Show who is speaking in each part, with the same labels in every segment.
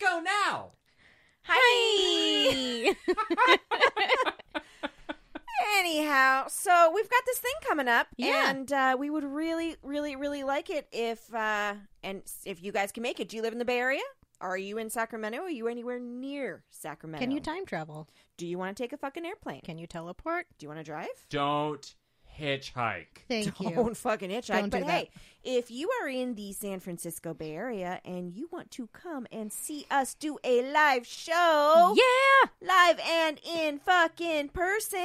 Speaker 1: show now.
Speaker 2: Hi.
Speaker 3: Anyhow, so we've got this thing coming up,
Speaker 2: Yeah.
Speaker 3: and uh, we would really, really, really like it if uh, and s- if you guys can make it. Do you live in the Bay Area? Are you in Sacramento? Are you anywhere near Sacramento?
Speaker 2: Can you time travel?
Speaker 3: Do you want to take a fucking airplane?
Speaker 2: Can you teleport?
Speaker 3: Do you want to drive?
Speaker 1: Don't hitchhike.
Speaker 2: Thank you.
Speaker 3: Don't fucking hitchhike.
Speaker 2: Don't do
Speaker 3: but
Speaker 2: that.
Speaker 3: hey, if you are in the San Francisco Bay Area and you want to come and see us do a live show,
Speaker 2: Yeah.
Speaker 3: live and in fucking person,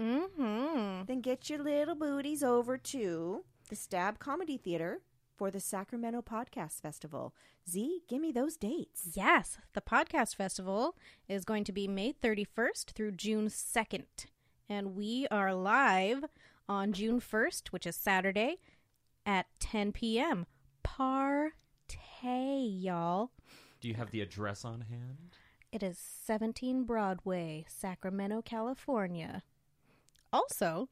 Speaker 2: Mm-hmm.
Speaker 3: then get your little booties over to the Stab Comedy Theater for the Sacramento Podcast Festival. Z, give me those dates.
Speaker 2: Yes, the podcast festival is going to be May 31st through June 2nd. And we are live on June 1st, which is Saturday, at 10 p.m. Partay, y'all.
Speaker 1: Do you have the address on hand?
Speaker 2: It is 17 Broadway, Sacramento, California. Also,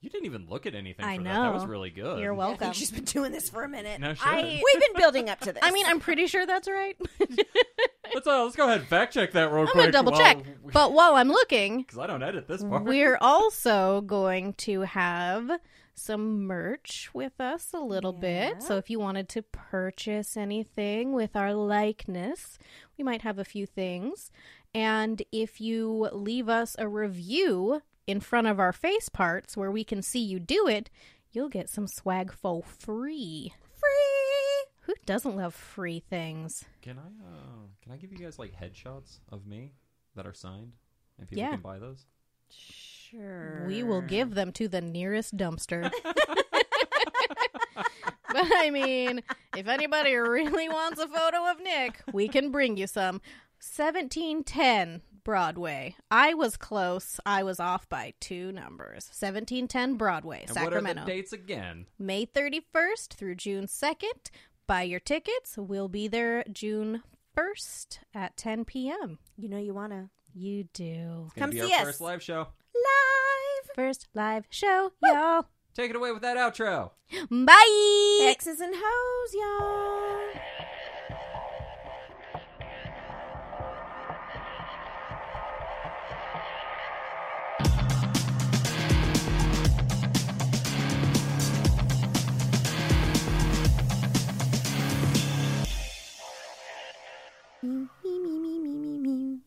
Speaker 1: You didn't even look at anything.
Speaker 2: I
Speaker 1: for That. that was
Speaker 2: know.
Speaker 1: really good.
Speaker 2: You're
Speaker 3: I
Speaker 2: welcome.
Speaker 3: think she's been doing this for a minute.
Speaker 1: No shit.
Speaker 2: I-
Speaker 3: We've been building up to this.
Speaker 2: I mean, I'm pretty sure that's right.
Speaker 1: let's uh, let's go ahead and fact check that real
Speaker 2: I'm
Speaker 1: quick.
Speaker 2: going to double check. But while I'm looking,
Speaker 1: because I don't edit this part.
Speaker 2: We're also going to have some merch with us a little bit. So if you wanted to purchase anything with our likeness, we might have a few things. And if you leave us a review in front of our face parts where we can see you do it, you'll get some swag for free.
Speaker 3: free.
Speaker 2: Who doesn't love free things?
Speaker 1: Can I uh, can I give you guys like headshots of me that are signed and people
Speaker 2: Yeah.
Speaker 1: can buy those?
Speaker 3: Sure.
Speaker 2: We will give them to the nearest dumpster. but I mean, if anybody really wants a photo of Nick, we can bring you some. 1710 Broadway. I was close. I was off by two numbers. 1710 Broadway,
Speaker 1: And what are
Speaker 2: Sacramento.
Speaker 1: the dates again?
Speaker 2: May 31st through June 2nd. Buy your tickets. We'll be there June 1st at 10 p.m.
Speaker 3: You know you wanna
Speaker 2: You do.
Speaker 1: It's gonna
Speaker 3: Come
Speaker 1: be
Speaker 3: see
Speaker 1: our
Speaker 3: us.
Speaker 1: first live show.
Speaker 3: live
Speaker 2: First live show, y'all.
Speaker 1: Take it away with that outro.
Speaker 2: Bye.
Speaker 3: X's and hoes, y'all. Mew, mew, mew, mew, mew, mew, mew.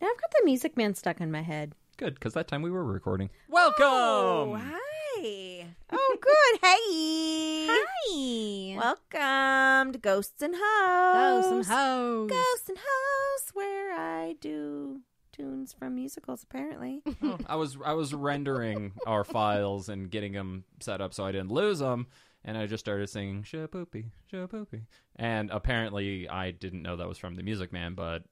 Speaker 3: Now I've got the Music Man stuck in my head. Oh,
Speaker 1: Good, because that time we were recording. Welcome.
Speaker 3: hi. Oh, good. Hey.
Speaker 2: Hi.
Speaker 3: Welcome to Ghosts and Hoes.
Speaker 2: Ghosts and hoes.
Speaker 3: Ghosts and Hoes, where I do tunes from musicals, apparently.
Speaker 1: Oh, I was I was rendering our files and getting them set up so I didn't lose them, and I just started singing "Shapoopy, Shapoopy," and apparently I didn't know that was from the Music Man, but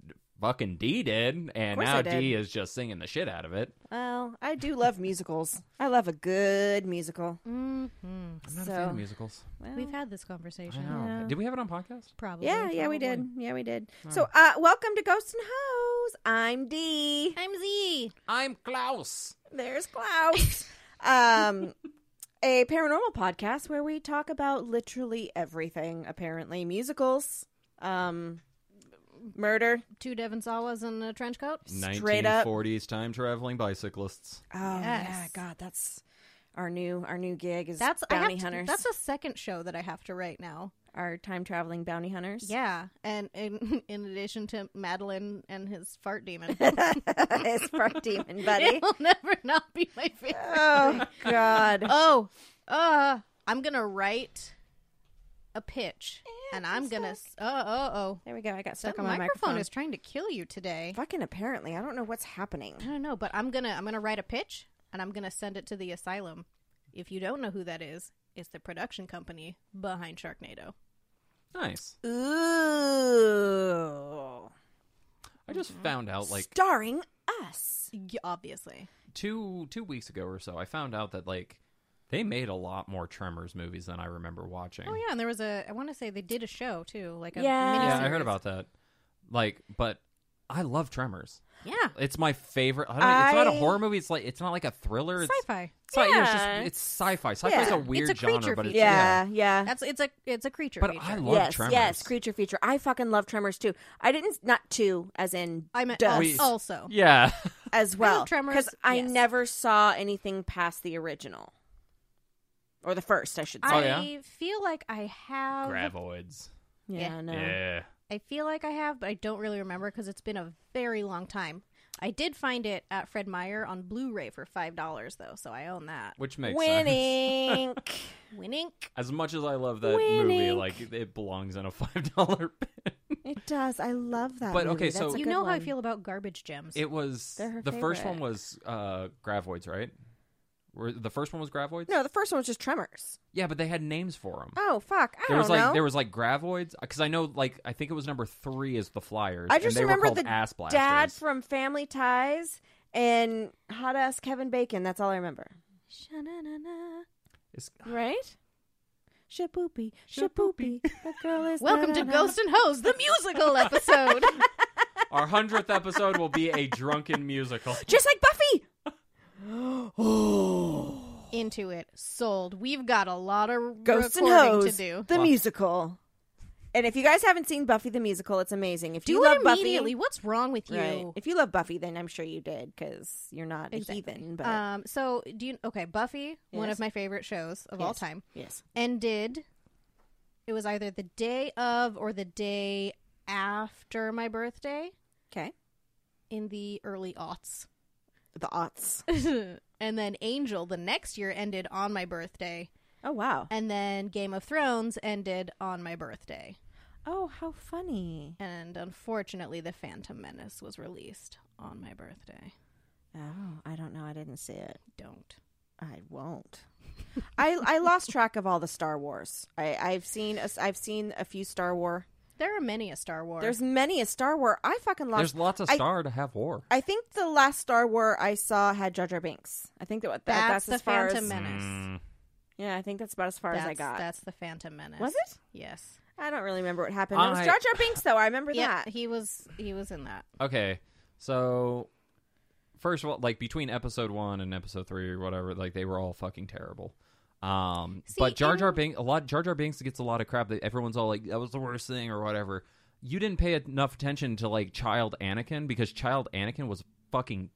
Speaker 1: fucking D did, and
Speaker 3: course
Speaker 1: now
Speaker 3: I did.
Speaker 1: D is just singing the shit out of it.
Speaker 3: well, I do love musicals. I love a good musical.
Speaker 2: Mhm.
Speaker 1: I'm not
Speaker 3: So-
Speaker 1: a fan of musicals.
Speaker 3: Well,
Speaker 2: We've had this
Speaker 1: I
Speaker 2: conversation.
Speaker 1: know.
Speaker 3: Yeah.
Speaker 1: Did we have it on podcast?
Speaker 2: Probably.
Speaker 3: yeah, yeah, we did. Yeah, we did. So, uh, welcome to Ghosts and Hoes. I'm Dee.
Speaker 2: I'm Z.
Speaker 1: I'm Klaus.
Speaker 3: There's Klaus. um, a paranormal podcast where we talk about literally everything. Apparently, musicals, um, murder.
Speaker 2: Two Devon Sawas in a trench coat.
Speaker 3: Straight up.
Speaker 1: 1940s time traveling bicyclists.
Speaker 3: Oh yeah,
Speaker 2: Yes.
Speaker 3: God, that's our new our new gig is
Speaker 2: That's I
Speaker 3: bounty
Speaker 2: have to-
Speaker 3: hunters.
Speaker 2: that's a second show that I have to write now.
Speaker 3: our time traveling bounty hunters.
Speaker 2: Yeah, and in in addition to Madeline and his fart demon,
Speaker 3: it's Front Demon Buddy.
Speaker 2: it'll never not be my favorite.
Speaker 3: oh God.
Speaker 2: Oh, uh, I'm gonna write a pitch, and, I'm gonna. s- Oh, oh, oh.
Speaker 3: There we go. I got
Speaker 2: The
Speaker 3: stuck on my
Speaker 2: microphone, is trying to kill you today.
Speaker 3: fucking apparently. I don't know what's happening.
Speaker 2: I don't know, but I'm gonna I'm gonna write a pitch and I'm gonna send it to the asylum. If you don't know who that is, it's the production company behind Sharknado.
Speaker 1: Nice.
Speaker 3: Ooh.
Speaker 1: I just found out like
Speaker 3: Starring us.
Speaker 2: Y- obviously,
Speaker 1: two two weeks ago or so. I found out that like they made a lot more Tremors movies than I remember watching.
Speaker 2: oh yeah, and there was a I want to say they did a show too, like a
Speaker 3: Yeah.
Speaker 2: mini
Speaker 1: Yeah, I
Speaker 2: series.
Speaker 1: heard about that. Like, but I love Tremors.
Speaker 2: Yeah.
Speaker 1: It's my favorite. I don't, It's not a
Speaker 3: I-
Speaker 1: horror movie. It's like it's not like a thriller. It's
Speaker 2: Sci-fi.
Speaker 1: Sci- yeah, it's, just,
Speaker 3: Yeah.
Speaker 1: it's sci-fi. Sci-fi is
Speaker 3: Yeah.
Speaker 1: a
Speaker 3: It's
Speaker 1: weird
Speaker 2: a
Speaker 1: genre,
Speaker 2: creature
Speaker 1: but it's,
Speaker 2: feature.
Speaker 1: yeah.
Speaker 3: Yeah, yeah.
Speaker 2: That's it's a it's a creature.
Speaker 1: But
Speaker 2: feature.
Speaker 1: I love
Speaker 3: yes,
Speaker 1: Tremors.
Speaker 3: yes, creature feature. I fucking love Tremors too. I didn't not two as in
Speaker 2: I meant
Speaker 3: duh,
Speaker 2: al-
Speaker 1: We-
Speaker 2: also.
Speaker 1: Yeah,
Speaker 3: as well
Speaker 2: Tremors,
Speaker 3: because I
Speaker 2: yes.
Speaker 3: never saw anything past the original or the first, I should say.
Speaker 1: Oh,
Speaker 2: I
Speaker 1: yeah?
Speaker 2: feel like I have.
Speaker 1: Gravoids.
Speaker 3: yeah, Oh, no.
Speaker 1: Yeah,
Speaker 2: I feel like I have, but I don't really remember because it's been a very long time. I did find it at Fred Meyer on Blu-ray for five dollars though, so I own that.
Speaker 1: which makes sense.
Speaker 3: Winning.
Speaker 2: Winning.
Speaker 1: As much as I love that movie,
Speaker 3: Winning.
Speaker 1: like it belongs in a five dollar bin.
Speaker 3: it does. I love that.
Speaker 1: But,
Speaker 3: movie.
Speaker 1: okay,
Speaker 3: That's
Speaker 1: so-
Speaker 3: a
Speaker 2: You
Speaker 3: good
Speaker 2: know how I
Speaker 3: one.
Speaker 2: feel about garbage gems.
Speaker 1: It was
Speaker 3: They're her
Speaker 1: the first
Speaker 3: favorite.
Speaker 1: one was uh, Gravoids, right? Were, the first one was Gravoids.
Speaker 3: No, the first one was just Tremors.
Speaker 1: Yeah, but they had names for them.
Speaker 3: Oh fuck, I
Speaker 1: there
Speaker 3: don't
Speaker 1: was like
Speaker 3: know.
Speaker 1: there was like Gravoids because I know like I think it was number three is the Flyers.
Speaker 3: I just
Speaker 1: and they
Speaker 3: remember
Speaker 1: were called
Speaker 3: the
Speaker 1: ass blasters.
Speaker 3: Dad from Family Ties and hot ass Kevin Bacon. That's all I remember.
Speaker 2: Sha-na-na-na.
Speaker 1: It's-
Speaker 3: Right? Shapoopy, shapoopy. The girl is
Speaker 2: Welcome to
Speaker 3: da-da-da.
Speaker 2: Ghost and Hose, the musical episode.
Speaker 1: Our hundredth episode will be a drunken musical.
Speaker 3: Just like Buffy.
Speaker 2: Into it, sold. We've got a lot of
Speaker 3: Ghost and
Speaker 2: recording
Speaker 3: Hose,
Speaker 2: to do.
Speaker 3: the
Speaker 1: Wow.
Speaker 3: musical. And if you guys haven't seen Buffy the musical, it's amazing. If you
Speaker 2: Do
Speaker 3: love
Speaker 2: it immediately.
Speaker 3: Buffy,
Speaker 2: What's wrong with you?
Speaker 3: right? If you love Buffy, then I'm sure you did because you're not
Speaker 2: Exactly.
Speaker 3: a heathen. But
Speaker 2: Um, so do you? Okay, Buffy, one
Speaker 3: Yes.
Speaker 2: of my favorite shows of all
Speaker 3: Yes.
Speaker 2: time,
Speaker 3: yes,
Speaker 2: ended. It was either the day of or the day after my birthday
Speaker 3: okay.
Speaker 2: in the early aughts,
Speaker 3: The aughts.
Speaker 2: and then Angel the next year ended on my birthday,
Speaker 3: Oh wow.
Speaker 2: and then Game of Thrones ended on my birthday,
Speaker 3: Oh how funny.
Speaker 2: and unfortunately, The Phantom Menace was released on my birthday.
Speaker 3: Oh, I don't know. I didn't see it.
Speaker 2: Don't.
Speaker 3: I won't. I I lost track of all the Star Wars. I I've seen a, I've seen a few Star War.
Speaker 2: There are many a Star Wars.
Speaker 3: There's many a Star War. I fucking lost.
Speaker 1: There's lots of
Speaker 3: I-
Speaker 1: star to have war.
Speaker 3: I think the last Star War I saw had Jar Jar Binks. I think that, that
Speaker 2: that's,
Speaker 3: that's,
Speaker 2: the
Speaker 3: as far
Speaker 2: Phantom
Speaker 3: as
Speaker 2: Menace.
Speaker 1: Mm.
Speaker 3: yeah. I think that's about as far as I
Speaker 2: That's-
Speaker 3: got.
Speaker 2: That's the Phantom Menace.
Speaker 3: Was it?
Speaker 2: Yes.
Speaker 3: I don't really remember what happened. It was
Speaker 1: I-
Speaker 3: Jar Jar Binks though. I remember
Speaker 2: Yeah,
Speaker 3: that.
Speaker 2: he was. He was in that.
Speaker 1: Okay, so first of all, like between episode one and episode three or whatever, like they were all fucking terrible. Um,
Speaker 2: See,
Speaker 1: but Jar
Speaker 2: and-
Speaker 1: Jar Binks, a lot Jar Jar Binks gets a lot of crap that everyone's all like, "That was the worst thing" or whatever. You didn't pay enough attention to like Child Anakin because Child Anakin was fucking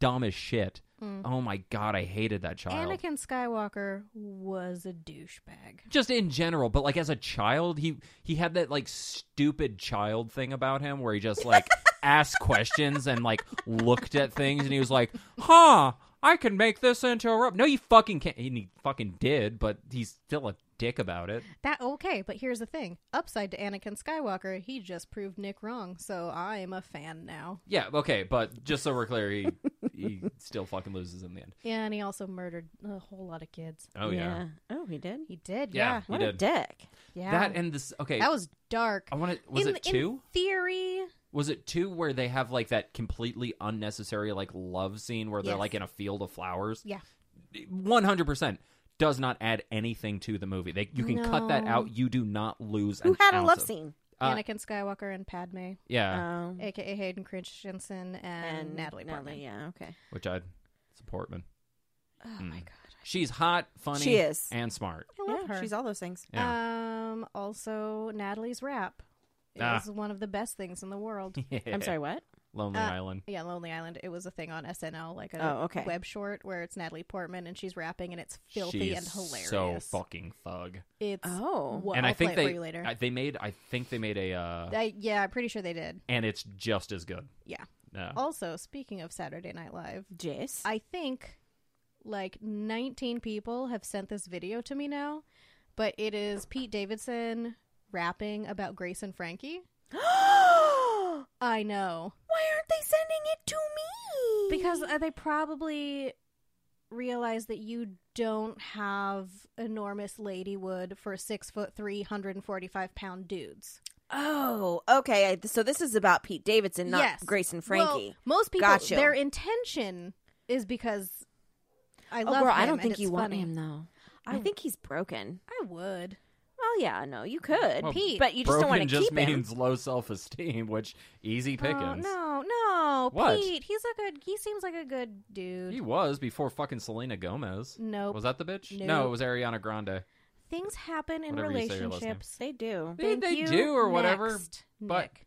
Speaker 1: dumb as shit. Oh my god, I hated that child.
Speaker 2: Mm. Anakin Skywalker was a douchebag.
Speaker 1: just in general but like as a child he he had that like stupid child thing about him where he just like asked questions and like looked at things and he was like huh i can make this into a rope no you fucking can't and he fucking did but he's still a dick about it
Speaker 2: That okay, but here's the thing. Upside to Anakin Skywalker, he just proved Nick wrong, so I am a fan now.
Speaker 1: yeah okay but just so we're clear he he still fucking loses in the end
Speaker 2: Yeah, and he also murdered a whole lot of kids.
Speaker 1: oh yeah,
Speaker 3: Oh, he did.
Speaker 2: He did.
Speaker 1: Yeah.
Speaker 2: Yeah.
Speaker 1: He
Speaker 3: What a
Speaker 1: did.
Speaker 3: dick.
Speaker 2: Yeah.
Speaker 1: that and this okay
Speaker 2: That was dark.
Speaker 1: i want to was
Speaker 2: in,
Speaker 1: it two
Speaker 2: In theory,
Speaker 1: Was it two where they have like that completely unnecessary like love scene where they're
Speaker 2: Yes.
Speaker 1: like in a field of flowers?
Speaker 2: Yeah.
Speaker 1: one hundred percent does not add anything to the movie. They you can cut that
Speaker 2: No.
Speaker 1: out. You do not lose.
Speaker 3: Who
Speaker 1: an
Speaker 3: had a
Speaker 1: ounce
Speaker 3: love
Speaker 1: of-
Speaker 3: scene?
Speaker 1: Uh,
Speaker 2: Anakin Skywalker and Padme,
Speaker 1: Yeah,
Speaker 3: Um,
Speaker 2: aka Hayden Christensen and, Natalie Portman.
Speaker 3: Yeah. Okay.
Speaker 1: which I'd support. Man,
Speaker 2: Oh
Speaker 1: Hmm.
Speaker 2: my god.
Speaker 1: she's hot, funny,
Speaker 3: She is.
Speaker 1: and smart.
Speaker 2: I love
Speaker 3: yeah,
Speaker 2: her.
Speaker 3: She's all those things.
Speaker 1: Yeah,
Speaker 2: Um also Natalie's rap
Speaker 1: Ah.
Speaker 2: is one of the best things in the world.
Speaker 3: I'm sorry. What?
Speaker 1: Lonely
Speaker 2: Uh,
Speaker 1: Island.
Speaker 2: Yeah, Lonely Island. It was a thing on SNL, like a
Speaker 3: Oh, okay.
Speaker 2: web short where it's Natalie Portman and she's rapping and it's filthy
Speaker 1: She's
Speaker 2: and hilarious.
Speaker 1: So fucking thug.
Speaker 2: It's
Speaker 3: Oh.
Speaker 2: well,
Speaker 1: and
Speaker 2: I'll
Speaker 1: I think
Speaker 2: play it
Speaker 1: they
Speaker 2: for you later.
Speaker 1: I- they made. I think they made a. uh
Speaker 2: I- yeah, I'm pretty sure they did.
Speaker 1: And it's just as good.
Speaker 2: Yeah.
Speaker 1: No.
Speaker 2: Also, speaking of Saturday Night Live,
Speaker 3: Jace.
Speaker 2: I think like 19 people have sent this video to me now, but it is Pete Davidson rapping about Grace and Frankie.
Speaker 3: Why
Speaker 2: I know
Speaker 3: aren't they sending it to me?
Speaker 2: because uh, they probably realize that you don't have enormous ladywood for six foot three hundred and forty five pound dudes.
Speaker 3: oh, okay. I- So this is about Pete Davidson, not
Speaker 2: Yes.
Speaker 3: Grace and
Speaker 2: Well,
Speaker 3: Frankie.
Speaker 2: most people,
Speaker 3: Gotcha.
Speaker 2: their intention is because I
Speaker 3: oh,
Speaker 2: love.
Speaker 3: girl, I
Speaker 2: him
Speaker 3: don't
Speaker 2: and
Speaker 3: think
Speaker 2: it's
Speaker 3: you want Hmm.
Speaker 2: funny.
Speaker 3: him though. I, think he's broken.
Speaker 2: I would.
Speaker 3: Oh, Well, yeah, no, you could,
Speaker 1: Well,
Speaker 2: Pete.
Speaker 3: but you just
Speaker 1: Broken
Speaker 3: don't want to
Speaker 1: just
Speaker 3: keep him.
Speaker 1: means low self esteem, which easy
Speaker 2: Oh,
Speaker 1: pickings.
Speaker 2: no, no,
Speaker 1: What?
Speaker 2: Pete. He's a good. He seems like a good dude.
Speaker 1: He was before fucking Selena Gomez.
Speaker 2: nope.
Speaker 1: Was that the bitch? No,
Speaker 2: Nope.
Speaker 1: it was Ariana Grande.
Speaker 2: Things happen in
Speaker 1: Whatever you say your last name.
Speaker 2: relationships.
Speaker 3: They do.
Speaker 1: They-
Speaker 2: Thank
Speaker 1: they
Speaker 2: you.
Speaker 1: do or whatever,
Speaker 2: Next,
Speaker 1: but-
Speaker 2: Nick.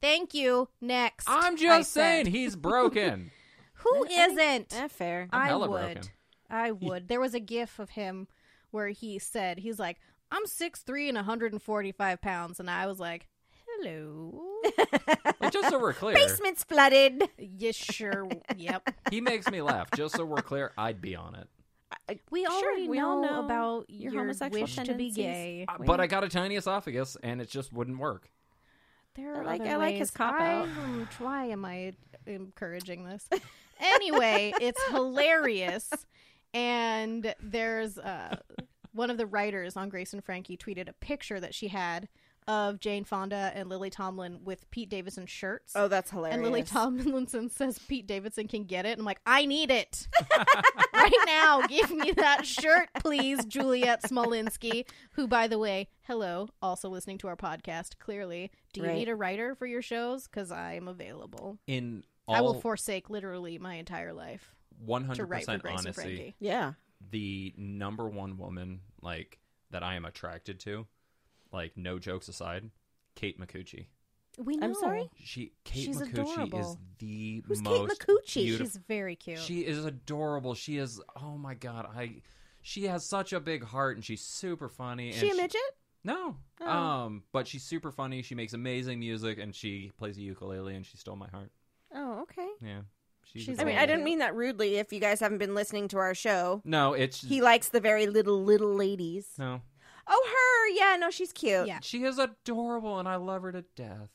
Speaker 2: Thank you. Next.
Speaker 1: I'm
Speaker 2: I
Speaker 1: just
Speaker 2: said.
Speaker 1: saying he's broken.
Speaker 2: Who
Speaker 3: I- I-
Speaker 2: isn't?
Speaker 3: Eh, fair.
Speaker 1: I'm
Speaker 2: I
Speaker 1: hella
Speaker 2: would.
Speaker 1: broken.
Speaker 2: I would. There was a gif of him where he said, he's like, I'm 6'3 and 145 pounds. And I was like, hello.
Speaker 1: Like, just so we're clear,
Speaker 3: Basement's flooded.
Speaker 2: you sure? Yep.
Speaker 1: he makes me laugh. Just so we're clear, I'd be on it.
Speaker 2: We
Speaker 3: Sure,
Speaker 2: already
Speaker 3: we all
Speaker 2: know,
Speaker 3: know
Speaker 2: about
Speaker 3: your
Speaker 2: your,
Speaker 3: homosexual
Speaker 2: wish to be
Speaker 3: tendencies.
Speaker 2: gay.
Speaker 1: Uh, But I got a tiny esophagus, and it just wouldn't work.
Speaker 2: There
Speaker 3: I
Speaker 2: are
Speaker 3: like-
Speaker 2: other
Speaker 3: I like his
Speaker 2: ways.
Speaker 3: cop
Speaker 2: I
Speaker 3: out.
Speaker 2: am- Why am I encouraging this? Anyway, it's hilarious, and there's uh, one of the writers on Grace and Frankie tweeted a picture that she had of Jane Fonda and Lily Tomlin with Pete Davidson shirts.
Speaker 3: Oh, that's hilarious.
Speaker 2: And Lily Tomlinson says Pete Davidson can get it. I'm like, I need it right now. Give me that shirt, please, Juliet Smolinski. Who, by the way, hello, also listening to our podcast. Clearly, do you
Speaker 3: Right.
Speaker 2: need a writer for your shows? Because I'm available.
Speaker 1: In
Speaker 2: I will
Speaker 1: all
Speaker 2: forsake literally my entire life
Speaker 1: one
Speaker 2: to
Speaker 1: hundred
Speaker 2: write for
Speaker 1: percent
Speaker 2: Grace and
Speaker 1: honesty,
Speaker 2: Frankie.
Speaker 3: Yeah.
Speaker 1: the number one woman like that I am attracted to, like no jokes aside, Kate McCucci.
Speaker 2: We know.
Speaker 3: I'm sorry?
Speaker 1: She Kate
Speaker 2: She's
Speaker 1: McCucci is
Speaker 2: adorable.
Speaker 1: the
Speaker 3: Who's Kate
Speaker 1: most
Speaker 3: McCucci?
Speaker 1: beautiful.
Speaker 2: She's very cute.
Speaker 1: She is adorable. She is oh my god, I she has such a big heart and she's super funny. and
Speaker 3: She a midget?
Speaker 1: No.
Speaker 3: Oh.
Speaker 1: Um, but she's super funny. She makes amazing music and she plays a ukulele and she stole my heart.
Speaker 3: Oh, okay.
Speaker 1: Yeah. She's
Speaker 2: She's
Speaker 3: I mean,
Speaker 1: adorable.
Speaker 3: I didn't mean that rudely. If you guys haven't been listening to our show,
Speaker 1: No, it's
Speaker 3: he likes the very little little ladies.
Speaker 1: No.
Speaker 3: Oh, her. Yeah, no, she's cute.
Speaker 2: Yeah.
Speaker 1: She is adorable and I love her to death.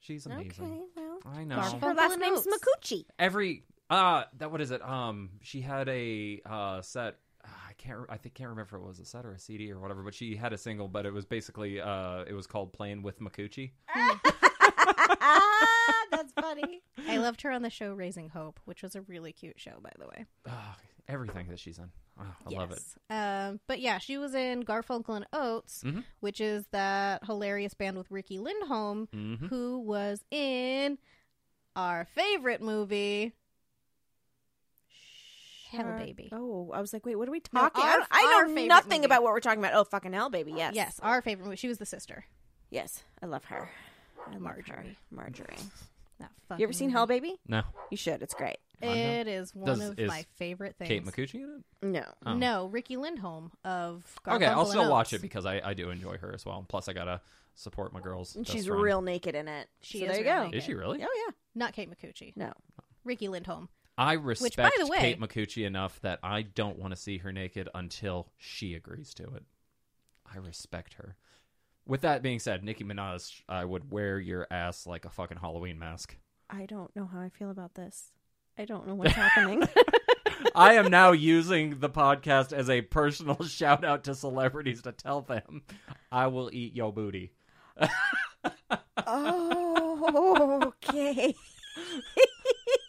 Speaker 1: She's amazing.
Speaker 3: Okay. Well,
Speaker 1: I know.
Speaker 2: Garfunkel
Speaker 3: her last
Speaker 2: and
Speaker 3: name's
Speaker 2: Oates.
Speaker 3: Makuchi.
Speaker 1: every uh that what is it um she had a uh set I can't. re- I think can't remember if it was a set or a CD or whatever. But she had a single, but it was basically. Uh, it was called "Playing with Makuchi."
Speaker 3: That's funny.
Speaker 2: I loved her on the show Raising Hope, which was a really cute show, by the way.
Speaker 1: Ah, everything that she's in, Ah, I love it.
Speaker 2: Um, but yeah, she was in Garfunkel and Oates,
Speaker 1: Mhm.
Speaker 2: which is that hilarious band with Ricky Lindholm,
Speaker 1: Mm-hmm.
Speaker 2: who was in our favorite movie. Hell
Speaker 3: Our-
Speaker 2: Baby.
Speaker 3: Oh, I was like, wait, what are we
Speaker 2: No,
Speaker 3: talking?
Speaker 2: our-
Speaker 3: I don't- I,
Speaker 2: our
Speaker 3: know
Speaker 2: favorite
Speaker 3: nothing
Speaker 2: movie.
Speaker 3: about what we're talking about. Oh, fucking hell, baby. Yes,
Speaker 2: Yes, our favorite movie. She was the sister.
Speaker 3: yes. I love her. I love her.
Speaker 2: Marjorie.
Speaker 3: Marjorie.
Speaker 2: That
Speaker 3: You ever
Speaker 2: fucking
Speaker 3: seen
Speaker 2: movie.
Speaker 3: Hell Baby?
Speaker 1: No,
Speaker 3: You should. It's great.
Speaker 1: Lindholm?
Speaker 2: It is one
Speaker 1: Does-
Speaker 2: of
Speaker 1: is
Speaker 2: my favorite things.
Speaker 1: Kate McCucci in it.
Speaker 3: No.
Speaker 1: Oh.
Speaker 2: No, Ricky Lindholm of Garfunkel
Speaker 1: Okay, I'll
Speaker 2: and
Speaker 1: still watch it
Speaker 2: Oates.
Speaker 1: because I, I do enjoy her as well. Plus, I gotta support my girls.
Speaker 3: And
Speaker 1: best
Speaker 3: she's
Speaker 1: friend.
Speaker 3: real naked in it.
Speaker 2: She
Speaker 3: so
Speaker 2: is
Speaker 3: there you
Speaker 2: real
Speaker 3: go.
Speaker 2: naked.
Speaker 1: Is she really?
Speaker 3: Oh,
Speaker 2: Not Kate McCucci.
Speaker 3: yeah. No.
Speaker 2: Ricky Lindholm.
Speaker 1: I
Speaker 2: by
Speaker 1: respect
Speaker 2: the way-
Speaker 1: Kate McCucci enough that I don't want to see her naked until she agrees to it. I respect her. With that being said, Nicki Minaj, I would wear your ass like a fucking Halloween mask.
Speaker 3: I don't know how I feel about this. I don't know what's happening.
Speaker 1: I am now using the podcast as a personal shout out to celebrities to tell them I will eat your booty.
Speaker 3: oh, okay.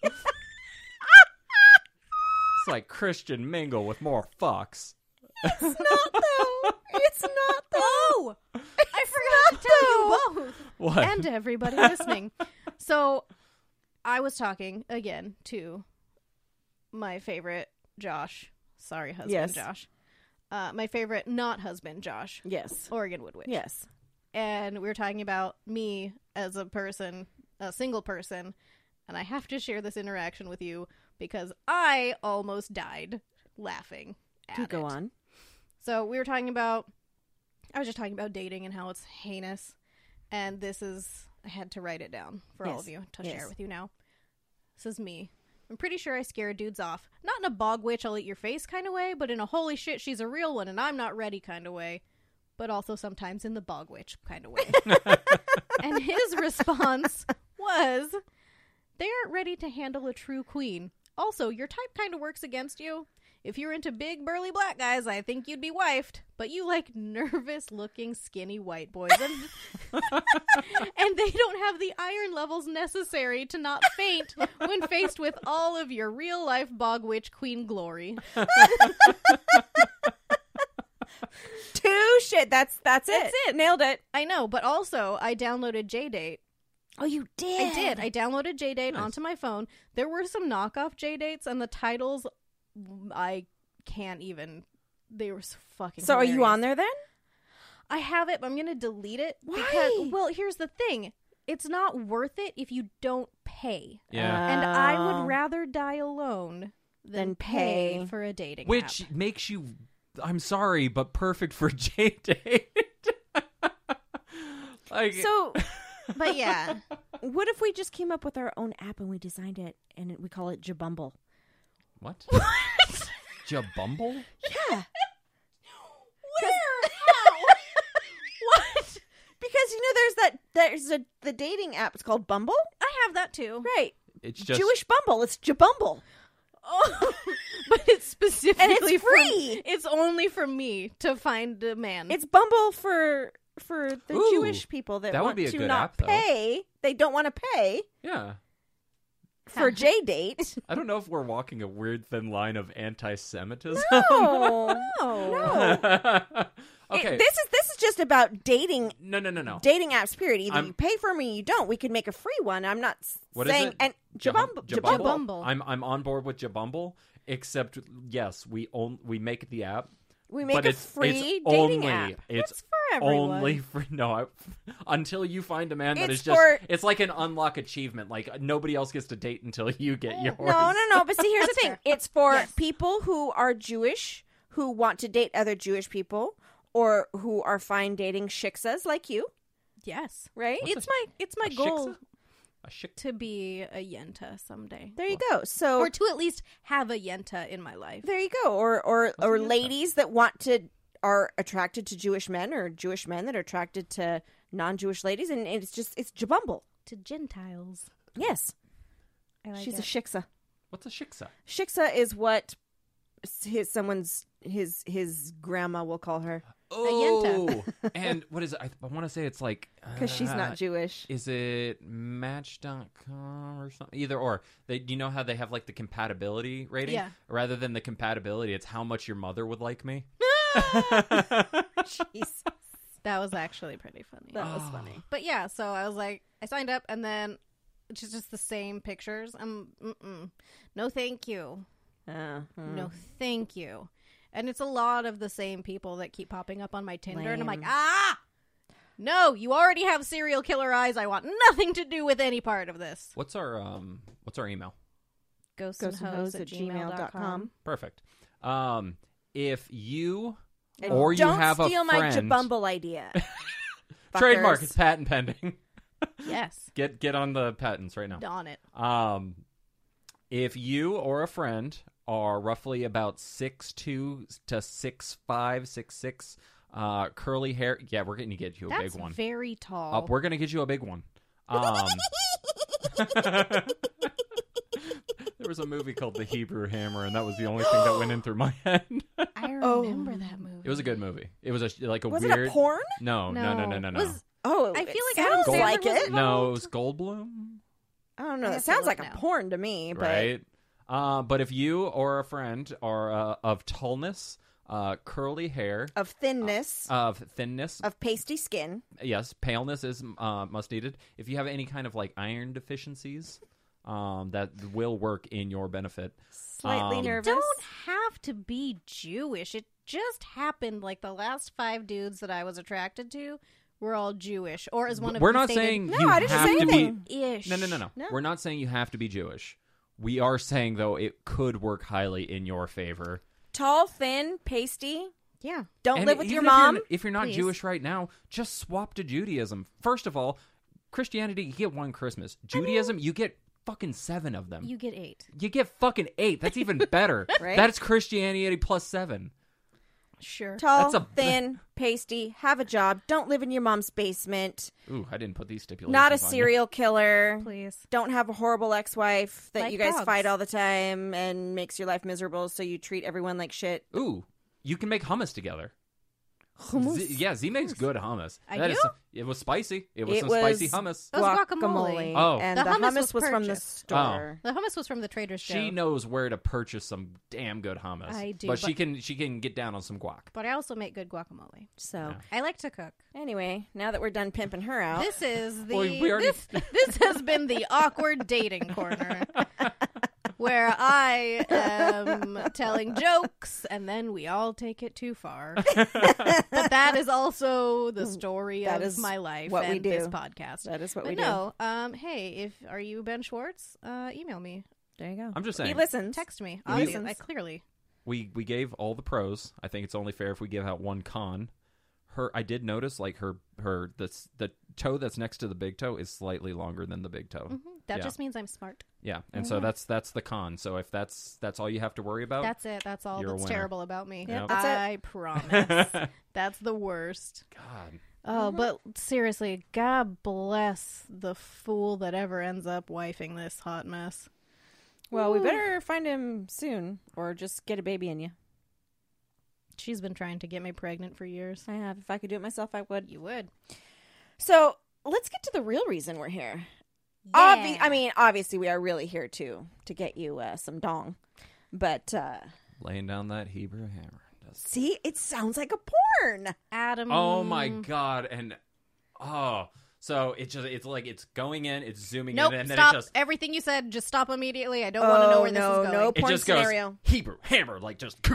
Speaker 1: It's like Christian Mingle with more fucks.
Speaker 3: It's not though. It's not though.
Speaker 2: Oh! I forgot to tell you both.
Speaker 1: What?
Speaker 2: and everybody listening. So I was talking again to my favorite Josh. Sorry, husband
Speaker 3: Yes.
Speaker 2: Josh. Uh, my favorite not husband Josh,
Speaker 3: Yes.
Speaker 2: Oregon Woodwitch.
Speaker 3: Yes.
Speaker 2: And we were talking about me as a person, a single person, and I have to share this interaction with you because I almost died laughing. At
Speaker 3: Do go
Speaker 2: it.
Speaker 3: on.
Speaker 2: So we were talking about, I was just talking about dating and how it's heinous. And this is, I had to write it down for all
Speaker 3: Yes.
Speaker 2: of you to
Speaker 3: Yes.
Speaker 2: share with you now. This is me. I'm pretty sure I scared dudes off. Not in a bog witch, I'll eat your face kind of way, but in a holy shit, she's a real one and I'm not ready kind of way. But also sometimes in the bog witch kind of way. and his response was, they aren't ready to handle a true queen. Also, your type kind of works against you. If you're into big, burly black guys, I think you'd be wifed. But you like nervous looking, skinny white boys. And, and they don't have the iron levels necessary to not faint when faced with all of your real life bog witch queen glory.
Speaker 3: Two shit. That's that's it.
Speaker 2: That's it.
Speaker 3: Nailed it.
Speaker 2: I know, but also I downloaded J Date.
Speaker 3: Oh, you did.
Speaker 2: I did. I downloaded J Date
Speaker 1: Nice.
Speaker 2: onto my phone. There were some knockoff J Dates, and the titles I can't even. They were so fucking.
Speaker 3: so are you
Speaker 2: hilarious.
Speaker 3: on there then?
Speaker 2: I have it, but I'm going to delete it
Speaker 3: Why?
Speaker 2: because. Well, here's the thing: it's not worth it if you don't pay.
Speaker 1: Yeah.
Speaker 2: and I
Speaker 3: Oh.
Speaker 2: would rather die alone than
Speaker 3: Than pay.
Speaker 2: pay for a dating
Speaker 1: Which
Speaker 2: app.
Speaker 1: makes you, I'm sorry, but perfect for J date. like,
Speaker 3: So,
Speaker 2: But yeah,
Speaker 3: what if we just came up with our own app and we designed it and we call it Jabumble?
Speaker 1: what? Jabumble?
Speaker 3: Yeah.
Speaker 2: where?
Speaker 3: what? Because you know, there's that. There's a the dating app. It's called Bumble.
Speaker 2: I have that too.
Speaker 3: Right.
Speaker 1: It's just
Speaker 3: Jewish Bumble. It's Jabumble.
Speaker 2: Oh, but it's specifically for-
Speaker 3: free.
Speaker 2: it's only for me to find a man.
Speaker 3: It's Bumble for for the
Speaker 1: Ooh,
Speaker 3: Jewish people that,
Speaker 1: that would
Speaker 3: want
Speaker 1: be a
Speaker 3: to
Speaker 1: good
Speaker 3: not
Speaker 1: app, though.
Speaker 3: pay. They don't want to pay
Speaker 1: Yeah.
Speaker 3: for J date.
Speaker 1: I don't know if we're walking a weird thin line of anti-Semitism.
Speaker 3: Oh, No.
Speaker 2: no.
Speaker 3: No.
Speaker 1: okay.
Speaker 3: It- this is this is just about dating
Speaker 1: no, no, no, no.
Speaker 3: dating apps. Period. Either
Speaker 1: I'm-
Speaker 3: you pay for me, you don't. We could make a free one. I'm not s-
Speaker 1: What is
Speaker 3: saying
Speaker 1: it?
Speaker 3: and
Speaker 1: Jabumble.
Speaker 3: Jabumble. Jabumble.
Speaker 2: Jabumble.
Speaker 1: I'm I'm on board with Jabumble, except yes, we on, we make the app,
Speaker 3: We make
Speaker 1: but
Speaker 3: a
Speaker 1: it's it's
Speaker 3: free dating
Speaker 1: only
Speaker 3: app.
Speaker 1: it's
Speaker 2: It's for everyone.
Speaker 1: only for no I, until you find a man that
Speaker 3: It's
Speaker 1: is just
Speaker 3: for-
Speaker 1: it's like an unlock achievement. Like nobody else gets to date until you get yours.
Speaker 3: No, no, no. But see, here's the
Speaker 2: That's
Speaker 3: thing:
Speaker 2: fair.
Speaker 3: it's for
Speaker 2: Yes.
Speaker 3: people who are Jewish who want to date other Jewish people, or who are fine dating shiksas like you,
Speaker 2: Yes.
Speaker 3: right?
Speaker 1: What's
Speaker 2: it's my it's my
Speaker 1: a
Speaker 2: goal
Speaker 1: shiksa? A shik-
Speaker 2: to be a yenta someday.
Speaker 3: there you go. So
Speaker 2: Or to at least have a yenta in my life.
Speaker 3: there you go. Or or or
Speaker 1: that?
Speaker 3: ladies that want to are attracted to Jewish men, or Jewish men that are attracted to non-Jewish ladies, and it's just it's jabumble.
Speaker 2: To Gentiles.
Speaker 3: Yes,
Speaker 2: I like
Speaker 3: she's
Speaker 2: it.
Speaker 3: a shiksa.
Speaker 1: What's a shiksa?
Speaker 3: Shiksa is what his someone's his his grandma will call her
Speaker 1: Oh,
Speaker 2: yenta.
Speaker 1: and what is it? I, I want to say it's like
Speaker 3: because she's
Speaker 1: uh,
Speaker 3: not Jewish.
Speaker 1: Is it match.com or something? Either or. They you know how they have like the compatibility rating?
Speaker 2: Yeah.
Speaker 1: Rather than the compatibility, it's how much your mother would like me.
Speaker 3: Jeez.
Speaker 2: that was actually pretty funny.
Speaker 3: That was
Speaker 1: Ah.
Speaker 3: funny.
Speaker 2: But yeah, so I was like, I signed up, and then it's just- just the same pictures. I'm, mm-mm. no, thank you,
Speaker 3: Uh-huh.
Speaker 2: no, thank you. And it's a lot of the same people that keep popping up on my Tinder, and I'm like,
Speaker 3: Lame.
Speaker 2: ah, no, you already have serial killer eyes. I want nothing to do with any part of this.
Speaker 1: What's our um what's our email?
Speaker 2: Ghosts,
Speaker 3: Ghosts and hoes at gmail.com.
Speaker 1: Perfect. Um if you
Speaker 3: And
Speaker 1: or you
Speaker 3: don't
Speaker 1: have a
Speaker 3: steal my
Speaker 1: friend-
Speaker 3: Jabumble idea.
Speaker 1: trademark
Speaker 3: Fuckers.
Speaker 1: it's patent pending.
Speaker 2: Yes,
Speaker 1: get get on the patents right now.
Speaker 2: on it.
Speaker 1: Um, if you or a friend are roughly about six two to six five, six six, uh, curly hair, yeah, we're gonna get you a
Speaker 2: That's
Speaker 1: big one.
Speaker 2: very tall.
Speaker 1: Uh, we're gonna get you a big one. Um, there was a movie called The Hebrew Hammer, and that was the only thing that went in through my head.
Speaker 2: I
Speaker 3: Oh.
Speaker 2: remember that movie.
Speaker 1: it was a good movie. It was a like a
Speaker 3: Was
Speaker 1: weird
Speaker 3: it a porn?
Speaker 1: No, no, no, no, no, no.
Speaker 2: Was-
Speaker 3: Oh,
Speaker 2: I
Speaker 3: it
Speaker 2: feel like Adam
Speaker 3: sounds
Speaker 2: Sandler
Speaker 3: like
Speaker 2: was
Speaker 3: it.
Speaker 2: involved.
Speaker 1: no, it was Goldblum.
Speaker 3: I don't
Speaker 2: I
Speaker 3: know.
Speaker 2: have
Speaker 3: It
Speaker 2: to
Speaker 3: sounds
Speaker 2: look
Speaker 3: like a
Speaker 2: now.
Speaker 3: porn to me, but
Speaker 1: right? Uh, but if you or a friend are uh, of tallness, uh, curly hair,
Speaker 3: of thinness,
Speaker 1: of thinness,
Speaker 3: of pasty skin.
Speaker 1: yes, paleness is uh, must needed. If you have any kind of like iron deficiencies, um, that will work in your benefit.
Speaker 3: Slightly
Speaker 1: Um,
Speaker 3: nervous.
Speaker 2: don't have to be Jewish. It just happened like the last five dudes that I was attracted to were all Jewish, or as one of
Speaker 1: We're
Speaker 2: you
Speaker 1: not
Speaker 2: stated,
Speaker 1: saying
Speaker 3: No,
Speaker 1: you
Speaker 3: I didn't
Speaker 1: have
Speaker 3: say
Speaker 1: to
Speaker 3: anything.
Speaker 1: be.
Speaker 2: ish.
Speaker 1: No, no, no, no,
Speaker 3: No.
Speaker 1: We're not saying you have to be Jewish. We are saying though it could work highly in your favor.
Speaker 3: Tall, thin, pasty.
Speaker 2: Yeah,
Speaker 3: Don't
Speaker 1: And
Speaker 3: live with your
Speaker 1: even if you're-
Speaker 3: mom.
Speaker 1: If you're not
Speaker 2: Please.
Speaker 1: Jewish right now, just swap to Judaism. First of all, Christianity, you get one Christmas. Judaism, you get fucking seven of them. You,
Speaker 2: you get eight.
Speaker 1: get fucking eight. That's even better.
Speaker 3: Right?
Speaker 1: That's Christianity plus seven.
Speaker 2: Sure.
Speaker 3: Tall,
Speaker 1: That's a-
Speaker 3: thin, pasty. Have a job. Don't live in your mom's basement.
Speaker 1: Ooh, I didn't put these stipulations.
Speaker 3: Not a
Speaker 1: on you.
Speaker 3: serial killer.
Speaker 2: Please.
Speaker 3: Don't have a horrible ex-wife that
Speaker 2: Like
Speaker 3: you guys
Speaker 2: dogs.
Speaker 3: fight all the time and makes your life miserable. So you treat everyone like shit.
Speaker 1: Ooh, you can make hummus together.
Speaker 3: Hummus.
Speaker 1: Z- yeah, Z makes good hummus.
Speaker 2: I
Speaker 1: That is-
Speaker 2: do?
Speaker 1: it was spicy. It was
Speaker 3: It
Speaker 1: some spicy
Speaker 3: was-
Speaker 1: hummus.
Speaker 4: That was guacamole.
Speaker 1: Oh.
Speaker 3: and
Speaker 2: The
Speaker 3: the,
Speaker 2: hummus
Speaker 3: hummus,
Speaker 2: was
Speaker 3: was, from the
Speaker 2: purchased.
Speaker 3: store.
Speaker 2: The hummus was from the Trader's Joe.
Speaker 1: She knows where to purchase some damn good hummus.
Speaker 2: I do,
Speaker 1: but, she
Speaker 2: but-
Speaker 1: can she can get down on some guac.
Speaker 2: but I also make good guacamole.
Speaker 3: So
Speaker 2: I like to cook.
Speaker 3: anyway, now that we're done pimping her out,
Speaker 2: This is the
Speaker 1: Oh. Well, we already-
Speaker 2: this, this has been the awkward dating corner where I am telling jokes and then we all take it too far. but that is also the story
Speaker 3: That
Speaker 2: of
Speaker 3: is
Speaker 2: my life
Speaker 3: what we
Speaker 2: and this
Speaker 3: do.
Speaker 2: podcast.
Speaker 3: that is what
Speaker 2: but
Speaker 3: we
Speaker 2: no, um, hey, if are you Ben Schwartz? Uh, email me,
Speaker 3: do. There you go.
Speaker 1: I'm just
Speaker 3: he
Speaker 1: saying
Speaker 3: listens.
Speaker 2: text me.
Speaker 3: He
Speaker 2: Obviously,
Speaker 3: listens.
Speaker 2: I clearly
Speaker 1: we we gave all the pros. I think it's only fair if we give out one con. Her I did notice like her her the s- the toe that's next to the big toe is slightly longer than the big toe.
Speaker 2: that
Speaker 1: Yeah.
Speaker 2: just means I'm smart.
Speaker 1: Yeah, and so that's that's the con. So if that's that's all you have to worry about,
Speaker 2: Mm-hmm. That's it. That's all
Speaker 1: Oh, You're a
Speaker 2: that's
Speaker 1: winner.
Speaker 2: terrible about me.
Speaker 1: Yep.
Speaker 3: That's it.
Speaker 2: I promise. that's the worst.
Speaker 1: God,
Speaker 2: Oh, but seriously, God bless the fool that ever ends up wifing this hot mess.
Speaker 3: Well, we better find him soon, or just get a baby in you.
Speaker 2: She's been trying to get me pregnant for years.
Speaker 3: I have. If I could do it myself, I would.
Speaker 2: You would.
Speaker 3: So let's get to the real reason we're here. Obvi- I mean, obviously, we are really here to to get you uh, some dong. But uh,
Speaker 1: laying down that Hebrew hammer. That's-
Speaker 3: see, it sounds like a porn.
Speaker 2: Adam.
Speaker 1: Oh my God! And oh, so it just it's like it's going in, it's zooming
Speaker 2: Nope.
Speaker 1: in, and then
Speaker 2: stop.
Speaker 1: it just
Speaker 2: Everything you said, just stop immediately. I don't want to know
Speaker 3: Oh,
Speaker 2: where
Speaker 3: no,
Speaker 2: this is going.
Speaker 3: nope.
Speaker 1: it
Speaker 3: Porn
Speaker 1: just goes
Speaker 3: scenario.
Speaker 1: Hebrew hammer, like just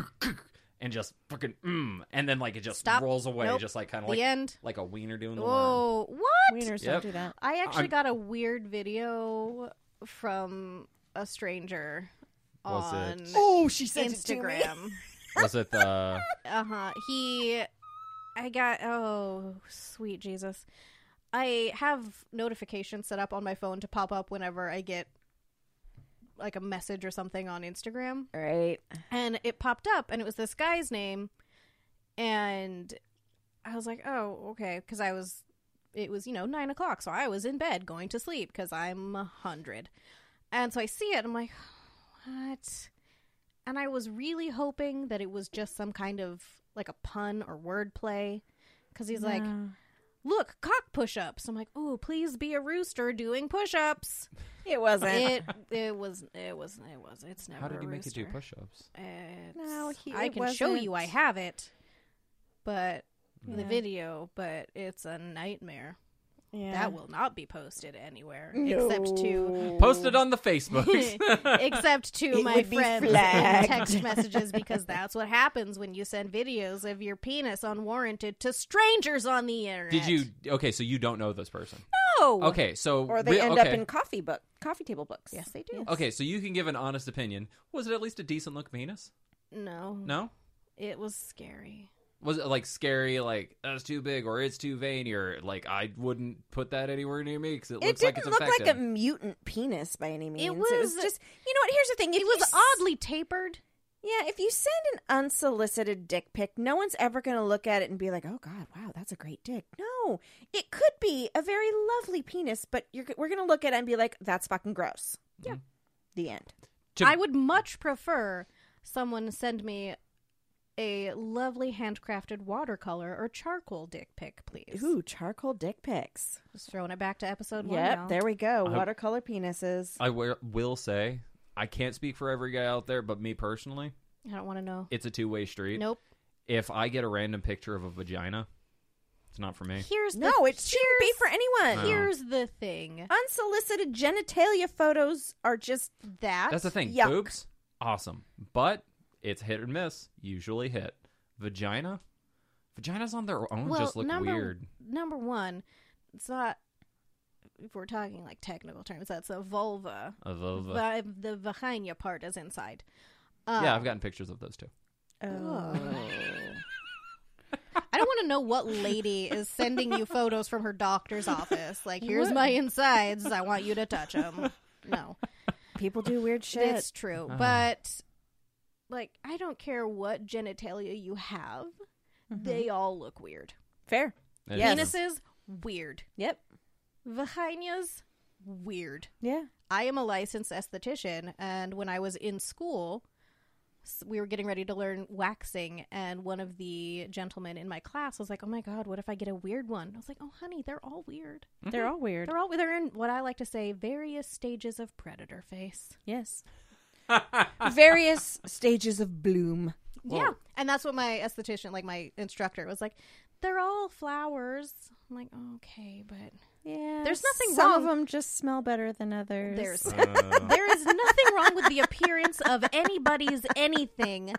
Speaker 1: and just fucking mm, and then like it just
Speaker 2: Stop.
Speaker 1: rolls away,
Speaker 2: Nope.
Speaker 1: just like kind of
Speaker 2: The
Speaker 1: like
Speaker 2: end.
Speaker 1: like a wiener doing the worm.
Speaker 2: Whoa. What?
Speaker 3: Wieners
Speaker 1: Yep.
Speaker 3: don't do that.
Speaker 2: I actually
Speaker 1: I'm-
Speaker 2: got a weird video from a stranger
Speaker 1: Was
Speaker 2: on
Speaker 1: it-
Speaker 3: Oh, she sent it to me.
Speaker 2: Instagram.
Speaker 1: Was it the
Speaker 2: Uh huh. He, I got. Oh, sweet Jesus! I have notifications set up on my phone to pop up whenever I get like a message or something on Instagram,
Speaker 3: All right.
Speaker 2: and it popped up, and it was this guy's name, and I was like, oh, okay, because I was. It was you know nine o'clock, so I was in bed going to sleep because I'm a hundred, and so I see it. I'm like, what? and I was really hoping that it was just some kind of like a pun or wordplay, because he's like, "Look, cock push-ups." I'm like, "Ooh, please be a rooster doing push-ups."
Speaker 3: It wasn't.
Speaker 2: it it was it was it was it's never.
Speaker 1: How did
Speaker 2: a
Speaker 1: you make it do
Speaker 2: rooster.
Speaker 1: push-ups?
Speaker 2: It's-
Speaker 3: No, he-
Speaker 2: I
Speaker 3: it
Speaker 2: can show you. I
Speaker 3: wasn't.
Speaker 2: have it, but the
Speaker 3: Yeah.
Speaker 2: video, but it's a nightmare.
Speaker 3: yeah.
Speaker 2: That will not be posted anywhere
Speaker 3: No.
Speaker 2: except to
Speaker 1: Post it on the Facebook.
Speaker 2: except to
Speaker 3: It
Speaker 2: my
Speaker 3: would be
Speaker 2: friends and
Speaker 3: flagged.
Speaker 2: text messages because that's what happens when you send videos of your penis unwarranted to strangers on the internet.
Speaker 1: Did you okay? So you don't know this person.
Speaker 3: No.
Speaker 1: Okay, so
Speaker 3: Or they
Speaker 1: re-
Speaker 3: end
Speaker 1: okay.
Speaker 3: up in coffee book, coffee table books.
Speaker 2: Yes, they do.
Speaker 1: Okay, so you can give an honest opinion. Was it at least a decent looking penis?
Speaker 2: No,
Speaker 1: No.
Speaker 2: it was scary.
Speaker 1: Was it like scary, like that's too big or it's too veiny, or like I wouldn't put that anywhere near me because it
Speaker 3: It
Speaker 1: looks
Speaker 3: didn't
Speaker 1: like it's
Speaker 3: look
Speaker 1: infected.
Speaker 3: like a mutant penis by any means. It was,
Speaker 2: was-
Speaker 3: just, you know what? Here's the thing. If
Speaker 2: It
Speaker 3: you
Speaker 2: was
Speaker 3: s-
Speaker 2: oddly tapered.
Speaker 3: Yeah, if you send an unsolicited dick pic, no one's ever going to look at it and be like, "Oh God, wow, that's a great dick." No, it could be a very lovely penis, but you're, we're going to look at it and be like, "That's fucking gross."
Speaker 1: Yeah.
Speaker 3: The end.
Speaker 1: To-
Speaker 2: I would much prefer someone send me a lovely handcrafted watercolor or charcoal dick pic, please.
Speaker 3: Ooh, charcoal dick pics.
Speaker 2: Just throwing it back to episode one.
Speaker 3: Yep,
Speaker 2: now.
Speaker 3: there we go.
Speaker 1: I-
Speaker 3: Watercolor penises.
Speaker 1: I wi- will say, I can't speak for every guy out there, but me personally,
Speaker 2: I don't want to know.
Speaker 1: it's a two way street.
Speaker 2: Nope.
Speaker 1: If I get a random picture of a vagina, it's not for me.
Speaker 2: Here's the,
Speaker 3: No, it shouldn't be for anyone.
Speaker 1: No.
Speaker 2: Here's the thing.
Speaker 3: Unsolicited genitalia photos are just
Speaker 2: That
Speaker 1: That's the thing.
Speaker 3: yuck.
Speaker 1: Boobs, awesome, but it's hit or miss. Usually hit. Vagina, vaginas on their own just look
Speaker 2: number,
Speaker 1: weird.
Speaker 2: Number one, it's not. If we're talking like technical terms, that's a vulva.
Speaker 1: A vulva.
Speaker 2: But the vagina part is inside. Uh,
Speaker 1: yeah, I've gotten pictures of those too.
Speaker 3: Oh.
Speaker 2: I don't want to know what lady is sending you photos from her doctor's office. Like, here's my insides. I want you to touch them. No,
Speaker 3: people do weird shit. Uh-huh.
Speaker 2: it's true. But like, I don't care what genitalia you have. They all look weird.
Speaker 3: Fair.
Speaker 1: It
Speaker 3: Mm-hmm.
Speaker 1: is-
Speaker 3: Yes.
Speaker 2: Penises, weird.
Speaker 3: Yep.
Speaker 2: Vaginas, weird.
Speaker 3: Yeah.
Speaker 2: I am a licensed esthetician, and when I was in school, s- we were getting ready to learn waxing, and one of the gentlemen in my class was like, "Oh my god, what if I get a weird one?" I was like, "Oh honey, they're all weird.
Speaker 4: They're all weird.
Speaker 2: They're all they're in what I like to say various stages of predator face."
Speaker 4: yes.
Speaker 3: Various stages of bloom.
Speaker 2: Yeah, and that's what my esthetician, like my instructor, was like. They're all flowers. I'm like, okay, but
Speaker 4: Yeah.
Speaker 2: There's nothing
Speaker 4: Some
Speaker 2: wrong-
Speaker 4: of them just smell better than others.
Speaker 2: there's
Speaker 1: Uh,
Speaker 2: there is nothing wrong with the appearance of anybody's anything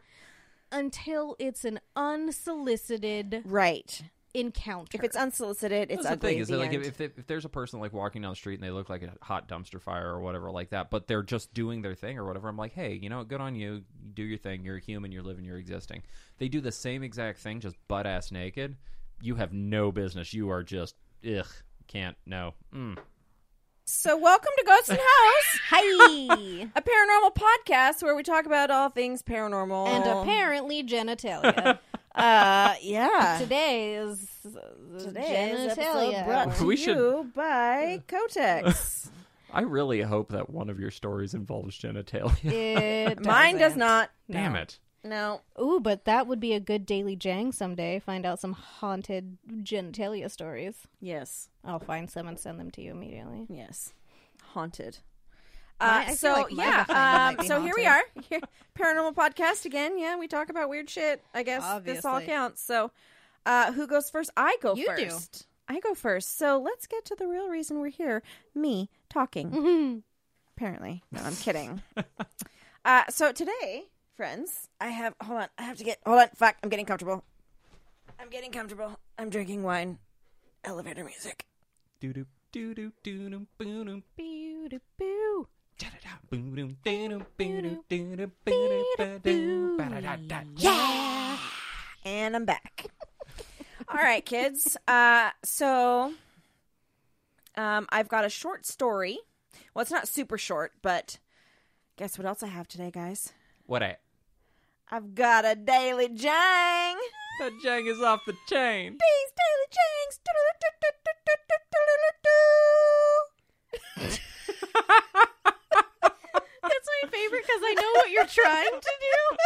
Speaker 2: until it's an unsolicited
Speaker 3: Right.
Speaker 2: encounter.
Speaker 3: If it's unsolicited, it's
Speaker 1: That's the
Speaker 3: ugly.
Speaker 1: thing is
Speaker 3: at
Speaker 1: that, like
Speaker 3: the end.
Speaker 1: if, if if there's a person like walking down the street and they look like a hot dumpster fire or whatever like that, but they're just doing their thing or whatever, I'm like, hey, you know, what? good on you, You do your thing, you're a human, you're living, you're existing. They do the same exact thing, just butt ass naked. You have no business. You are just ugh, can't no. Mm.
Speaker 3: So, welcome to Ghosts and House,
Speaker 2: hi,
Speaker 3: a paranormal podcast where we talk about all things paranormal
Speaker 2: and apparently genitalia.
Speaker 3: Uh, yeah.
Speaker 2: Today is
Speaker 3: Today's episode
Speaker 2: genitalia.
Speaker 3: brought to
Speaker 1: We
Speaker 3: you
Speaker 1: should-
Speaker 3: by Kotex.
Speaker 1: I really hope that one of your stories involves genitalia.
Speaker 2: It
Speaker 3: Mine does
Speaker 2: doesn't.
Speaker 3: not.
Speaker 1: Damn it.
Speaker 3: No.
Speaker 2: Ooh, but that would be a good daily jang someday. Find out some haunted genitalia stories.
Speaker 3: Yes.
Speaker 2: I'll find some and send them to you immediately.
Speaker 3: Yes. Haunted.
Speaker 2: My- I
Speaker 3: Uh,
Speaker 2: feel
Speaker 3: so
Speaker 2: like my vagina
Speaker 3: yeah,
Speaker 2: might
Speaker 3: um,
Speaker 2: be
Speaker 3: so here we are,
Speaker 2: haunted.
Speaker 3: Here- paranormal podcast again. Yeah, we talk about weird shit. I guess this all
Speaker 2: Obviously.
Speaker 3: counts. So, uh, who goes first? I go
Speaker 2: You do.
Speaker 3: first. I go first. So let's get to the real reason we're here. Me talking. Apparently, no, I'm kidding. uh, so today, friends, I have hold on. I have to get hold on. Fuck, I'm getting comfortable. I'm getting comfortable. I'm drinking wine. Elevator music.
Speaker 1: Doo doo doo doo doo doo boo doo
Speaker 2: Boo-doo-boo.
Speaker 3: Yeah. And I'm back. All right, kids. Uh, so um, I've got a short story. Well, it's not super short, but guess what else I have today, guys?
Speaker 1: What a
Speaker 3: I've got a daily jang.
Speaker 1: that jang is off the chain.
Speaker 3: These daily jangs. Do-do-do-do-do-do-do-do-do.
Speaker 2: That's my favorite because I know what you're trying to do.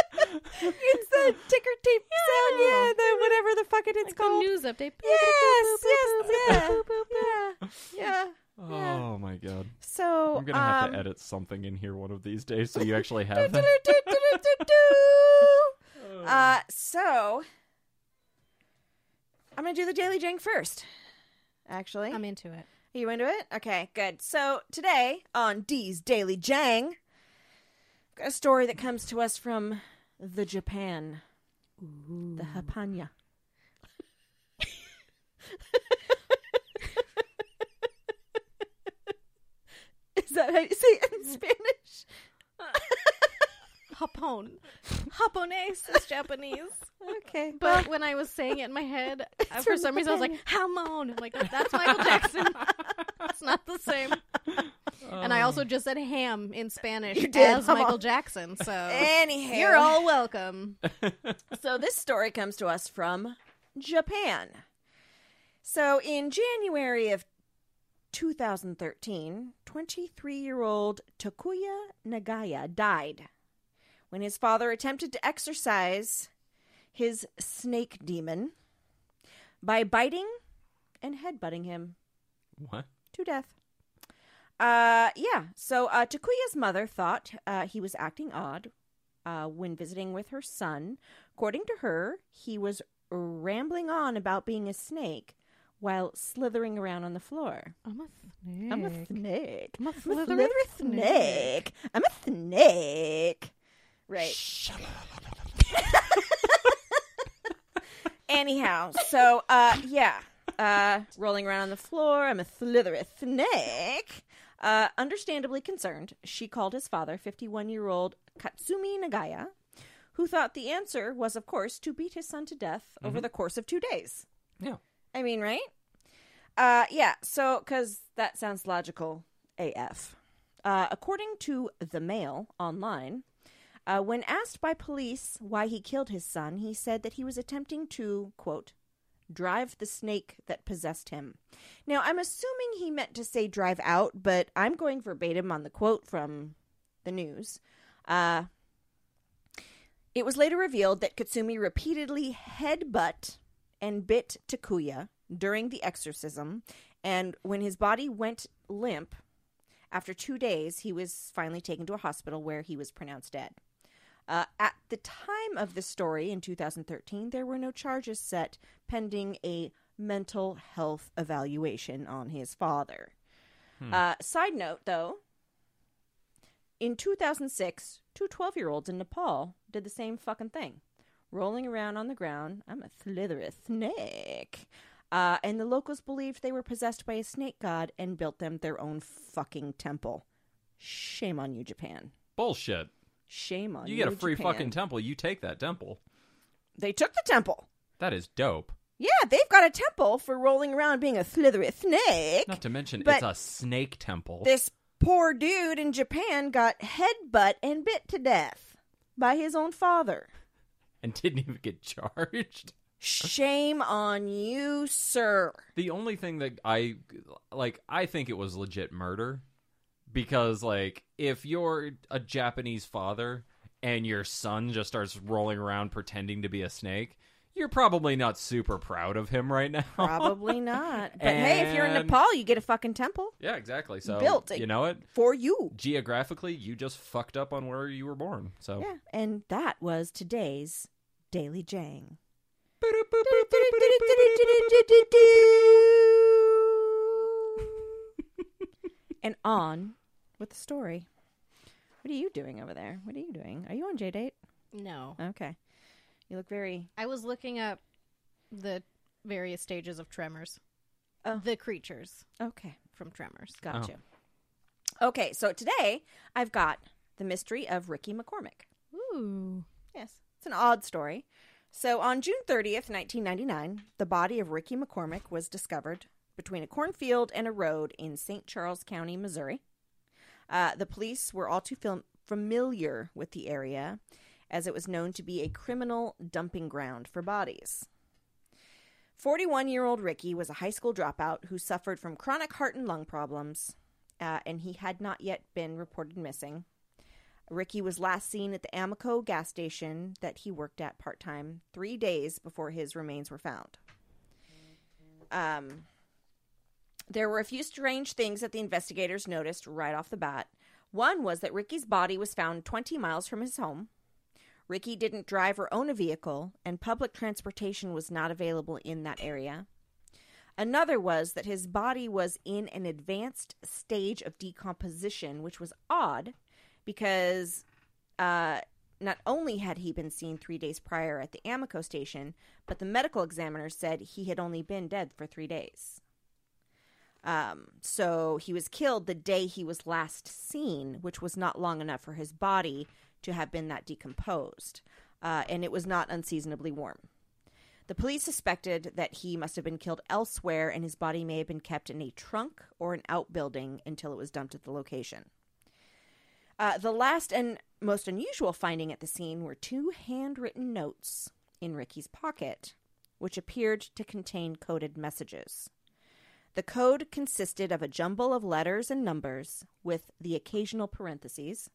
Speaker 3: It's the ticker tape sound. Yeah, the whatever the fuck it is
Speaker 2: The
Speaker 3: called.
Speaker 2: news update.
Speaker 3: Yes, yes, yeah, yeah, yeah.
Speaker 1: Oh my god.
Speaker 3: So
Speaker 1: I'm gonna have
Speaker 3: um,
Speaker 1: to edit something in here one of these days so you actually have that.
Speaker 3: Do-do-do-do-do-do. uh, so I'm gonna do the daily jank first. Actually,
Speaker 2: I'm into it.
Speaker 3: are you into it? Okay, good. So today on Dee's Daily Jang, I've got a story that comes to us from the Japan, the Japanya. Is that how you say it
Speaker 2: Mm.
Speaker 3: in Spanish?
Speaker 2: Hapon. Hapones is Japanese.
Speaker 3: Okay.
Speaker 2: But when I was saying it in my head, uh, for some reason I was like, Hamon. I'm like, that's Michael Jackson. It's not the same. And I
Speaker 3: Oh.
Speaker 2: also just said ham in Spanish
Speaker 3: You did,
Speaker 2: as
Speaker 3: Hamon.
Speaker 2: Michael Jackson. So
Speaker 3: Anyhow,
Speaker 2: you're all welcome.
Speaker 3: So this story comes to us from Japan. So in January of 2013, 23-year-old Takuya Nagaya died when his father attempted to exorcise his snake demon by biting and headbutting him
Speaker 1: What?
Speaker 3: to death. Uh, yeah. So uh, Takuya's mother thought uh, he was acting odd uh, when visiting with her son. According to her, he was rambling on about being a snake while slithering around on the floor.
Speaker 2: I'm a snake.
Speaker 3: I'm a snake.
Speaker 2: I'm a
Speaker 3: I'm a
Speaker 2: slithering
Speaker 3: slither snake. I'm a snake. Right. Anyhow, so uh yeah. Uh rolling around on the floor, I'm a slithereth snake. Uh understandably concerned, she called his father, 51-year-old Katsumi Nagaya, who thought the answer was of course to beat his son to death
Speaker 2: Mm-hmm.
Speaker 3: over the course of 2 days.
Speaker 1: Yeah.
Speaker 3: I mean, right? Uh, yeah, so, because that sounds logical AF. Uh, according to The Mail online, uh, when asked by police why he killed his son, he said that he was attempting to, quote, drive the snake that possessed him. Now, I'm assuming he meant to say drive out, but I'm going verbatim on the quote from the news. Uh, It was later revealed that Katsumi repeatedly headbutt and bit Takuya during the exorcism, and when his body went limp, after two days, he was finally taken to a hospital where he was pronounced dead. Uh, at the time of the story in 2013, there were no charges set pending a mental health evaluation on his father. Uh, side note, though, in 2006, two 12 year olds in Nepal did the same fucking thing, rolling around on the ground. I'm a slitherous snake. Uh, and the locals believed they were possessed by a snake god and built them their own fucking temple. Shame on you, Japan.
Speaker 1: Bullshit.
Speaker 3: Shame on you.
Speaker 1: You get a free
Speaker 3: Japan.
Speaker 1: fucking temple. You take that temple.
Speaker 3: They took the temple.
Speaker 1: That is dope.
Speaker 3: Yeah, they've got a temple for rolling around being a slithery snake.
Speaker 1: Not to mention,
Speaker 3: But-
Speaker 1: it's a snake temple.
Speaker 3: This poor dude in Japan got headbutt and bit to death by his own father.
Speaker 1: and didn't even get charged.
Speaker 3: Shame on you, sir.
Speaker 1: The only thing that I like, I think it was legit murder because, like, if you're a Japanese father and your son just starts rolling around pretending to be a snake, you're probably not super proud of him right now.
Speaker 3: Probably not. But hey, if you're in
Speaker 1: And-
Speaker 3: Nepal, you get a fucking temple
Speaker 1: yeah, exactly. So
Speaker 3: Built it.
Speaker 1: you know it.
Speaker 3: for you.
Speaker 1: Geographically, you just fucked up on where you were born. So
Speaker 3: Yeah, and that was today's Daily Jang. and on with the story. What are you doing over there? What are you doing? Are you on J date?
Speaker 2: No.
Speaker 3: Okay. You look very
Speaker 2: I was looking up the various stages of tremors.
Speaker 3: Oh.
Speaker 2: The creatures
Speaker 3: okay.
Speaker 2: from tremors.
Speaker 1: Oh.
Speaker 3: Gotcha. Okay, so today I've got the mystery of Ricky McCormick.
Speaker 2: Ooh.
Speaker 3: Yes, it's an odd story. So on June 30th, 1999, the body of Ricky McCormick was discovered between a cornfield and a road in St. Charles County, Missouri. Uh, the police were all too fam- familiar with the area as it was known to be a criminal dumping ground for bodies. 41 year old Ricky was a high school dropout who suffered from chronic heart and lung problems, uh, and he had not yet been reported missing. Ricky was last seen at the Amoco gas station that he worked at part time three days before his remains were found. Um, there were a few strange things that the investigators noticed right off the bat. One was that Ricky's body was found 20 miles from his home. Ricky didn't drive or own a vehicle, and public transportation was not available in that area. Another was that his body was in an advanced stage of decomposition, which was odd because uh, not only had he been seen three days prior at the Amoco station, but the medical examiner said he had only been dead for three days. Um, so he was killed the day he was last seen, which was not long enough for his body to have been that decomposed, uh, and it was not unseasonably warm. The police suspected that he must have been killed elsewhere, and his body may have been kept in a trunk or an outbuilding until it was dumped at the location. Uh, the last and most unusual finding at the scene were two handwritten notes in Ricky's pocket, which appeared to contain coded messages. The code consisted of a jumble of letters and numbers with the occasional parentheses.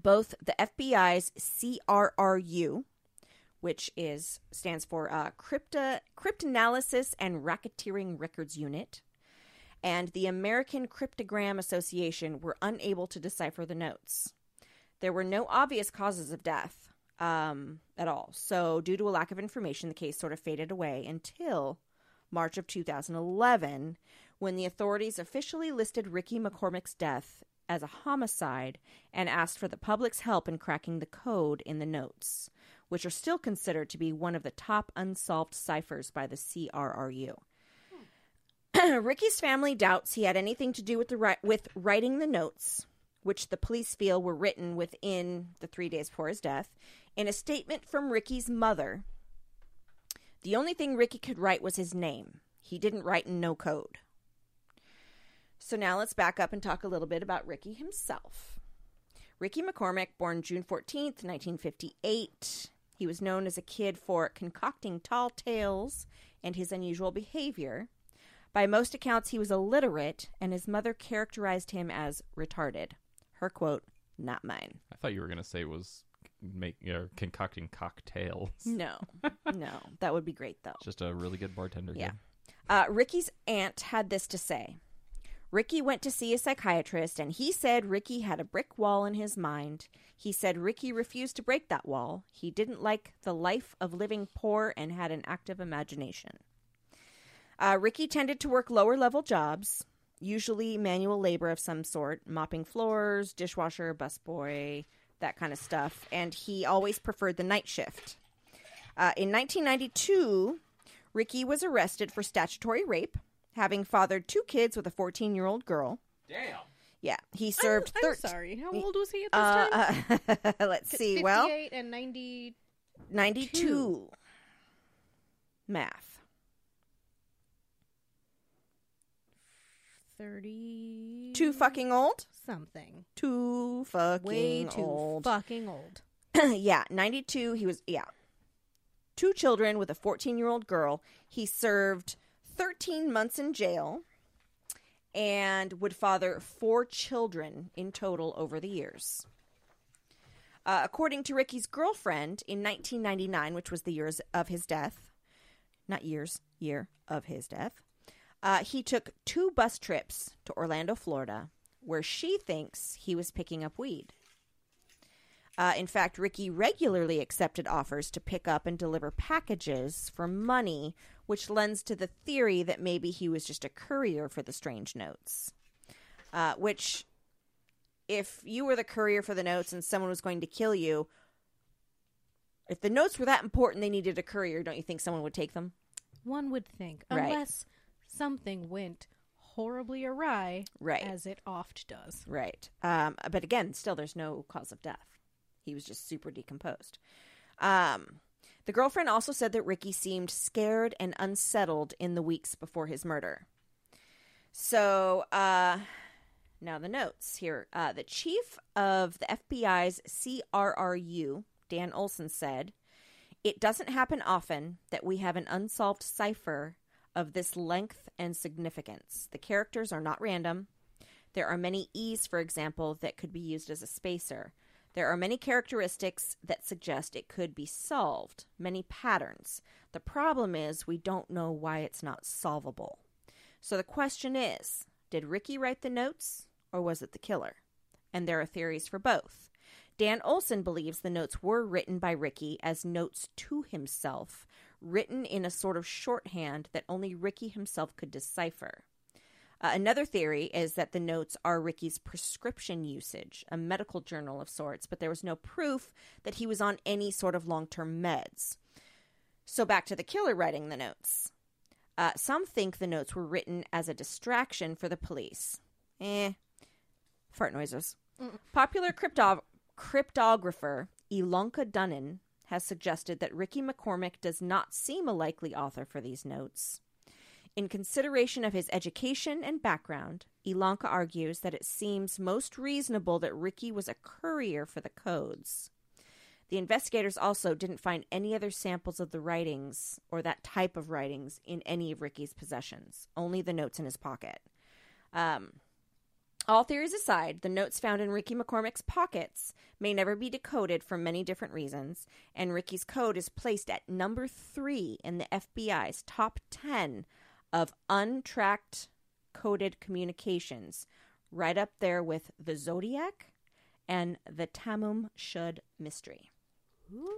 Speaker 3: Both the FBI's CRRU, which is stands for uh, Crypta, Cryptanalysis and Racketeering Records Unit, and the American Cryptogram Association were unable to decipher the notes. There were no obvious causes of death um, at all. So, due to a lack of information, the case sort of faded away until March of 2011, when the authorities officially listed Ricky McCormick's death as a homicide and asked for the public's help in cracking the code in the notes, which are still considered to be one of the top unsolved ciphers by the CRRU. Ricky's family doubts he had anything to do with the ri- with writing the notes, which the police feel were written within the three days before his death. In a statement from Ricky's mother, the only thing Ricky could write was his name. He didn't write in no code. So now let's back up and talk a little bit about Ricky himself. Ricky McCormick, born June 14th, 1958. He was known as a kid for concocting tall tales and his unusual behavior. By most accounts, he was illiterate, and his mother characterized him as retarded. Her quote, not mine.
Speaker 1: I thought you were gonna say was make or concocting cocktails.
Speaker 3: No, no, that would be great though.
Speaker 1: Just a really good bartender.
Speaker 3: Yeah.
Speaker 1: dude.
Speaker 3: Uh, Ricky's aunt had this to say. Ricky went to see a psychiatrist and he said Ricky had a brick wall in his mind. He said Ricky refused to break that wall. He didn't like the life of living poor and had an active imagination. Uh, Ricky tended to work lower level jobs, usually manual labor of some sort, mopping floors, dishwasher, busboy, that kind of stuff, and he always preferred the night shift. Uh, in 1992, Ricky was arrested for statutory rape, having fathered two kids with a 14 year old girl.
Speaker 1: Damn.
Speaker 3: Yeah, he served
Speaker 2: I'm
Speaker 3: 13.
Speaker 2: sorry. How old was he at this time?
Speaker 3: Uh, uh, let's see. Well,
Speaker 2: 58 and 90.
Speaker 3: 92. Math.
Speaker 2: 30.
Speaker 3: Too fucking old?
Speaker 2: Something.
Speaker 3: Too fucking
Speaker 2: Way too
Speaker 3: old.
Speaker 2: fucking old.
Speaker 3: yeah, 92. He was, yeah. Two children with a 14 year old girl. He served 13 months in jail and would father four children in total over the years. Uh, according to Ricky's girlfriend, in 1999, which was the years of his death, not years, year of his death, uh, he took two bus trips to Orlando, Florida, where she thinks he was picking up weed. Uh, in fact, Ricky regularly accepted offers to pick up and deliver packages for money, which lends to the theory that maybe he was just a courier for the strange notes. Uh, which, if you were the courier for the notes and someone was going to kill you, if the notes were that important, they needed a courier. Don't you think someone would take them?
Speaker 2: One would think.
Speaker 3: Right.
Speaker 2: Unless something went horribly awry,
Speaker 3: Right.
Speaker 2: as it oft does.
Speaker 3: Right. Um, but again, still, there's no cause of death. He was just super decomposed. Um, the girlfriend also said that Ricky seemed scared and unsettled in the weeks before his murder. So uh, now the notes here. Uh, the chief of the FBI's CRRU, Dan Olson, said, It doesn't happen often that we have an unsolved cipher of this length and significance. The characters are not random. There are many E's, for example, that could be used as a spacer. There are many characteristics that suggest it could be solved, many patterns. The problem is we don't know why it's not solvable. So the question is did Ricky write the notes or was it the killer? And there are theories for both. Dan Olson believes the notes were written by Ricky as notes to himself, written in a sort of shorthand that only Ricky himself could decipher. Uh, another theory is that the notes are Ricky's prescription usage, a medical journal of sorts, but there was no proof that he was on any sort of long term meds. So back to the killer writing the notes. Uh, some think the notes were written as a distraction for the police. Eh. Fart noises. Popular crypto- cryptographer Elonka Dunnan has suggested that Ricky McCormick does not seem a likely author for these notes. In consideration of his education and background, Ilanka argues that it seems most reasonable that Ricky was a courier for the codes. The investigators also didn't find any other samples of the writings or that type of writings in any of Ricky's possessions, only the notes in his pocket. Um, all theories aside, the notes found in Ricky McCormick's pockets may never be decoded for many different reasons, and Ricky's code is placed at number three in the FBI's top 10 of untracked coded communications, right up there with the Zodiac and the Tamum Shud mystery,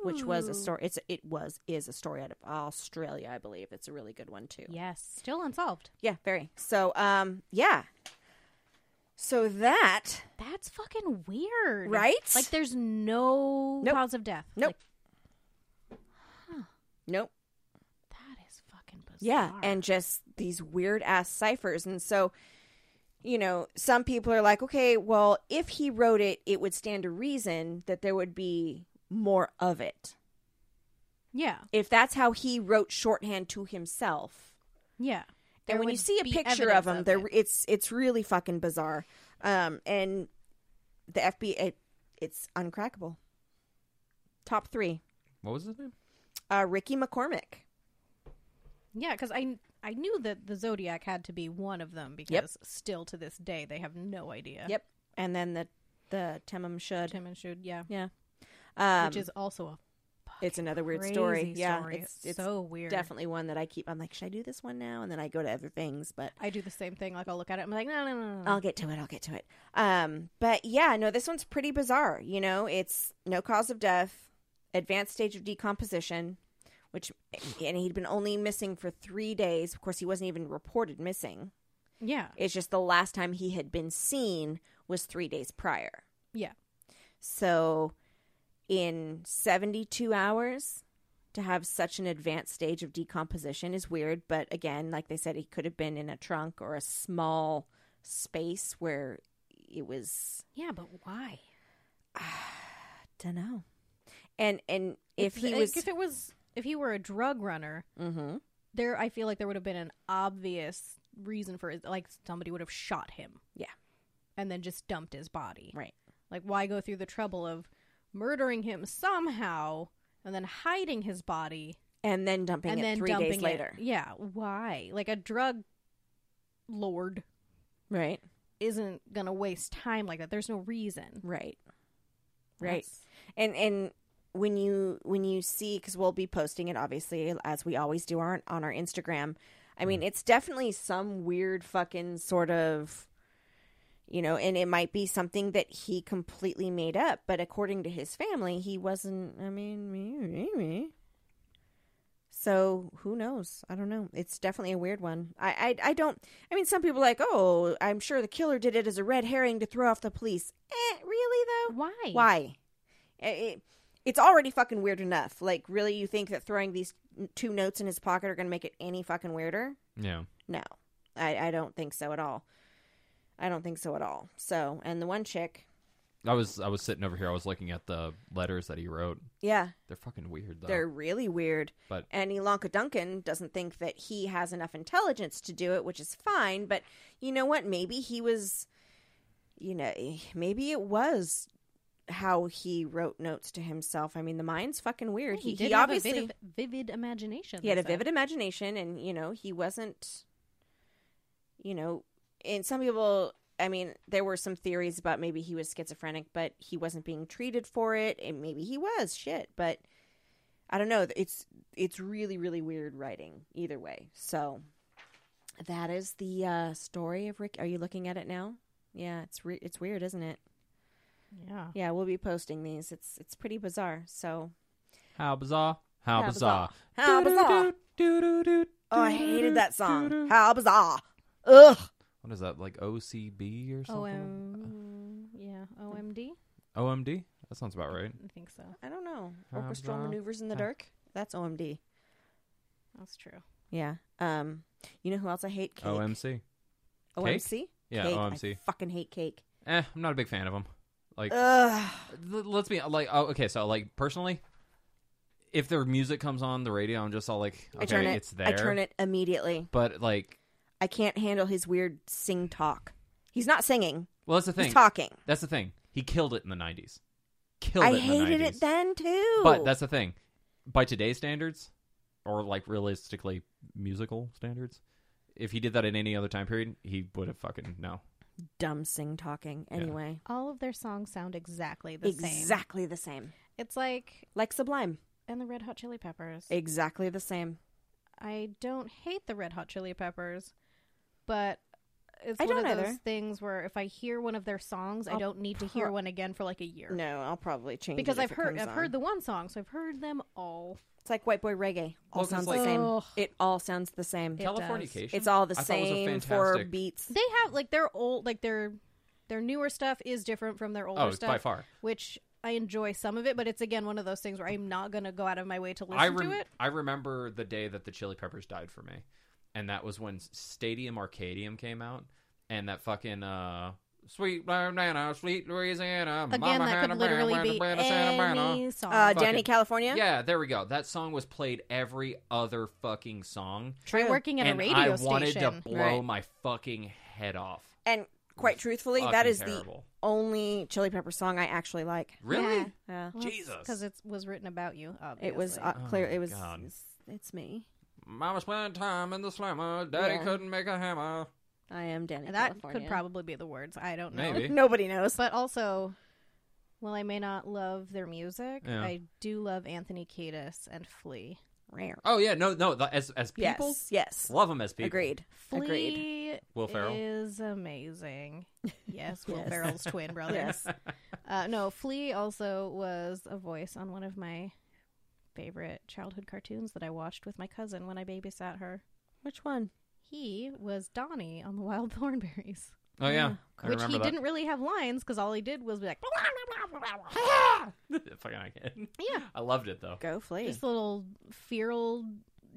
Speaker 3: which was a story. It's it was is a story out of Australia, I believe. It's a really good one too.
Speaker 2: Yes. Still unsolved.
Speaker 3: Yeah, very. So, um, yeah. So that
Speaker 2: That's fucking weird.
Speaker 3: Right?
Speaker 2: Like there's no
Speaker 3: Nope.
Speaker 2: cause of death.
Speaker 3: Nope.
Speaker 2: Like,
Speaker 3: nope.
Speaker 2: that is fucking bizarre.
Speaker 3: Yeah, and just these weird ass ciphers, and so. You know, some people are like, okay, well, if he wrote it, it would stand to reason that there would be more of it.
Speaker 2: Yeah.
Speaker 3: If that's how he wrote shorthand to himself,
Speaker 2: Yeah. There
Speaker 3: and when you
Speaker 2: would
Speaker 3: see a
Speaker 2: be
Speaker 3: picture of
Speaker 2: evidence
Speaker 3: him, there
Speaker 2: it.
Speaker 3: it's it's really fucking bizarre. Um, and the FBI, it, it's uncrackable. Top three,
Speaker 1: What was his name?
Speaker 3: uh, Ricky McCormick.
Speaker 2: Yeah, because I I knew that the Zodiac had to be one of them because still to this day they have no idea.
Speaker 3: Yep, and then the the Temum Shud.
Speaker 2: Tim and Shud, yeah.
Speaker 3: Yeah. Um,
Speaker 2: which is also a
Speaker 3: it's another weird
Speaker 2: crazy
Speaker 3: story. Yeah,
Speaker 2: story.
Speaker 3: it's, it's
Speaker 2: so weird.
Speaker 3: definitely one that I keep. I'm like, should I do this one now? And then I go to other things, but
Speaker 2: I do the same thing. Like I'll look at it. I'm like, no, no, no, no, no.
Speaker 3: I'll get to it. I'll get to it. Um, but yeah, no, this one's pretty bizarre. You know, it's no cause of death, advanced stage of decomposition, which, and he'd been only missing for three days. Of course, he wasn't even reported missing.
Speaker 2: yeah,
Speaker 3: It's just the last time he had been seen was three days prior.
Speaker 2: yeah.
Speaker 3: So, in 72 hours, to have such an advanced stage of decomposition is weird. But again, like they said, he could have been in a trunk or a small space where it was.
Speaker 2: Yeah, but why?
Speaker 3: Don't know. And and if
Speaker 2: It's-
Speaker 3: he
Speaker 2: like,
Speaker 3: was,
Speaker 2: if it was, if he were a drug runner,
Speaker 3: hmm
Speaker 2: there, I feel like there would have been an obvious reason for it. Like somebody would have shot him.
Speaker 3: Yeah.
Speaker 2: and then just dumped his body.
Speaker 3: right?
Speaker 2: Like, why go through the trouble of murdering him somehow and then hiding his body
Speaker 3: And then dumping
Speaker 2: and
Speaker 3: it
Speaker 2: then
Speaker 3: three
Speaker 2: dumping
Speaker 3: days
Speaker 2: it?
Speaker 3: later,
Speaker 2: Yeah, why? Like a drug lord
Speaker 3: right?
Speaker 2: isn't gonna waste time like that. There's no reason.
Speaker 3: Right. Right.
Speaker 2: That's-
Speaker 3: and and when you when you see because we'll be posting it obviously as we always do on on our instagram i mean it's definitely some weird fucking sort of you know and it might be something that he completely made up but according to his family he wasn't i mean me me me so who knows i don't know it's definitely a weird one i i, I don't i mean some people are like oh i'm sure the killer did it as a red herring to throw off the police eh, really though
Speaker 2: Why?
Speaker 3: why? It, it- it's already fucking weird enough. Like, really, you think that throwing these two notes in his pocket are going to make it any fucking weirder?
Speaker 1: Yeah.
Speaker 3: No, I, I don't think so at all. I don't think so at all. So, and the one chick,
Speaker 1: I was I was sitting over here. I was looking at the letters that he wrote.
Speaker 3: yeah,
Speaker 1: They're fucking weird though.
Speaker 3: they're really weird.
Speaker 1: But-
Speaker 3: and Ilanka Duncan doesn't think that he has enough intelligence to do it, which is fine. But you know what? Maybe he was, you know, maybe it was how he wrote notes to himself. I mean, the mind's fucking weird.
Speaker 2: He,
Speaker 3: he
Speaker 2: did
Speaker 3: he
Speaker 2: have
Speaker 3: obviously
Speaker 2: a vivid, vivid imagination.
Speaker 3: he had a
Speaker 2: that's it.
Speaker 3: vivid imagination and you know he wasn't you know and some people i mean there were some theories about maybe he was schizophrenic but he wasn't being treated for it and maybe he was shit but i don't know it's it's really really weird writing either way so that is the uh story of rick are you looking at it now yeah it's re- it's weird isn't it
Speaker 2: Yeah.
Speaker 3: yeah we'll be posting these it's it's pretty bizarre so
Speaker 1: how bizarre. How,
Speaker 3: How
Speaker 1: bizarre.
Speaker 3: How bizarre.
Speaker 1: Do-do-do-do-do-do-do-do-do.
Speaker 3: oh i hated that song how bizarre ugh
Speaker 1: What is that like OCB or something?
Speaker 2: OM. Yeah. OMD.
Speaker 1: OMD? That sounds about right.
Speaker 2: I think so.
Speaker 3: I don't know.
Speaker 1: Um,
Speaker 3: Orchestral
Speaker 1: uh,
Speaker 3: maneuvers in the
Speaker 1: uh.
Speaker 3: dark. That's OMD.
Speaker 2: That's true.
Speaker 3: Yeah. Um. You know who else I hate? Cake.
Speaker 1: OMC.
Speaker 3: OMC.
Speaker 1: Yeah,
Speaker 3: Cake.
Speaker 1: OMC.
Speaker 3: I fucking hate cake.
Speaker 1: Eh, I'm not a big fan of them. Like
Speaker 3: Ugh.
Speaker 1: L- let's be like oh, okay so like personally if their music comes on the radio i'm just all like okay
Speaker 3: I turn it.
Speaker 1: it's there
Speaker 3: I turn it immediately.
Speaker 1: but like
Speaker 3: I can't handle his weird sing talk. He's not singing.
Speaker 1: well that's the thing
Speaker 3: He's talking.
Speaker 1: that's the thing he killed it in the 90s killed
Speaker 3: I
Speaker 1: it in
Speaker 3: hated
Speaker 1: the 90s
Speaker 3: it then too.
Speaker 1: but that's the thing by today's standards or like realistically musical standards if he did that in any other time period he would have fucking no
Speaker 3: dumb sing talking. Anyway,
Speaker 2: All of their songs sound exactly the same.
Speaker 3: exactly the same.
Speaker 2: It's like
Speaker 3: Like Sublime.
Speaker 2: and the Red Hot Chili Peppers.
Speaker 3: Exactly the same.
Speaker 2: I don't hate the Red Hot Chili Peppers, but it's
Speaker 3: I
Speaker 2: one
Speaker 3: don't
Speaker 2: of those
Speaker 3: either.
Speaker 2: things where if I hear one of their songs, I
Speaker 3: I'll
Speaker 2: don't need to hear one again for like a year
Speaker 3: No, I'll probably change
Speaker 2: because
Speaker 3: it if
Speaker 2: I've
Speaker 3: it
Speaker 2: heard
Speaker 3: comes
Speaker 2: I've
Speaker 3: on.
Speaker 2: heard the one song, so I've heard them all.
Speaker 3: It's like white boy reggae. All
Speaker 1: Well, 'cause
Speaker 3: sounds
Speaker 1: like-
Speaker 3: the same.
Speaker 2: Ugh.
Speaker 3: It all sounds the same.
Speaker 2: It
Speaker 1: californication
Speaker 3: It's all the
Speaker 1: I thought it was a
Speaker 3: same four
Speaker 1: fantastic-
Speaker 3: beats.
Speaker 2: They have like their old like their their newer stuff is different from their older
Speaker 1: oh
Speaker 2: stuff
Speaker 1: by far
Speaker 2: which I enjoy some of it, but it's again one of those things where I'm not gonna go out of my way to listen
Speaker 1: I rem-
Speaker 2: to it.
Speaker 1: I remember the day that the Chili Peppers died for me, and that was when Stadium Arcadium came out, and that fucking uh, sweet Louisiana, sweet Louisiana.
Speaker 2: Again,
Speaker 1: Mama
Speaker 2: that
Speaker 1: had a
Speaker 2: could
Speaker 1: brand,
Speaker 2: literally
Speaker 1: brand,
Speaker 2: be
Speaker 1: brand, Santa Brand.
Speaker 2: any song.
Speaker 3: Uh,
Speaker 1: Fuck
Speaker 3: Danny
Speaker 1: it.
Speaker 3: California.
Speaker 1: Yeah, there we go. That song was played every other fucking song,
Speaker 2: Try
Speaker 3: True.
Speaker 2: working at
Speaker 1: and
Speaker 2: a radio
Speaker 1: I wanted
Speaker 2: station.
Speaker 1: to blow
Speaker 3: Right.
Speaker 1: my fucking head off.
Speaker 3: And quite truthfully, that
Speaker 1: Fucking
Speaker 3: is
Speaker 1: terrible.
Speaker 3: the only Chili Pepper song I actually like.
Speaker 1: Really?
Speaker 2: Yeah.
Speaker 3: Yeah.
Speaker 1: Jesus.
Speaker 2: because it was written about you. Obviously.
Speaker 3: It was uh, clear.
Speaker 1: oh my
Speaker 3: It was.
Speaker 1: God.
Speaker 3: It's, it's me.
Speaker 1: Mama spent time in the slammer. Daddy
Speaker 3: Yeah.
Speaker 1: couldn't make a hammer.
Speaker 3: I am Danny
Speaker 2: that
Speaker 3: California.
Speaker 2: could probably be the words. I don't know,
Speaker 1: Maybe.
Speaker 3: Nobody knows.
Speaker 2: but also Well, I may not love their music,
Speaker 1: Yeah.
Speaker 2: I do love Anthony Kiedis and Flea.
Speaker 3: Rare.
Speaker 1: Oh yeah, no, no. The, as as people,
Speaker 3: Yes. Yes.
Speaker 1: love them as people.
Speaker 3: Agreed.
Speaker 2: Flea
Speaker 3: Agreed.
Speaker 1: Will Ferrell.
Speaker 2: is amazing. Yes, Will
Speaker 3: Yes.
Speaker 2: Ferrell's twin brother.
Speaker 3: Yes.
Speaker 2: Uh, no, Flea also was a voice on one of my favorite childhood cartoons that I watched with my cousin when I babysat her.
Speaker 3: Which one?
Speaker 2: He was Donnie on the Wild Thornberries,
Speaker 1: Oh yeah,
Speaker 3: Yeah.
Speaker 1: I
Speaker 2: which
Speaker 1: remember
Speaker 2: he
Speaker 1: that.
Speaker 2: didn't really have lines because all he did was be like,
Speaker 1: Fucking I can.
Speaker 2: yeah,
Speaker 1: I loved it though.
Speaker 3: Go Flea.
Speaker 2: this little feral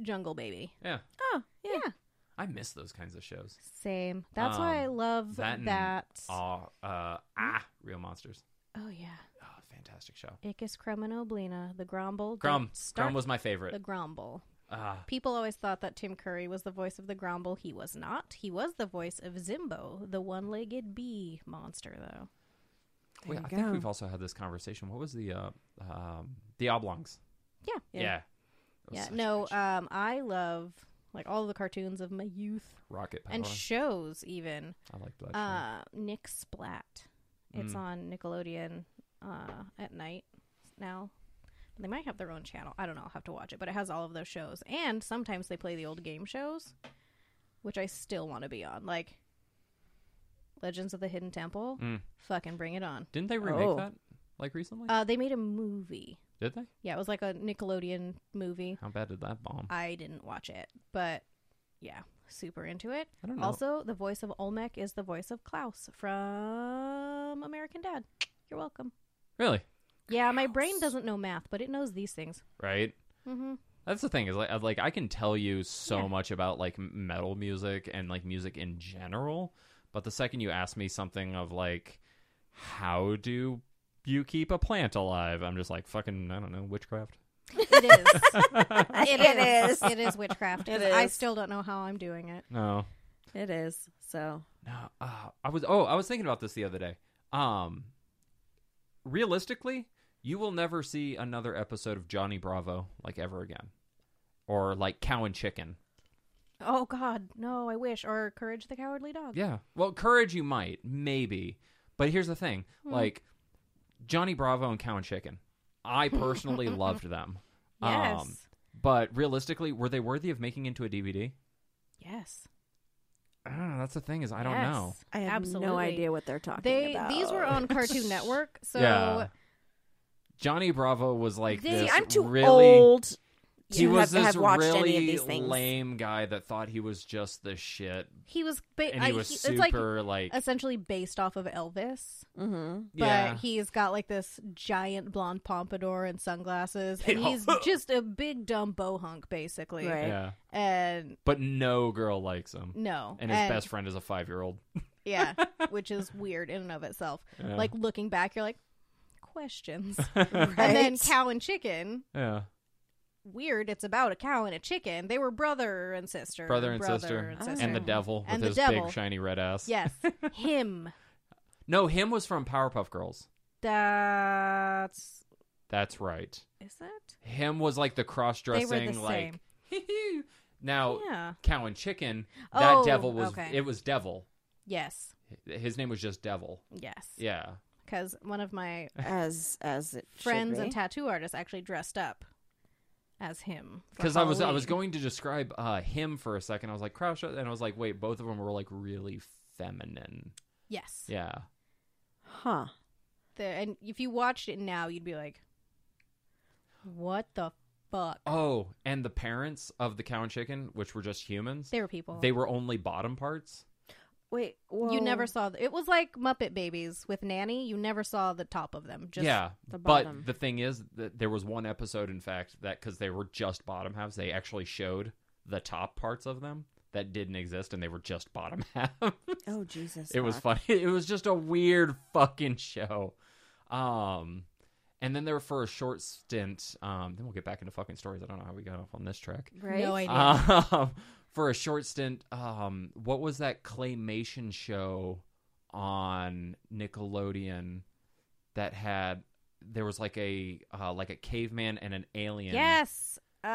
Speaker 2: jungle baby.
Speaker 1: Yeah,
Speaker 3: oh, yeah.
Speaker 2: Yeah.
Speaker 1: I miss those kinds of shows.
Speaker 2: Same. That's why I
Speaker 1: Um,
Speaker 2: love
Speaker 1: that
Speaker 2: that.
Speaker 1: and- Ah, uh, ah,
Speaker 2: Mm-hmm.
Speaker 1: Real Monsters.
Speaker 2: oh yeah,
Speaker 1: Oh, fantastic show.
Speaker 2: Ickis Creminoblina, the Grumble.
Speaker 1: Grum. Grum
Speaker 2: Start-
Speaker 1: was my
Speaker 2: the
Speaker 1: favorite.
Speaker 2: Grumble.
Speaker 1: Ah,
Speaker 2: People always thought that Tim Curry was the voice of the Grumble. He was not. He was the voice of Zimbo, the one-legged bee monster, though.
Speaker 1: wait,
Speaker 3: There
Speaker 1: I
Speaker 3: you
Speaker 1: think
Speaker 3: go.
Speaker 1: we've also had this conversation. What was the uh, um, the oblongs?
Speaker 2: Yeah.
Speaker 1: Yeah. That was
Speaker 2: Yeah.
Speaker 1: such a
Speaker 2: No.
Speaker 1: good show.
Speaker 2: Um. I love like all the cartoons of my youth
Speaker 1: Rocket Power.
Speaker 2: and shows, even.
Speaker 1: I like that. show.
Speaker 2: Uh, Nick Splat. It's
Speaker 1: Mm.
Speaker 2: on Nickelodeon uh, at night now. They might have their own channel. I don't know. I'll have to watch it. But it has all of those shows. And sometimes they play the old game shows, which I still want to be on. Like Legends of the Hidden Temple.
Speaker 1: Mm.
Speaker 2: Fucking bring it on.
Speaker 1: Didn't they remake
Speaker 3: Oh.
Speaker 1: that like recently?
Speaker 2: Uh, they made a movie.
Speaker 1: did they?
Speaker 2: Yeah, it was like a Nickelodeon movie.
Speaker 1: How bad did that bomb?
Speaker 2: I didn't watch it. But yeah, super into it.
Speaker 1: I don't know.
Speaker 2: Also, the voice of Olmec is the voice of Klaus from American Dad. You're welcome.
Speaker 1: really?
Speaker 2: Yeah, my brain doesn't know math, but it knows these things.
Speaker 1: Right.
Speaker 2: Mm-hmm.
Speaker 1: That's the thing is like, I- like I can tell you so
Speaker 2: Yeah.
Speaker 1: much about like m- metal music and like music in general, but the second you ask me something of like how do you keep a plant alive, I'm just like fucking I don't know witchcraft.
Speaker 2: It is.
Speaker 3: It is.
Speaker 2: It is witchcraft.
Speaker 3: It
Speaker 2: 'cause I
Speaker 3: is.
Speaker 2: still don't know how I'm doing it.
Speaker 1: No,
Speaker 3: It is. So
Speaker 1: no. Uh, I was oh I was thinking about this the other day. Um, realistically, you will never see another episode of Johnny Bravo like ever again, or like Cow and Chicken.
Speaker 2: Oh God, no! I wish. Or Courage the Cowardly Dog.
Speaker 1: Yeah. Well, courage you might, maybe. But here's the thing.
Speaker 2: Hmm.
Speaker 1: Like Johnny Bravo and Cow and Chicken. I personally loved them.
Speaker 2: Yes.
Speaker 1: Um, but realistically, were they worthy of making into a DVD?
Speaker 2: yes.
Speaker 1: I don't know. That's the thing is I don't
Speaker 2: Yes.
Speaker 1: know.
Speaker 3: I have
Speaker 2: Absolutely.
Speaker 3: no idea what they're talking
Speaker 2: They
Speaker 3: about.
Speaker 2: these were on Cartoon Network, so
Speaker 1: Yeah. Johnny Bravo was like
Speaker 2: They-
Speaker 1: this
Speaker 2: See,
Speaker 3: I'm too
Speaker 1: really
Speaker 3: old.
Speaker 1: he
Speaker 3: to
Speaker 1: was
Speaker 3: have,
Speaker 1: this
Speaker 3: have watched
Speaker 1: really
Speaker 3: any of these things.
Speaker 1: lame guy that thought he was just the shit,
Speaker 2: he was. Ba-
Speaker 1: and he
Speaker 2: I-
Speaker 1: was
Speaker 2: he- it's like
Speaker 1: super like,
Speaker 2: essentially based off of Elvis.
Speaker 3: Mm-hmm.
Speaker 2: but
Speaker 1: yeah,
Speaker 2: he's got like this giant blonde pompadour and sunglasses and
Speaker 1: Yeah.
Speaker 2: he's just a big dumb bohunk basically
Speaker 3: Right.
Speaker 1: yeah.
Speaker 2: and
Speaker 1: But no girl likes him,
Speaker 2: no
Speaker 1: and his best friend is a five year old.
Speaker 2: yeah which is weird in and of itself
Speaker 1: Yeah.
Speaker 2: like looking back you're like questions and then cow and chicken
Speaker 1: yeah.
Speaker 2: weird it's about a cow and a chicken they were brother and sister
Speaker 1: brother and sister,
Speaker 2: and sister.
Speaker 1: and the devil
Speaker 2: And the
Speaker 1: with his
Speaker 2: devil.
Speaker 1: big shiny red ass.
Speaker 2: yes him
Speaker 1: No, him was from Powerpuff Girls.
Speaker 2: that's
Speaker 1: That's right.
Speaker 2: is it
Speaker 1: Him was like the cross
Speaker 2: They were
Speaker 1: dressing
Speaker 2: the
Speaker 1: like now
Speaker 2: yeah
Speaker 1: cow and chicken. That
Speaker 2: Oh,
Speaker 1: devil was
Speaker 2: okay.
Speaker 1: it was devil.
Speaker 2: yes
Speaker 1: His name was just devil.
Speaker 2: yes
Speaker 1: Yeah.
Speaker 2: because one of my
Speaker 3: as as it should
Speaker 2: friends and
Speaker 3: be.
Speaker 2: tattoo artists actually dressed up as him for
Speaker 1: Because I was I was going
Speaker 2: Halloween.
Speaker 1: to describe uh, him for a second. I was like cross and I was like wait both of them were like really feminine.
Speaker 2: yes
Speaker 1: Yeah.
Speaker 3: huh?
Speaker 2: The- and if you watched it now you'd be like what the fuck
Speaker 1: Oh, and the parents of the cow and chicken, which were just humans,
Speaker 2: they were people
Speaker 1: they were only bottom parts.
Speaker 3: Wait,
Speaker 2: you never saw the- it was like muppet babies with nanny you never saw the top of them just
Speaker 1: yeah,
Speaker 3: the bottom.
Speaker 1: but the thing is that there was one episode, in fact, that because they were just bottom halves, they actually showed the top parts of them that didn't exist, and they were just bottom half.
Speaker 3: Oh Jesus!
Speaker 1: it was
Speaker 3: fuck.
Speaker 1: funny. It was just a weird fucking show. Um, and then there for a short stint. Um, then we'll get back into fucking stories. I don't know how we got off on this track.
Speaker 3: Right?
Speaker 2: no idea
Speaker 1: Um, for a short stint, um, what was that claymation show on Nickelodeon that had there was like a uh, like a caveman and an alien.
Speaker 2: yes oh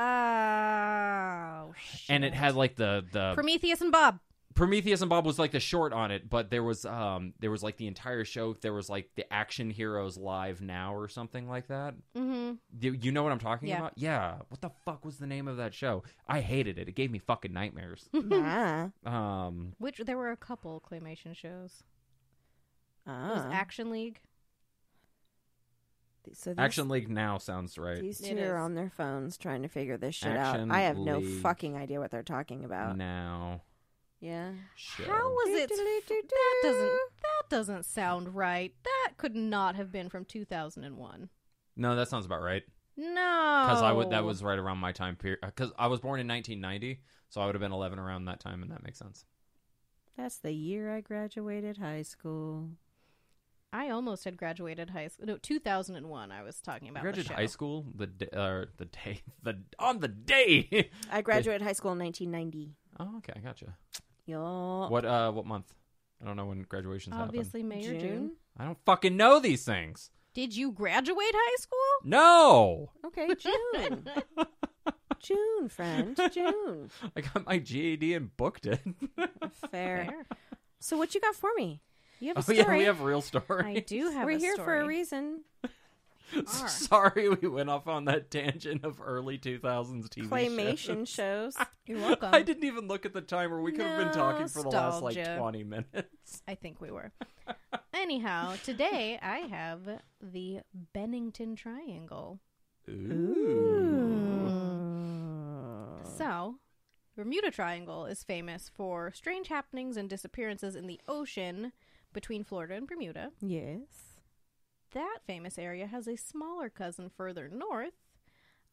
Speaker 1: And it
Speaker 2: shit.
Speaker 1: had like the the
Speaker 2: prometheus and bob
Speaker 1: Prometheus and Bob was like the short on it, but there was um there was like the entire show. There was like the Action Heroes Live Now or something like that.
Speaker 2: Mm-hmm.
Speaker 1: Do You know what I'm talking
Speaker 4: Yeah.
Speaker 1: about? Yeah. What the fuck was the name of that show? I hated it. It gave me fucking nightmares.
Speaker 3: ah,
Speaker 1: um.
Speaker 2: Which there were a couple claymation shows. It was
Speaker 3: ah.
Speaker 2: Action League.
Speaker 3: so these,
Speaker 1: Action League Now sounds right.
Speaker 3: these
Speaker 2: It
Speaker 3: two are
Speaker 2: is.
Speaker 3: on their phones trying to figure this shit
Speaker 1: Action
Speaker 3: out. I have no
Speaker 1: League.
Speaker 3: fucking idea what they're talking about.
Speaker 1: Now.
Speaker 3: Yeah.
Speaker 1: Show.
Speaker 2: How was it?
Speaker 3: Do-do-do-do-do.
Speaker 2: That doesn't. Mm, That doesn't sound right. That could not have been from 2001.
Speaker 1: no, that sounds about right.
Speaker 2: No,
Speaker 1: Because I would. That was right around my time period. Because I was born in 1990, so I would have been 11 around that time, and that makes sense.
Speaker 4: That's the year I graduated high school.
Speaker 2: I almost had graduated high school. No, 2001. I was talking
Speaker 1: I
Speaker 2: about.
Speaker 1: graduated
Speaker 2: the show.
Speaker 1: high school the d- uh, the day the on the day.
Speaker 3: I graduated high school in 1990.
Speaker 1: oh, okay, I gotcha.
Speaker 3: Y'all.
Speaker 1: What uh, what month? I don't know when graduations happen.
Speaker 2: Obviously, May or June.
Speaker 1: I don't fucking know these things.
Speaker 2: Did you graduate high school?
Speaker 1: No,
Speaker 3: Okay, June. June, friend. June.
Speaker 1: I got my GED and booked it. Oh,
Speaker 3: Fair.
Speaker 2: Fair.
Speaker 3: So what you got for me? You have a
Speaker 1: oh
Speaker 3: story.
Speaker 1: yeah, we have real story.
Speaker 2: I do have.
Speaker 4: We're
Speaker 2: a
Speaker 4: here for
Speaker 2: story.
Speaker 4: a reason.
Speaker 2: are.
Speaker 1: Sorry, we went off on that tangent of early 2000s TV shows.
Speaker 3: claymation shows.
Speaker 2: You're welcome.
Speaker 1: I didn't even look at the timer. We could have been talking for the last like
Speaker 2: Nostalgia.
Speaker 1: 20 minutes.
Speaker 2: I think we were. Anyhow, today I have the Bennington Triangle. So, Bermuda Triangle is famous for strange happenings and disappearances in the ocean between Florida and Bermuda.
Speaker 4: Yes.
Speaker 2: That famous area has a smaller cousin further north,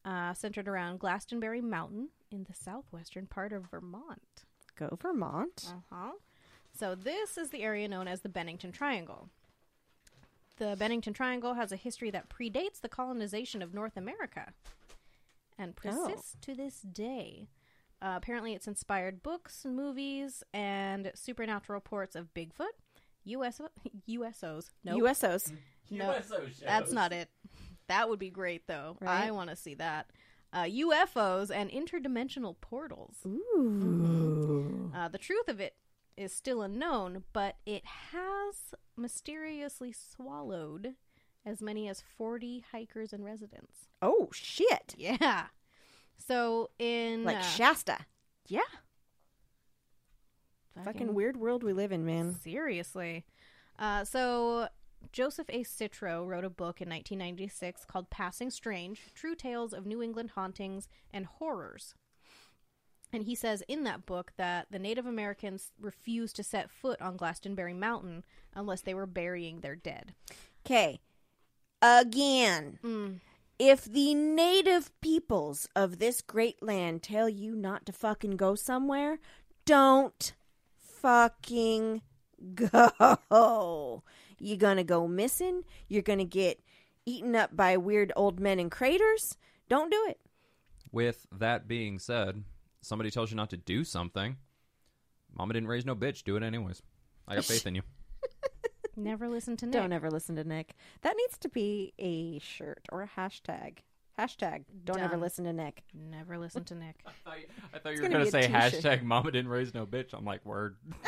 Speaker 2: uh, centered around Glastonbury Mountain in the southwestern part of Vermont.
Speaker 3: Go Vermont.
Speaker 2: Uh huh. So this is the area known as the Bennington Triangle. The Bennington Triangle has a history that predates the colonization of North America and persists to this day. Uh, apparently, it's inspired books, movies, and supernatural reports of Bigfoot, USO, USOs. No,
Speaker 3: USOs.
Speaker 2: no, that's not it. That would be great, though.
Speaker 3: Right?
Speaker 2: I want to see that. Uh, UFOs and interdimensional portals.
Speaker 3: Ooh.
Speaker 2: Uh, the truth of it is still unknown, but it has mysteriously swallowed as many as 40 hikers and residents.
Speaker 3: Oh shit.
Speaker 2: Yeah. So in
Speaker 3: Like
Speaker 2: uh,
Speaker 3: Shasta. Yeah. Fucking weird world we live in, man.
Speaker 2: seriously. Uh, so Joseph A. Citro wrote a book in 1996 called Passing Strange: True Tales of New England Hauntings and Horrors. And he says in that book that the Native Americans refused to set foot on Glastonbury Mountain unless they were burying their dead.
Speaker 3: Okay. Again. If the native peoples of this great land tell you not to fucking go somewhere, don't fucking go. You're going to go missing. You're going to get eaten up by weird old men in craters. Don't do it.
Speaker 1: With that being said, somebody tells you not to do something. Mama didn't raise no bitch. Do it anyways. I got faith in you.
Speaker 2: Never listen to Nick.
Speaker 4: Don't ever listen to Nick. That needs to be a shirt or a hashtag. Hashtag.
Speaker 3: Don't ever
Speaker 2: Done.
Speaker 3: listen to Nick.
Speaker 2: Never listen to Nick.
Speaker 1: I thought you, were
Speaker 3: gonna
Speaker 1: going
Speaker 3: be
Speaker 1: to
Speaker 3: a
Speaker 1: say
Speaker 3: t-shirt.
Speaker 1: hashtag mama didn't raise no bitch. I'm like, word.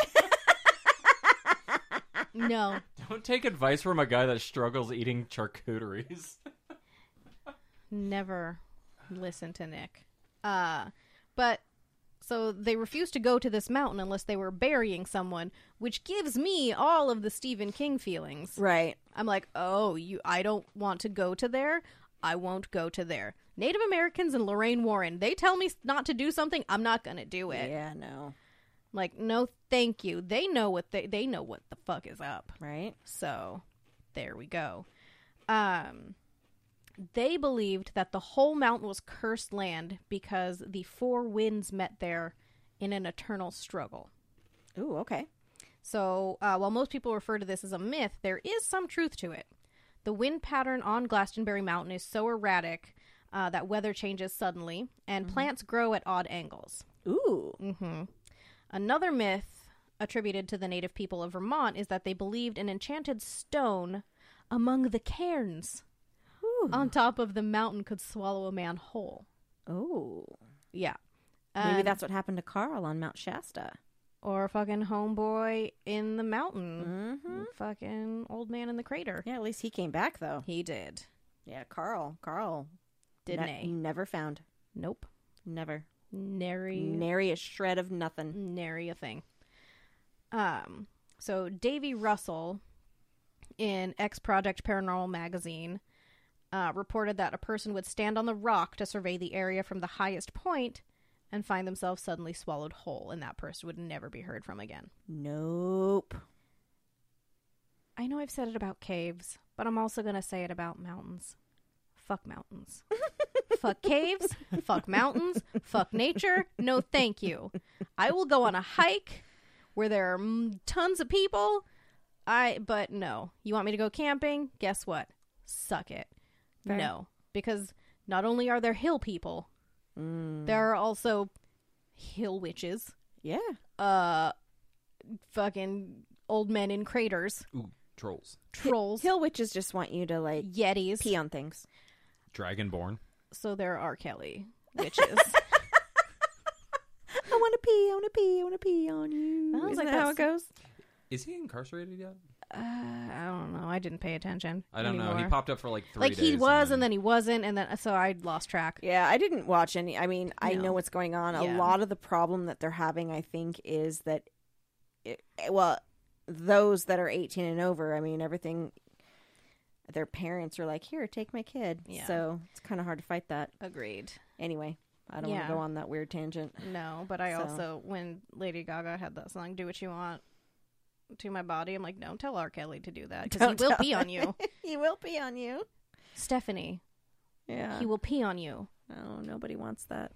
Speaker 2: No.
Speaker 1: Don't take advice from a guy that struggles eating charcuteries.
Speaker 2: never listen to Nick. Uh, but so they refused to go to this mountain unless they were burying someone, which gives me all of the Stephen King feelings.
Speaker 3: Right.
Speaker 2: I'm like, oh, you, I don't want to go to there. I won't go to there. Native Americans and Lorraine Warren, they tell me not to do something, I'm not gonna do it.
Speaker 3: Yeah, no.
Speaker 2: Like, no, thank you. They know what they they know what the fuck is up.
Speaker 3: Right?
Speaker 2: So there we go. Um, they believed that the whole mountain was cursed land because the four winds met there in an eternal struggle.
Speaker 3: Ooh, okay.
Speaker 2: So uh, while most people refer to this as a myth, there is some truth to it. The wind pattern on Glastonbury Mountain is so erratic uh, that weather changes suddenly and plants grow at odd angles.
Speaker 3: Ooh.
Speaker 2: Another myth attributed to the native people of Vermont is that they believed an enchanted stone among the cairns
Speaker 3: Um,
Speaker 2: on top of the mountain could swallow a man whole.
Speaker 3: Ooh.
Speaker 2: Yeah.
Speaker 3: Maybe
Speaker 2: And-
Speaker 3: Um, that's what happened to Carl on Mount Shasta.
Speaker 2: or fucking homeboy in the mountain,
Speaker 3: Mm-hmm.
Speaker 2: fucking old man in the crater.
Speaker 3: Yeah, at least he came back though.
Speaker 2: He did,
Speaker 3: Yeah, Carl. Carl.
Speaker 2: didn't
Speaker 3: Ne-
Speaker 2: he?
Speaker 3: Never found.
Speaker 2: Nope,
Speaker 3: Never.
Speaker 2: nary,
Speaker 3: Nary a shred of nothing.
Speaker 2: nary a thing. Um, so Davy Russell in X Project Paranormal Magazine uh, reported that a person would stand on the rock to survey the area from the highest point and find themselves suddenly swallowed whole, and that person would never be heard from again.
Speaker 3: Nope.
Speaker 2: I know I've said it about caves, but I'm also going to say it about mountains. Fuck mountains. fuck caves. Fuck mountains. Fuck nature. No, thank you. I will go on a hike where there are mm, tons of people. I but no. You want me to go camping? Guess what? Suck it.
Speaker 4: Fair.
Speaker 2: No, because not only are there hill people,
Speaker 3: Mm.
Speaker 2: there are also hill witches.
Speaker 3: Yeah.
Speaker 2: Uh, fucking old men in craters,
Speaker 1: Ooh, trolls.
Speaker 2: trolls,
Speaker 3: Hill witches just want you to like
Speaker 2: yetis.
Speaker 3: pee on things.
Speaker 1: Dragonborn.
Speaker 2: so there are Kelly witches.
Speaker 3: I want to pee. I want to pee. I want to pee on you.
Speaker 2: Sounds
Speaker 3: Isn't
Speaker 2: like
Speaker 3: that how
Speaker 2: that's-
Speaker 3: it goes?
Speaker 1: Is he incarcerated yet?
Speaker 2: uh, I don't know. I didn't pay attention.
Speaker 1: I don't know. He
Speaker 2: anymore.
Speaker 1: popped up for like three
Speaker 2: like
Speaker 1: days
Speaker 2: he was, and then... he wasn't, and then so I lost track.
Speaker 3: Yeah, I didn't watch any. I mean, I
Speaker 2: No.
Speaker 3: know what's going on. A
Speaker 2: Yeah.
Speaker 3: lot of the problem that they're having, I think, is that, it, eh, well, those that are 18 and over, I mean, everything, their parents are like, here, take my kid.
Speaker 2: Yeah.
Speaker 3: So it's kind of hard to fight that.
Speaker 2: Agreed.
Speaker 3: Anyway, I don't want
Speaker 2: Yeah.
Speaker 3: to go on that weird tangent.
Speaker 2: No, but I
Speaker 3: So-
Speaker 2: also when Lady Gaga had that song "Do What You Want" to my body, I'm like, don't tell R. Kelly to do that because he
Speaker 3: Don't
Speaker 2: will
Speaker 3: tell
Speaker 2: pee on you,
Speaker 3: he will pee on you.
Speaker 2: Stephanie.
Speaker 3: Yeah.
Speaker 2: He will pee on you.
Speaker 3: Oh, nobody wants that.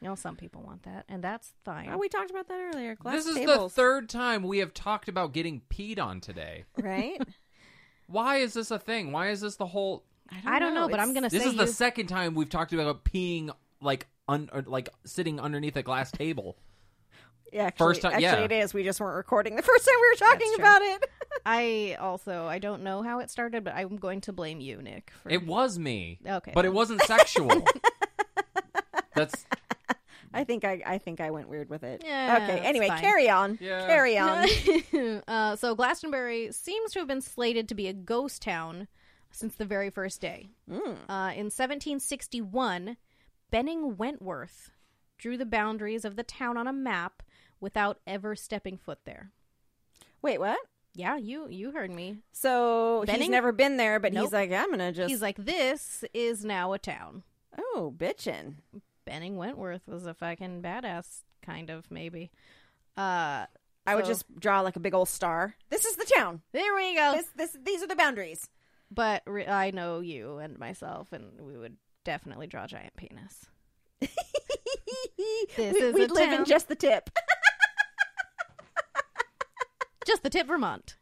Speaker 2: You know, some people want that, and that's fine.
Speaker 3: Oh, we talked about that earlier. Glass
Speaker 1: this is
Speaker 3: tables,
Speaker 1: the third time we have talked about getting peed on today.
Speaker 3: right?
Speaker 1: Why is this a thing? Why is this the whole?
Speaker 2: I don't know, but I'm
Speaker 3: It's-
Speaker 2: gonna
Speaker 1: This
Speaker 2: say
Speaker 1: is the
Speaker 2: you-
Speaker 1: second time we've talked about peeing like un or, like sitting underneath a glass table.
Speaker 3: Yeah, actually,
Speaker 1: First time-
Speaker 3: Actually,
Speaker 1: yeah.
Speaker 3: it is. We just weren't recording the first time we were talking
Speaker 2: true.
Speaker 3: about it.
Speaker 2: I also I don't know how it started, but I'm going to blame you, Nick. For...
Speaker 1: It was me.
Speaker 2: Okay.
Speaker 1: But it wasn't sexual. That's
Speaker 3: I think I, I think I went weird with it.
Speaker 2: Yeah,
Speaker 3: okay.
Speaker 2: that's
Speaker 3: Anyway,
Speaker 2: fine.
Speaker 3: carry on.
Speaker 1: Yeah.
Speaker 3: Carry on.
Speaker 2: uh, so Glastonbury seems to have been slated to be a ghost town since the very first day. Uh, in 1761, Benning Wentworth drew the boundaries of the town on a map without ever stepping foot there.
Speaker 3: Wait, what?
Speaker 2: Yeah, you you heard me.
Speaker 3: So he's
Speaker 2: Benning?
Speaker 3: never been there, but
Speaker 2: Nope.
Speaker 3: he's like, I'm gonna just
Speaker 2: He's like, this is now a town.
Speaker 3: oh bitchin.
Speaker 2: Benning Wentworth was a fucking badass, kind of maybe. Uh,
Speaker 3: I would
Speaker 2: So-
Speaker 3: just draw like a big old star. This is the town.
Speaker 2: there we go.
Speaker 3: This, this, these are the boundaries.
Speaker 2: But re- I know you and myself, and we would definitely draw a giant penis. This
Speaker 3: we
Speaker 2: is
Speaker 3: we
Speaker 2: a
Speaker 3: live
Speaker 2: town.
Speaker 3: in just the tip.
Speaker 2: Just the tip, Vermont.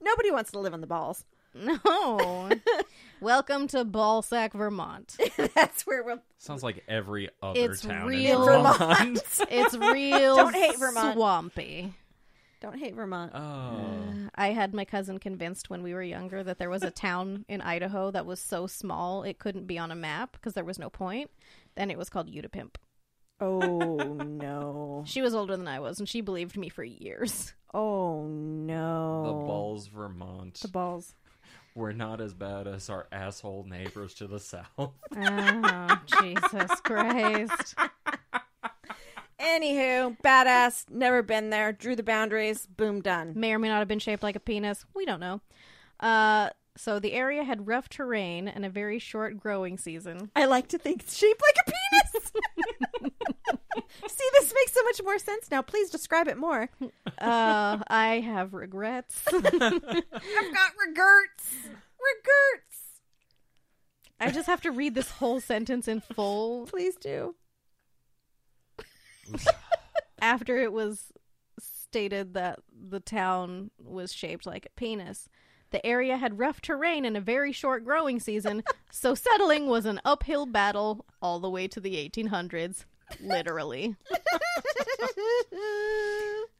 Speaker 3: Nobody wants to live on the balls.
Speaker 2: No. Welcome to Ballsack, Vermont.
Speaker 3: That's where we'll.
Speaker 1: sounds like every other
Speaker 2: It's
Speaker 1: town
Speaker 2: real-
Speaker 1: in Vermont.
Speaker 2: It's real
Speaker 3: Don't hate Vermont.
Speaker 2: swampy.
Speaker 3: Don't hate Vermont.
Speaker 1: oh.
Speaker 2: I had my cousin convinced when we were younger that there was a town in Idaho that was so small it couldn't be on a map because there was no point, and it was called Utapimp.
Speaker 3: Oh no.
Speaker 2: She was older than I was, and she believed me for years.
Speaker 3: Oh no.
Speaker 1: The
Speaker 2: Oh.
Speaker 1: balls, Vermont.
Speaker 3: balls.
Speaker 1: We're not as bad as our asshole neighbors to the south.
Speaker 2: Oh, Jesus Christ.
Speaker 3: Anywho, badass. Never been there. Drew the boundaries. Boom. Done.
Speaker 2: may or may not have been shaped like a penis. We don't know. Uh, so the area had rough terrain and a very short growing season.
Speaker 3: I like to think it's shaped like a penis. See, this makes so much more sense now. Please describe it more.
Speaker 2: Uh, I have regrets.
Speaker 3: I've got regrets. Regrets.
Speaker 2: I just have to read this whole sentence in full
Speaker 3: Please do.
Speaker 2: after it was stated that the town was shaped like a penis. The area had rough terrain and a very short growing season, so settling was an uphill battle all the way to the 1800s, literally.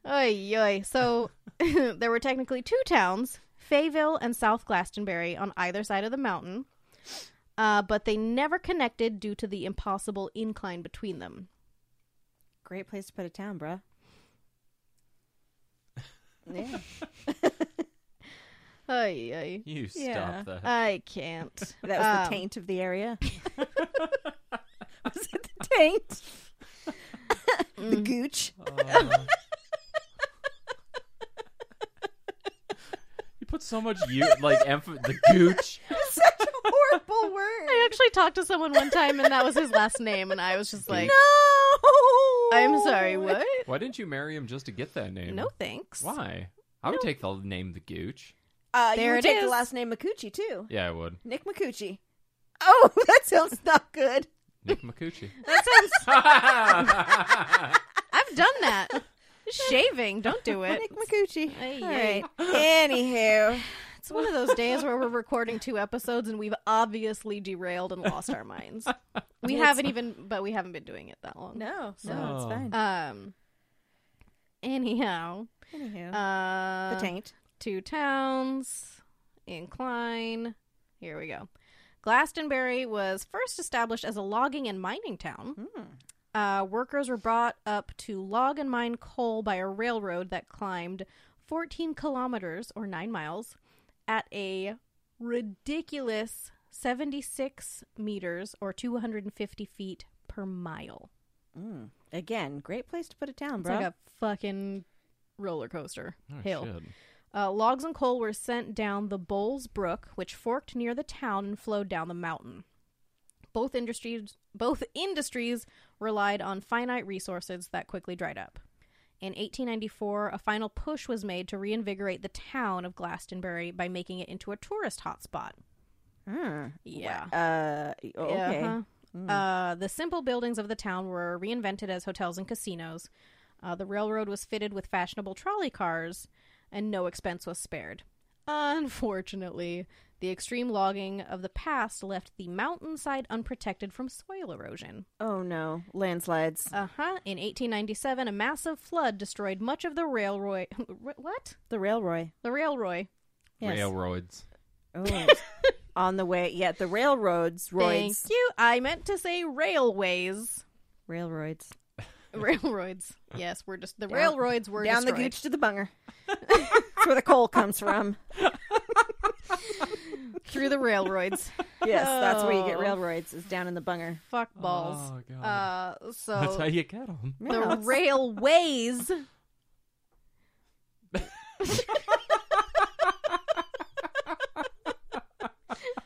Speaker 2: Oy, oy. So there were technically two towns, Fayville and South Glastonbury, on either side of the mountain, uh, but they never connected due to the impossible incline between them.
Speaker 4: Great place to put a town, bruh.
Speaker 3: Yeah.
Speaker 2: Ay, ay.
Speaker 1: You stop
Speaker 4: Yeah.
Speaker 1: that.
Speaker 2: I can't.
Speaker 4: That was
Speaker 2: Um,
Speaker 4: the taint of the area.
Speaker 3: Was it the taint? the
Speaker 2: Mm.
Speaker 3: gooch?
Speaker 1: Uh, you put so much you like emph- the gooch.
Speaker 3: Such a horrible
Speaker 2: I
Speaker 3: word.
Speaker 2: actually talked to someone one time and that was his last name and I was just like,
Speaker 3: No.
Speaker 2: I'm sorry, what?
Speaker 1: Why didn't you marry him just to get that name?
Speaker 2: No thanks.
Speaker 1: Why? I would take the name the gooch.
Speaker 3: Uh,
Speaker 2: There
Speaker 3: you would
Speaker 2: it
Speaker 3: take the
Speaker 2: is.
Speaker 3: last name McCoochie too.
Speaker 1: Yeah, I would.
Speaker 3: Nick McCoochie. Oh, that sounds not good.
Speaker 1: Nick McCoochie.
Speaker 2: That sounds
Speaker 1: I
Speaker 2: I've done that. Shaving, don't do it.
Speaker 4: Nick McCoochie.
Speaker 2: Ay,
Speaker 4: All
Speaker 2: ay.
Speaker 4: right.
Speaker 3: Anywho,
Speaker 2: It's one of those days where we're recording two episodes and we've obviously derailed and lost our minds. We haven't even, but we haven't been doing it that long.
Speaker 4: No,
Speaker 2: So-
Speaker 4: no, it's
Speaker 1: Oh.
Speaker 4: fine.
Speaker 2: Um. Anyhow,
Speaker 4: Anywho,
Speaker 2: uh,
Speaker 4: the taint.
Speaker 2: two towns, incline. Here we go. Glastonbury was first established as a logging and mining town. Uh, workers were brought up to log and mine coal by a railroad that climbed 14 kilometers or 9 miles at a ridiculous 76 meters or 250 feet per mile.
Speaker 4: Mm. Again, great place to put a town,
Speaker 2: It's
Speaker 4: bruh.
Speaker 2: like a fucking roller coaster
Speaker 1: Oh,
Speaker 2: hill.
Speaker 1: shit.
Speaker 2: Uh, logs and coal were sent down the Bowles Brook, which forked near the town and flowed down the mountain. Both industries, both industries relied on finite resources that quickly dried up. In 1894, a final push was made to reinvigorate the town of Glastonbury by making it into a tourist hotspot.
Speaker 4: Mm.
Speaker 2: Yeah.
Speaker 4: Uh, okay. Mm.
Speaker 2: Uh-huh. Uh, the simple buildings of the town were reinvented as hotels and casinos. Uh, the railroad was fitted with fashionable trolley cars, and no expense was spared. Unfortunately, the extreme logging of the past left the mountainside unprotected from soil erosion.
Speaker 4: Oh no, landslides.
Speaker 2: Uh huh. In 1897, a massive flood destroyed much of the railroad. what?
Speaker 4: The railroad.
Speaker 2: The railroad.
Speaker 4: Yes.
Speaker 1: Railroads.
Speaker 4: Oh. On the way, yeah, the railroads,
Speaker 2: Thank
Speaker 4: roids,
Speaker 2: you. I meant to say railways.
Speaker 4: railroads.
Speaker 2: Railroads. Yes, we're just the railroads were
Speaker 4: Down the
Speaker 2: destroyed.
Speaker 4: gooch to the bunger. That's where the coal comes from.
Speaker 2: through the railroads.
Speaker 4: Yes, that's where you get
Speaker 2: Oh.
Speaker 4: railroads. Is down in the bunger.
Speaker 2: Fuck balls.
Speaker 1: Oh, God.
Speaker 2: uh,
Speaker 1: That's how
Speaker 2: so
Speaker 1: you get them.
Speaker 2: the railways.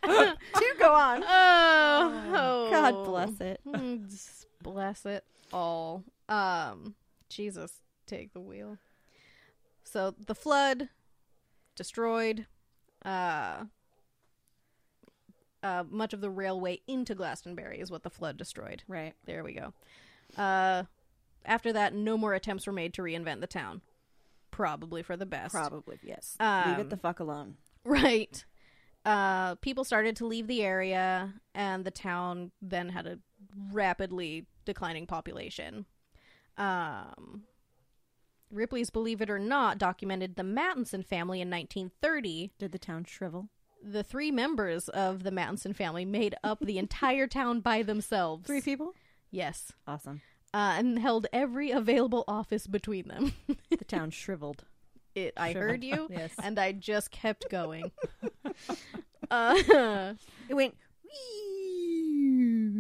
Speaker 4: Do go on.
Speaker 2: Oh,
Speaker 4: God bless it.
Speaker 2: Mm, just bless it all. Um, Jesus, take the wheel. So the flood destroyed uh, uh, much of the railway into Glastonbury is what the flood destroyed.
Speaker 4: Right.
Speaker 2: There we go. Uh, after that, no more attempts were made to reinvent the town. Probably for the best.
Speaker 4: Probably yes. Leave
Speaker 2: Um,
Speaker 4: it the fuck alone.
Speaker 2: Right. Uh, people started to leave the area, and the town then had a rapidly declining population. Um, Ripley's Believe It or Not documented the Mattinson family in 1930.
Speaker 4: Did the town shrivel?
Speaker 2: The three members of the Mattinson family made up the entire town by themselves.
Speaker 4: Three people.
Speaker 2: Yes.
Speaker 4: Awesome.
Speaker 2: Uh, and held every available office between them.
Speaker 4: The town shriveled.
Speaker 2: it I
Speaker 4: Sure.
Speaker 2: heard you
Speaker 4: Yes.
Speaker 2: and I just kept going. uh,
Speaker 4: It went.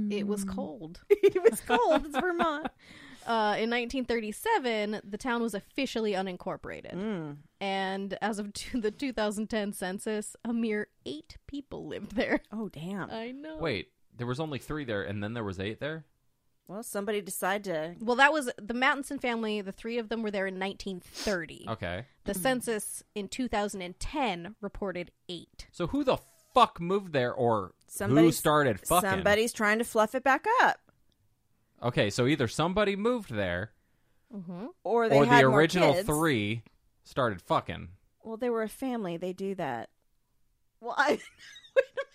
Speaker 2: it was
Speaker 4: Mm.
Speaker 2: cold.
Speaker 4: it was cold. It's Vermont.
Speaker 2: Uh, in 1937, the town was officially unincorporated,
Speaker 4: Mm.
Speaker 2: and as of t- the 2010 census, a mere eight people lived there.
Speaker 4: Oh damn.
Speaker 2: I know.
Speaker 1: Wait, there was only three there, and then there was eight there.
Speaker 4: Well, somebody decided to.
Speaker 2: Well, that was the Mattinson family. The three of them were there in 1930.
Speaker 4: Oh.
Speaker 1: Okay,
Speaker 2: The census in 2010 reported eight.
Speaker 1: so who the fuck moved there, or who
Speaker 4: Somebody's-
Speaker 1: started fucking?
Speaker 4: Somebody's trying to fluff it back up,
Speaker 1: Okay, so either somebody moved there,
Speaker 4: or
Speaker 1: or,
Speaker 4: they
Speaker 1: the
Speaker 4: had more
Speaker 1: original
Speaker 4: kids.
Speaker 1: three started fucking.
Speaker 4: Well, they were a family. They do that. Well, I. wait a minute.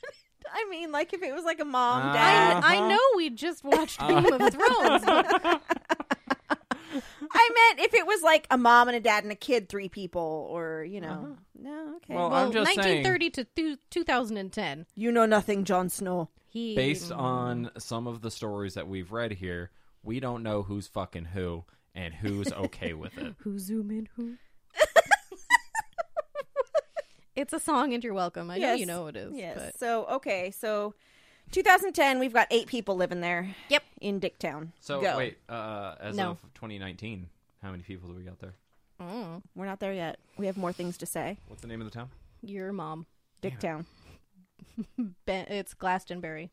Speaker 4: I mean, like if it was like a mom,
Speaker 1: Uh,
Speaker 4: dad.
Speaker 2: I, I know we just watched Game of Thrones. but-
Speaker 4: I meant if it was like a mom and a dad and a kid, three people, or you know, no, okay.
Speaker 1: Well,
Speaker 2: Well,
Speaker 1: I'm just saying,
Speaker 2: 1930 to th- 2010.
Speaker 4: you know nothing, Jon Snow.
Speaker 2: He
Speaker 1: based on some of the stories that we've read here, we don't know who's fucking who and who's okay with it.
Speaker 2: Who zoom in who? it's a song and you're welcome. I know
Speaker 3: Yes.
Speaker 2: you know it is.
Speaker 3: Yes.
Speaker 2: But
Speaker 3: So okay, so 2010, we've got eight people living there.
Speaker 2: Yep.
Speaker 3: In Dicktown.
Speaker 1: So
Speaker 3: Go.
Speaker 1: wait, uh, as
Speaker 2: No.
Speaker 1: of 2019, how many people do we got there?
Speaker 2: Mm,
Speaker 3: We're not there yet. We have more things to say.
Speaker 1: What's the name of the town?
Speaker 2: your mom.
Speaker 3: Dicktown.
Speaker 2: Ben- it's Glastonbury.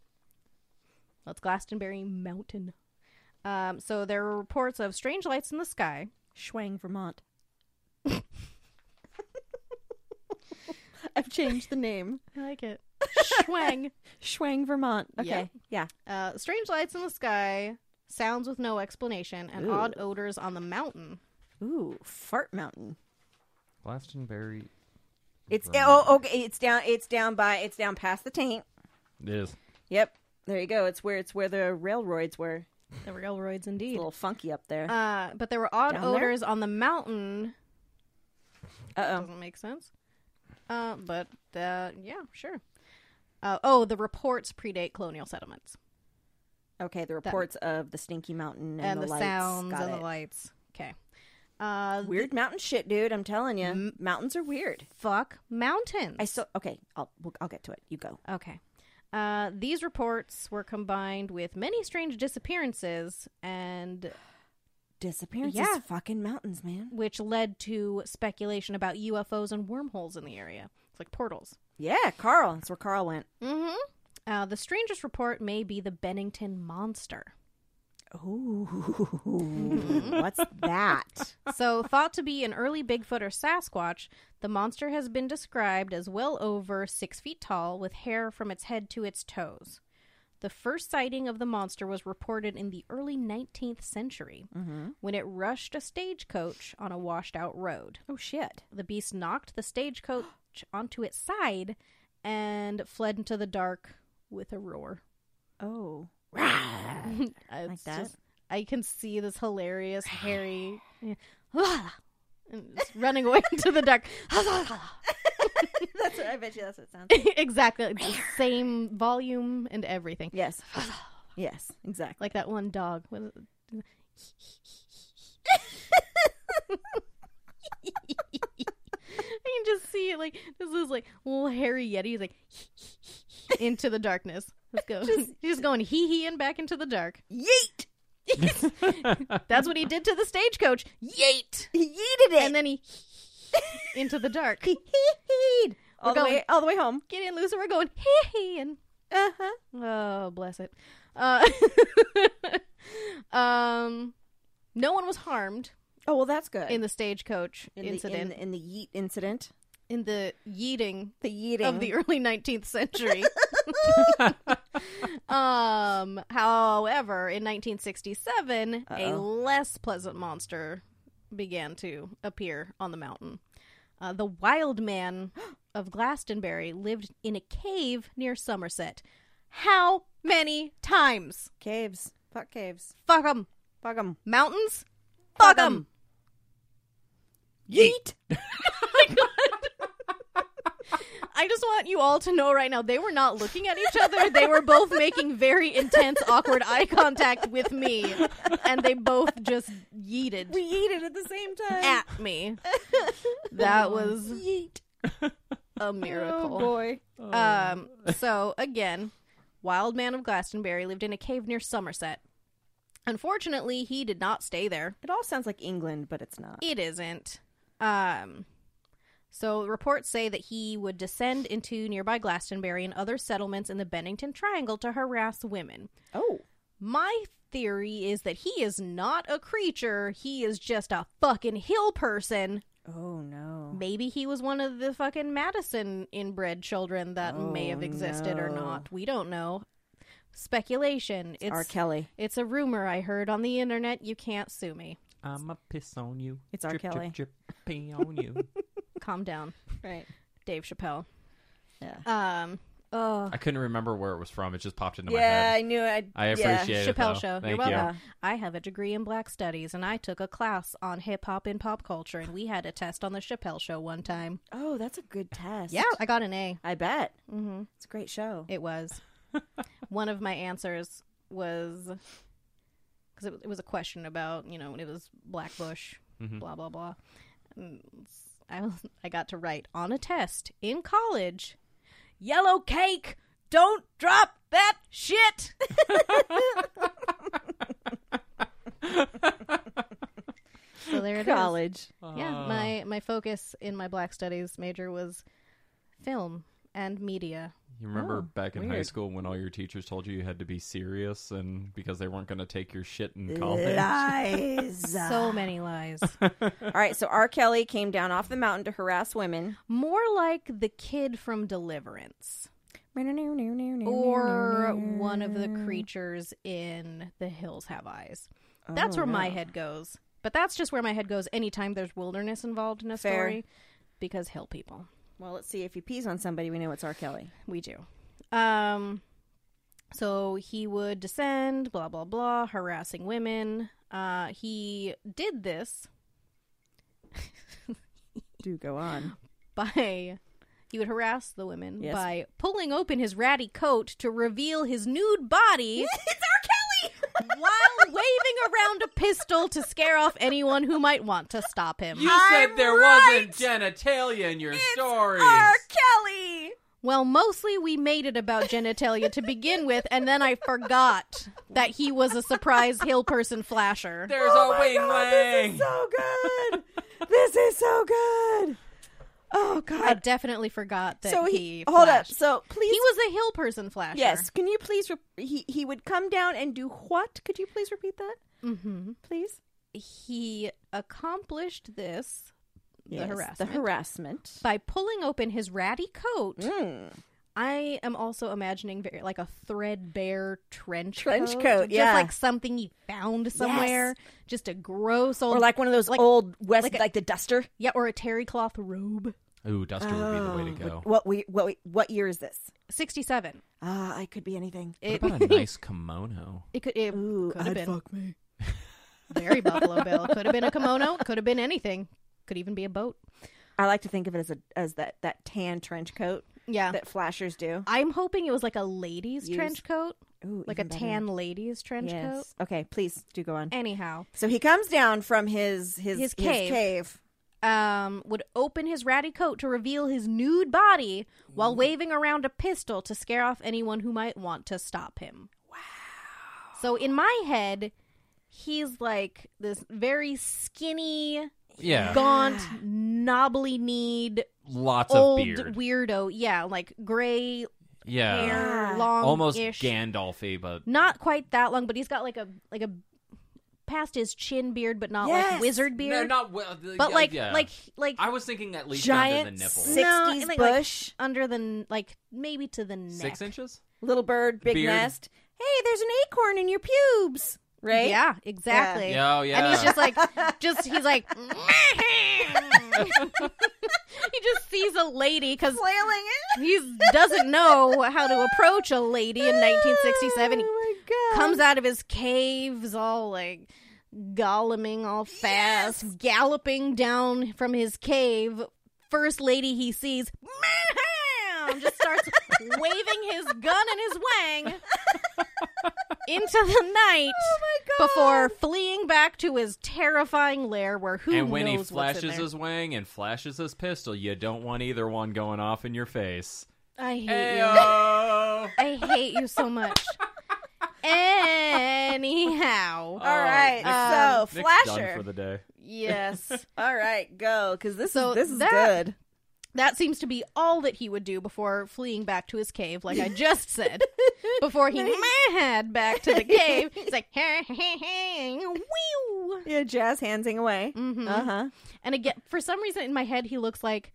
Speaker 2: Well, it's Glastonbury Mountain. Um, so there were reports of strange lights in the sky.
Speaker 3: Schwang, Vermont.
Speaker 4: I've changed the name.
Speaker 2: I like it. Schwang.
Speaker 4: Schwang, Vermont. Okay.
Speaker 2: Yeah.
Speaker 3: Yeah.
Speaker 2: Uh, strange lights in the sky, sounds with no explanation, and odd odors on the mountain.
Speaker 3: Ooh, Fart Mountain.
Speaker 1: Glastonbury.
Speaker 3: It's
Speaker 1: Vermont.
Speaker 3: oh okay. It's down. It's down by. It's down past the tank.
Speaker 1: It is.
Speaker 3: Yep. There you go. It's where it's where the railroads were.
Speaker 2: The railroads,
Speaker 3: It's a
Speaker 2: indeed.
Speaker 3: little funky up there.
Speaker 2: Uh, but there were odd
Speaker 3: Down there?
Speaker 2: odors on the mountain.
Speaker 3: Uh oh.
Speaker 2: Doesn't make sense. Uh, but uh, yeah, sure. Uh, oh, the reports predate colonial settlements
Speaker 3: Okay. The reports of the stinky mountain and,
Speaker 2: and, the,
Speaker 3: lights.
Speaker 2: sounds
Speaker 3: Got
Speaker 2: and
Speaker 3: it.
Speaker 2: the lights. Okay. Uh,
Speaker 3: Weird mountain shit, dude. I'm telling you, mountains are weird.
Speaker 2: fuck mountains.
Speaker 3: I still okay. I'll we'll, I'll get to it. You go.
Speaker 2: Okay. Uh, these reports were combined with many strange disappearances, and
Speaker 3: Disappearances,
Speaker 2: Yeah.
Speaker 3: fucking mountains, man.
Speaker 2: which led to speculation about UFOs and wormholes in the area. It's like portals.
Speaker 3: Yeah, Carl. That's where Carl went.
Speaker 2: Mm-hmm. Uh, the strangest report may be the Bennington Monster.
Speaker 3: Ooh, what's that?
Speaker 2: so, thought to be an early Bigfoot or Sasquatch, the monster has been described as well over six feet tall, with hair from its head to its toes. The first sighting of the monster was reported in the early 19th century when it rushed a stagecoach on a washed out road.
Speaker 3: Oh shit!
Speaker 2: The beast knocked the stagecoach onto its side and fled into the dark with a roar.
Speaker 3: Oh,
Speaker 2: it's
Speaker 3: that?
Speaker 2: Just, I can see this hilarious hairy and it's running away into the dark.
Speaker 4: That's what I bet you that's what it sounds
Speaker 2: exactly. It's the same volume and everything.
Speaker 3: yes, yes, exactly.
Speaker 2: Like that one dog. What is it? I can just see it like this is like little hairy yeti is like into the darkness. Let's go. He's just going hee hee and back into the dark.
Speaker 3: Yeet,
Speaker 2: That's what he did to the stagecoach. Yeet!
Speaker 3: he yeeted it
Speaker 2: And then he into the dark.
Speaker 3: Yeet. all the
Speaker 2: We're going-
Speaker 3: way, all the way home.
Speaker 2: Get in, Lucy. We're going hee hee and
Speaker 3: Uh huh.
Speaker 2: oh bless it. Uh, um, no one was harmed
Speaker 3: Oh well, that's good.
Speaker 2: in the stagecoach
Speaker 3: In the-
Speaker 2: incident
Speaker 3: in, the, in the yeet incident,
Speaker 2: in the, yeeting
Speaker 3: the yeeting.
Speaker 2: of the early 19th century. um, however, in 1967, a less pleasant monster began to appear on the mountain. Uh, the Wild Man of Glastonbury lived in a cave near Somerset. How many times?
Speaker 3: caves, fuck caves,
Speaker 2: Fuck 'em.
Speaker 3: fuck them.
Speaker 2: Mountains? Fuck 'em.
Speaker 3: Yeet.
Speaker 2: I just want you all to know right now they were not looking at each other. They were both making very intense, awkward eye contact with me, and they both just yeeted
Speaker 3: We yeeted at the same time.
Speaker 2: at me. That was
Speaker 3: Yeet.
Speaker 2: a
Speaker 3: Oh
Speaker 2: miracle.
Speaker 3: boy.
Speaker 2: Um, so again, Wild Man of Glastonbury lived in a cave near Somerset. Unfortunately, he did not stay there.
Speaker 3: It all sounds like England, but it's not.
Speaker 2: It isn't. Um, so reports say that he would descend into nearby Glastonbury and other settlements in the Bennington Triangle to harass women.
Speaker 3: Oh,
Speaker 2: My theory is that he is not a creature. He is just a fucking hill person.
Speaker 3: oh no.
Speaker 2: Maybe he was one of the fucking Madison inbred children that may have existed or not. We don't know. Speculation. It's
Speaker 3: R. Kelly.
Speaker 2: it's a rumor I heard on the internet. You can't sue me.
Speaker 1: I'm a piss on you.
Speaker 3: It's R.
Speaker 1: Drip, drip,
Speaker 3: Kelly.
Speaker 1: Drip, pee on you.
Speaker 2: Calm down,
Speaker 3: Right.
Speaker 2: Dave Chappelle.
Speaker 3: Yeah.
Speaker 2: Um. Oh,
Speaker 1: I couldn't remember where it was from. It just popped into my
Speaker 3: yeah,
Speaker 1: head.
Speaker 3: I knew it.
Speaker 1: I
Speaker 3: yeah.
Speaker 1: appreciate it.
Speaker 2: Chappelle
Speaker 1: though.
Speaker 2: Show.
Speaker 1: Thank
Speaker 2: You're
Speaker 1: you.
Speaker 2: welcome. I have a degree in Black Studies, and I took a class on hip hop and pop culture, and we had a test on the Chappelle Show one time.
Speaker 3: Oh, that's a good test.
Speaker 2: Yeah, I got an A.
Speaker 3: I bet.
Speaker 2: Mhm.
Speaker 3: It's a great show.
Speaker 2: It was one of my answers was because it, was- it was a question about you know when it was Blackbush,
Speaker 1: Mhm.
Speaker 2: blah blah blah. And s- I was, I got to write on a test in college, yellow cake. Don't drop that shit. so there it is.
Speaker 4: College.
Speaker 2: Yeah, my my focus in my Black Studies major was film and media.
Speaker 1: You remember
Speaker 4: Oh,
Speaker 1: back in high
Speaker 4: weird.
Speaker 1: school when all your teachers told you you had to be serious and because they weren't going to take your shit in college?
Speaker 3: Lies.
Speaker 2: So many lies.
Speaker 3: All right, so R. Kelly came down off the mountain to harass women.
Speaker 2: More like the kid from Deliverance. or one of the creatures in The Hills Have Eyes. That's where my head goes. But that's just where my head goes anytime there's wilderness involved in a
Speaker 3: Fair.
Speaker 2: story because hill people.
Speaker 3: Well, let's see. If he pees on somebody, we know it's R. Kelly.
Speaker 2: We do. Um so he would descend, blah blah blah, harassing women. Uh he did this
Speaker 4: Do go on.
Speaker 2: by he would harass the women
Speaker 4: Yes.
Speaker 2: by pulling open his ratty coat to reveal his nude body. it's R. Kelly! while waving around a pistol to scare off anyone who might want to stop him.
Speaker 1: You said there wasn't genitalia in your story.
Speaker 3: R. Kelly!
Speaker 2: Well, mostly we made it about genitalia to begin with, and then I forgot that he was a surprise hill person flasher.
Speaker 1: There's
Speaker 3: Oh,
Speaker 1: a wing wang.
Speaker 4: So good. this is so good. Oh
Speaker 2: I
Speaker 4: God.
Speaker 2: definitely forgot that
Speaker 3: So
Speaker 2: he,
Speaker 3: he, hold up.
Speaker 2: flashed.
Speaker 3: So please,
Speaker 2: he was a hill person flasher.
Speaker 3: yes. Can you please? Re- he he would come down and do what? Could you please repeat that,
Speaker 2: hmm
Speaker 3: please?
Speaker 2: He accomplished this
Speaker 3: Yes,
Speaker 2: the harassment.
Speaker 3: The harassment.
Speaker 2: by pulling open his ratty coat.
Speaker 3: Mm.
Speaker 2: I am also imagining very like a threadbare trench
Speaker 3: Trench
Speaker 2: coat,
Speaker 3: coat,
Speaker 2: just
Speaker 3: yeah.
Speaker 2: like something he found somewhere, just a gross old
Speaker 3: Or like one of those old west, like,
Speaker 2: like a-
Speaker 3: the duster.
Speaker 2: yeah, or a terry cloth robe.
Speaker 1: Ooh, Duster would be the way to go.
Speaker 3: What we what we, what year is this?
Speaker 2: Sixty seven.
Speaker 3: Ah, I could be anything.
Speaker 2: It,
Speaker 1: What about a nice kimono?
Speaker 2: it could it
Speaker 3: Ooh,
Speaker 2: could have been
Speaker 4: fuck me.
Speaker 2: very Buffalo Bill. Could have been a kimono. Could have been anything. Could even be a boat.
Speaker 3: I like to think of it as a as that that tan trench coat
Speaker 2: Yeah.
Speaker 3: that flashers do.
Speaker 2: I'm hoping it was like a ladies
Speaker 3: Use-
Speaker 2: trench coat,
Speaker 3: Ooh,
Speaker 2: like a
Speaker 3: even better.
Speaker 2: tan ladies trench
Speaker 3: Yes.
Speaker 2: coat.
Speaker 3: Okay, please do go on.
Speaker 2: Anyhow,
Speaker 3: So he comes down from his his
Speaker 2: His cave.
Speaker 3: cave.
Speaker 2: um, would open his ratty coat to reveal his nude body while waving around a pistol to scare off anyone who might want to stop him. Wow. So in my head, he's like this very skinny,
Speaker 1: Yeah,
Speaker 2: gaunt, knobbly kneed
Speaker 1: lots
Speaker 2: old
Speaker 1: of beard.
Speaker 2: weirdo. Yeah, like gray
Speaker 1: yeah,
Speaker 2: hair,
Speaker 3: Ah.
Speaker 2: long
Speaker 1: almost
Speaker 2: ish.
Speaker 1: Gandalfy, but
Speaker 2: Not quite that long, but he's got like a like a past his chin beard, but not like
Speaker 3: Yes.
Speaker 2: wizard
Speaker 1: No,
Speaker 2: beard.
Speaker 1: not well. the-
Speaker 2: but
Speaker 1: yeah,
Speaker 2: like
Speaker 1: yeah.
Speaker 2: like like
Speaker 1: I was thinking at least under
Speaker 3: Giant
Speaker 1: the nipple.
Speaker 2: si- No,
Speaker 3: sixties
Speaker 2: like- like-
Speaker 3: bush.
Speaker 2: under the n- like maybe to the neck.
Speaker 1: Six inches?
Speaker 3: Little bird, big
Speaker 1: Beard.
Speaker 3: nest. Hey, there's an acorn in your pubes. Right?
Speaker 2: Yeah, exactly.
Speaker 1: Yeah, oh, yeah.
Speaker 2: And he's just like, just he's like, he just sees a lady because
Speaker 3: Flailing it.
Speaker 2: he doesn't know how to approach a lady in 1967. He
Speaker 3: Oh my god.
Speaker 2: comes out of his caves all like goleming all fast, galloping down from his cave. First lady he sees, just starts waving his gun and his wang into the night before fleeing back to his terrifying lair where who
Speaker 1: and when he
Speaker 2: knows what's in
Speaker 1: flashes
Speaker 2: there.
Speaker 1: his wing and flashes his pistol, you don't want either one going off in your face.
Speaker 2: I
Speaker 1: uh.
Speaker 2: hate you.
Speaker 1: Ayo!
Speaker 2: I hate you so much.
Speaker 3: All
Speaker 2: Anyhow,
Speaker 3: right.
Speaker 2: um,
Speaker 3: so
Speaker 1: Nick's
Speaker 3: flasher.
Speaker 1: Oh, done for the day.
Speaker 3: yes. All right, go because this
Speaker 2: So
Speaker 3: is this is
Speaker 2: that-
Speaker 3: good.
Speaker 2: That seems to be all that he would do before fleeing back to his cave, like I just said. before he mad back to the cave, he's like, hey, hey, hey, whew.
Speaker 3: Yeah, jazz handsing away.
Speaker 2: Mhm.
Speaker 3: Uh huh.
Speaker 2: And again, for some reason in my head, he looks like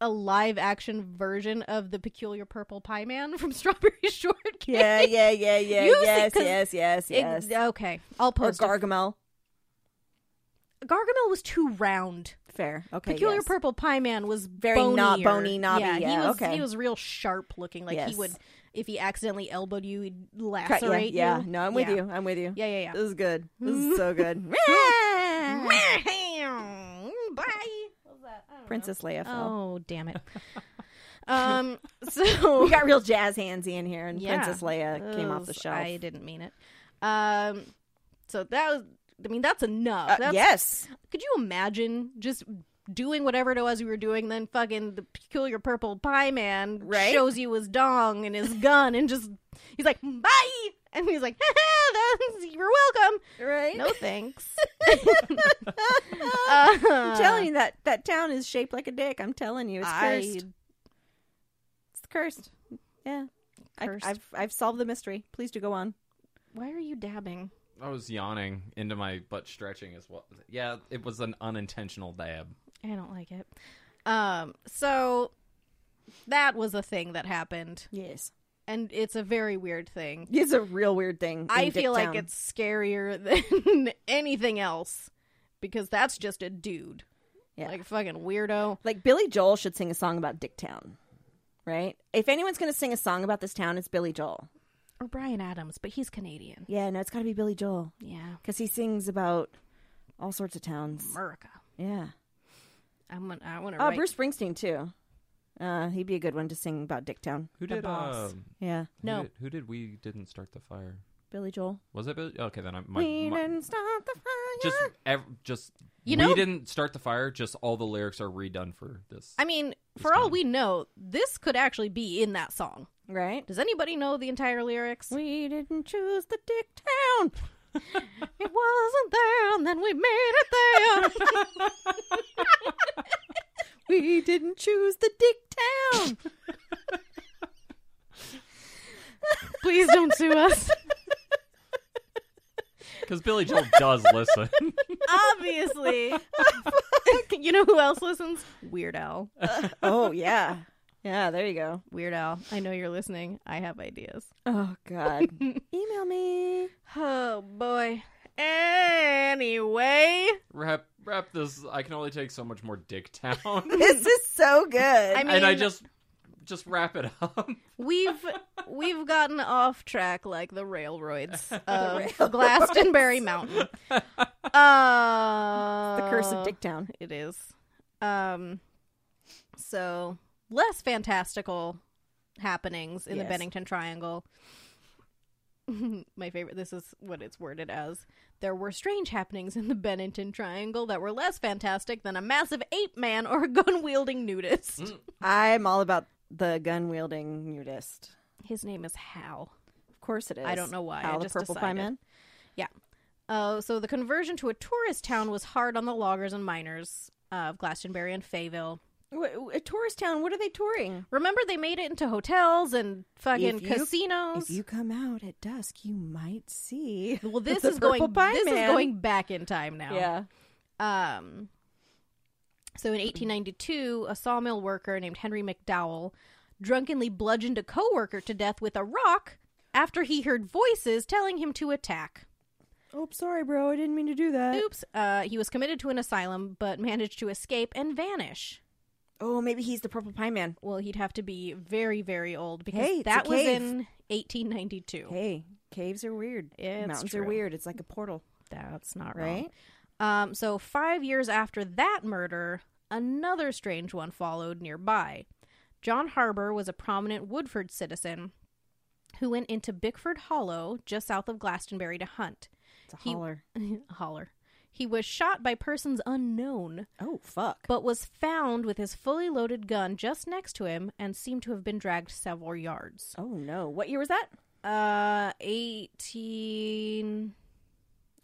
Speaker 2: a live action version of the peculiar purple pie man from Strawberry Shortcake.
Speaker 3: Yeah, yeah, yeah, yeah.
Speaker 2: Use it,
Speaker 3: yes,
Speaker 2: 'cause
Speaker 3: yes, yes, yes,
Speaker 2: Ex- Okay, I'll
Speaker 3: Or
Speaker 2: post. it.
Speaker 3: Gargamel.
Speaker 2: Gargamel was too round.
Speaker 3: Fair. Okay.
Speaker 2: Peculiar
Speaker 3: yes.
Speaker 2: Purple Pie Man was
Speaker 3: Very not
Speaker 2: bonier.
Speaker 3: bony, knobby,
Speaker 2: he
Speaker 3: yeah,
Speaker 2: was
Speaker 3: okay.
Speaker 2: he was real sharp looking. Like he
Speaker 3: Yes.
Speaker 2: would, if he accidentally elbowed you, he'd
Speaker 3: Cut- yeah,
Speaker 2: lacerate
Speaker 3: yeah.
Speaker 2: you.
Speaker 3: No, I'm with
Speaker 2: Yeah.
Speaker 3: you. I'm with you.
Speaker 2: Yeah, yeah,
Speaker 3: This is good. This is so good.
Speaker 2: yeah. Bye.
Speaker 3: Princess Leia. fell.
Speaker 2: Oh damn it. um. So oh,
Speaker 3: We got real jazz handsy in here, and
Speaker 2: Yeah.
Speaker 3: Princess Leia came off
Speaker 2: Ugh,
Speaker 3: the shelf.
Speaker 2: I didn't mean it. Um. So that was, I mean, that's enough.
Speaker 5: Uh,
Speaker 2: that's,
Speaker 5: yes.
Speaker 2: Could you imagine just doing whatever it was we were doing? Then fucking the peculiar purple pie man
Speaker 5: Right?
Speaker 2: shows you his dong and his gun and just, he's like, bye! And he's like, that's, you're welcome.
Speaker 5: Right.
Speaker 2: No thanks. Uh,
Speaker 3: I'm telling you that that town is shaped like a dick. I'm telling you, it's cursed.
Speaker 2: I-
Speaker 3: It's cursed. Yeah. I,
Speaker 2: Cursed.
Speaker 3: I've I've solved the mystery. Please do go on.
Speaker 2: why are you dabbing?
Speaker 1: I was yawning into my butt stretching as well. Yeah, it was an unintentional dab.
Speaker 2: I don't like it. Um, so that was a thing that happened,
Speaker 3: Yes,
Speaker 2: and it's a very weird thing.
Speaker 3: it's a real weird thing.
Speaker 2: I
Speaker 3: in Dick
Speaker 2: feel like
Speaker 3: Town.
Speaker 2: it's scarier than anything else because that's just a dude,
Speaker 3: Yeah.
Speaker 2: like a fucking weirdo.
Speaker 3: like Billy Joel should sing a song about Dick Town, right? If anyone's going to sing a song about this town, it's Billy Joel.
Speaker 2: Or Brian Adams, but he's Canadian.
Speaker 3: Yeah, no, it's got to be Billy Joel
Speaker 2: Yeah,
Speaker 3: because he sings about all sorts of towns.
Speaker 2: America.
Speaker 3: Yeah.
Speaker 2: I'm gonna. I want to.
Speaker 3: Oh,
Speaker 2: write
Speaker 3: Bruce Springsteen too. Uh, he'd be a good one to sing about Dick Town.
Speaker 1: Who
Speaker 2: The
Speaker 1: did
Speaker 2: boss.
Speaker 1: um,
Speaker 3: Yeah,
Speaker 1: who
Speaker 2: No.
Speaker 1: did- who did we didn't start the fire?
Speaker 3: Billy Joel.
Speaker 1: Was it Bill? Okay, then I
Speaker 3: we
Speaker 1: my, my,
Speaker 3: didn't start the fire.
Speaker 1: just ev- just
Speaker 2: You
Speaker 1: we
Speaker 2: know-
Speaker 1: didn't start the fire. Just all the lyrics are redone for this.
Speaker 2: I mean, for all we know, this could actually be in that song.
Speaker 3: right.
Speaker 2: Does anybody know the entire lyrics?
Speaker 3: We didn't choose the Dick Town.
Speaker 2: It wasn't there, and then we made it there.
Speaker 3: We didn't choose the Dick Town.
Speaker 2: Please don't sue us.
Speaker 1: because Billy Joel does listen.
Speaker 2: Obviously. you know who else listens? Weird Al.
Speaker 3: oh yeah, yeah. There you go.
Speaker 2: Weird Al. I know you're listening. I have ideas.
Speaker 3: Oh God. Email me.
Speaker 2: Oh boy. Anyway,
Speaker 1: wrap wrap this. I can only take so much more Dick Town,
Speaker 3: This is so good.
Speaker 2: I mean,
Speaker 1: and I just just wrap it up.
Speaker 2: we've we've gotten off track like the railroads of Glastonbury Mountain. Uh,
Speaker 3: the curse of Dick Town.
Speaker 2: It is. Um, so less fantastical happenings in the
Speaker 3: Yes.
Speaker 2: Bennington Triangle. My favorite. This is what it's worded as: There were strange happenings in the Bennington Triangle that were less fantastic than a massive ape man or a gun wielding nudist.
Speaker 3: I'm all about the gun wielding nudist.
Speaker 2: His name is Hal.
Speaker 3: Of course it is.
Speaker 2: I don't know why,
Speaker 3: How
Speaker 2: I
Speaker 3: the
Speaker 2: just
Speaker 3: purple pie
Speaker 2: decided.
Speaker 3: man.
Speaker 2: Uh, so the conversion to a tourist town was hard on the loggers and miners of Glastonbury and Fayville.
Speaker 3: W- A tourist town. What are they touring?
Speaker 2: Remember, they made it into hotels and fucking
Speaker 3: If you- If
Speaker 2: casinos.
Speaker 3: you come out at dusk, you might see.
Speaker 2: Well, this
Speaker 3: The
Speaker 2: is going.
Speaker 3: Purple Pie
Speaker 2: This
Speaker 3: Man.
Speaker 2: is going back in time now. Um. So in 1892, a sawmill worker named Henry McDowell drunkenly bludgeoned a coworker to death with a rock after he heard voices telling him to attack.
Speaker 3: Oh, sorry, bro. I didn't mean to do that.
Speaker 2: Oops. Uh, he was committed to an asylum, but managed to escape and vanish.
Speaker 3: Oh, maybe he's the purple pie man.
Speaker 2: Well, he'd have to be very, very old because
Speaker 3: Hey, it's a
Speaker 2: that was
Speaker 3: cave.
Speaker 2: in 1892.
Speaker 3: Hey, caves are weird.
Speaker 2: It's
Speaker 3: Mountains are
Speaker 2: true.
Speaker 3: weird. It's like a portal,
Speaker 2: That's not right.
Speaker 3: right?
Speaker 2: Um, so, five years after that murder, another strange one followed nearby. John Harbour was a prominent Woodford citizen who went into Bickford Hollow, just south of Glastonbury, to hunt.
Speaker 3: It's a
Speaker 2: He-
Speaker 3: holler.
Speaker 2: Holler. He was shot by persons unknown,
Speaker 3: Oh, fuck.
Speaker 2: but was found with his fully loaded gun just next to him and seemed to have been dragged several yards.
Speaker 3: Oh no. What year was that?
Speaker 2: Uh, 1897.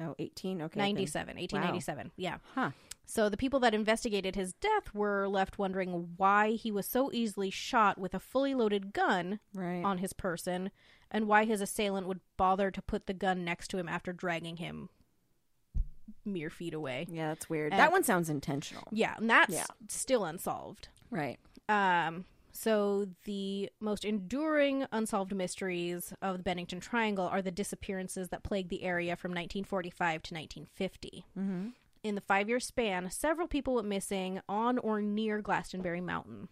Speaker 3: Oh, 18. Okay. then.
Speaker 2: 1897. Yeah.
Speaker 3: Huh.
Speaker 2: So the people that investigated his death were left wondering why he was so easily shot with a fully loaded gun
Speaker 3: Right.
Speaker 2: on his person and why his assailant would bother to put the gun next to him after dragging him mere feet away.
Speaker 3: yeah, that's weird.
Speaker 2: And-
Speaker 3: that one sounds intentional.
Speaker 2: Yeah, and that's
Speaker 3: Yeah.
Speaker 2: still unsolved.
Speaker 3: Right.
Speaker 2: Um, so the most enduring unsolved mysteries of the Bennington Triangle are the disappearances that plagued the area from 1945 to 1950. In the five year span, several people went missing on or near Glastonbury Mountain.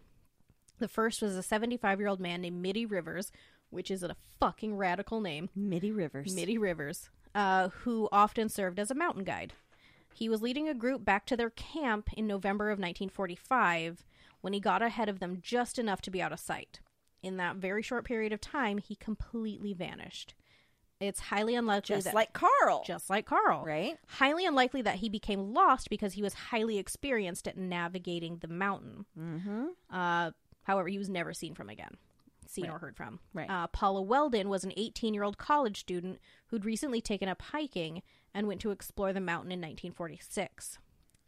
Speaker 2: The first was a 75 year old man named Mitty Rivers, which is a fucking radical name.
Speaker 3: Mitty Rivers.
Speaker 2: Mitty Rivers, uh, who often served as a mountain guide. He was leading a group back to their camp in November of 1945 when he got ahead of them just enough to be out of sight. In that very short period of time, he completely vanished. It's highly unlikely
Speaker 3: just
Speaker 2: that
Speaker 3: like Carl,
Speaker 2: just like Carl.
Speaker 3: right?
Speaker 2: Highly unlikely that he became lost because he was highly experienced at navigating the mountain.
Speaker 3: Mm-hmm.
Speaker 2: Uh, however, he was never seen from again, seen or heard from.
Speaker 3: Right.
Speaker 2: Uh, Paula Weldon was an 18 year old college student who'd recently taken up hiking and went to explore the mountain in 1946.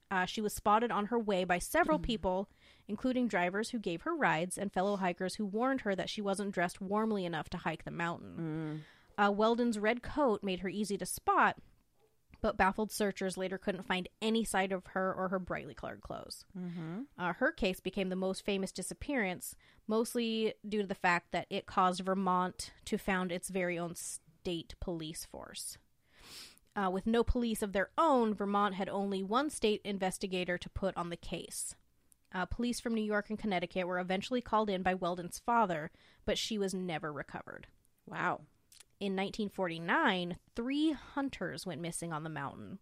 Speaker 2: Uh, she was spotted on her way by several
Speaker 3: Mm.
Speaker 2: people, including drivers who gave her rides and fellow hikers who warned her that she wasn't dressed warmly enough to hike the
Speaker 3: Mm.
Speaker 2: mountain. Uh, Weldon's red coat made her easy to spot, but baffled searchers later couldn't find any sign of her or her brightly colored clothes. Uh, her case became the most famous disappearance, mostly due to the fact that it caused Vermont to found its very own state police force. Uh, with no police of their own, Vermont had only one state investigator to put on the case. Uh, police from New York and Connecticut were eventually called in by Weldon's father, but she was never recovered.
Speaker 3: Wow.
Speaker 2: In 1949, three hunters went missing on the mountain.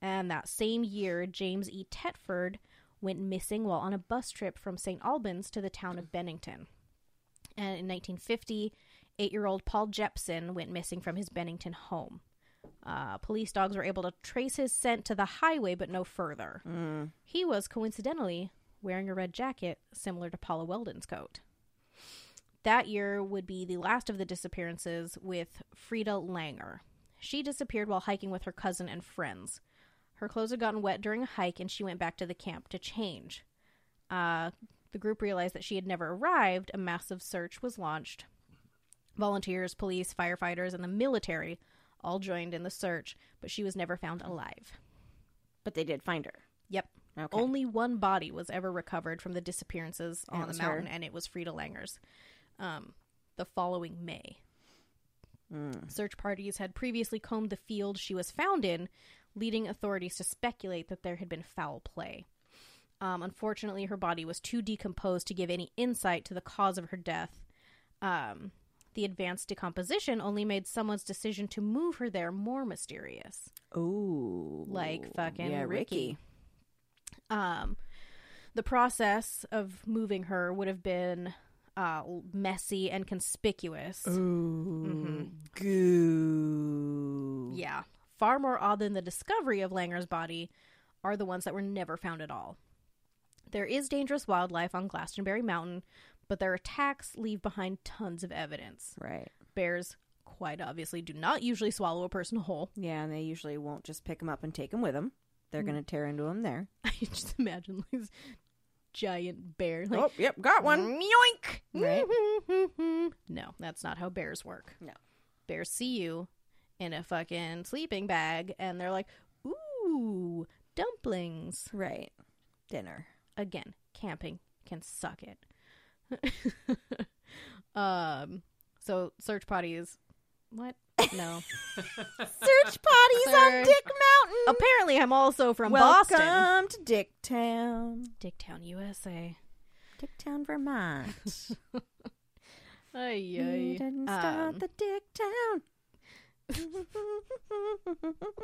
Speaker 2: And that same year, James E. Tetford went missing while on a bus trip from St. Albans to the town of Bennington. And in 1950, eight year old Paul Jepson went missing from his Bennington home. Uh, police dogs were able to trace his scent to the highway, but no further. He was coincidentally wearing a red jacket similar to Paula Weldon's coat. That year would be the last of the disappearances with Frida Langer. She disappeared while hiking with her cousin and friends. Her clothes had gotten wet during a hike and she went back to the camp to change. Uh, the group realized that she had never arrived. A massive search was launched. Volunteers, police, firefighters, and the military all joined in the search, but she was never found alive.
Speaker 3: But they did find her.
Speaker 2: Yep.
Speaker 3: Okay.
Speaker 2: Only one body was ever recovered from the disappearances
Speaker 3: And it
Speaker 2: on the
Speaker 3: was her.
Speaker 2: mountain, and it was Frida Langer's. Um, the following May,
Speaker 3: Hmm.
Speaker 2: search parties had previously combed the field she was found in, leading authorities to speculate that there had been foul play. Um, unfortunately, her body was too decomposed to give any insight to the cause of her death. Um, the advanced decomposition only made someone's decision to move her there more mysterious
Speaker 3: Ooh.
Speaker 2: like fucking
Speaker 3: yeah,
Speaker 2: Ricky. Um, the process of moving her would have been uh, messy and conspicuous.
Speaker 3: Ooh. Goo.
Speaker 2: Yeah, far more odd than the discovery of Langer's body are the ones that were never found at all. There is dangerous wildlife on Glastonbury Mountain, but their attacks leave behind tons of evidence.
Speaker 3: Right.
Speaker 2: Bears, quite obviously, do not usually swallow a person whole.
Speaker 3: Yeah, and they usually won't just pick them up and take them with them. They're going to tear into them there.
Speaker 2: I just imagine like, this giant bear, like
Speaker 3: oh, yep, got one.
Speaker 2: Yoink!
Speaker 3: Right.
Speaker 2: no, that's not how bears work.
Speaker 3: No.
Speaker 2: Bears see you in a fucking sleeping bag and they're like, ooh, dumplings.
Speaker 3: Right. Dinner.
Speaker 2: Again, camping can suck it. um, so search parties. What? No.
Speaker 3: Search potties
Speaker 2: Sorry.
Speaker 3: on Dick Mountain.
Speaker 2: Apparently, I'm also from
Speaker 3: Welcome
Speaker 2: Boston.
Speaker 3: to Dicktown.
Speaker 2: Dicktown, USA.
Speaker 3: Dicktown, Vermont.
Speaker 2: Ay,
Speaker 3: We
Speaker 2: ay.
Speaker 3: didn't start the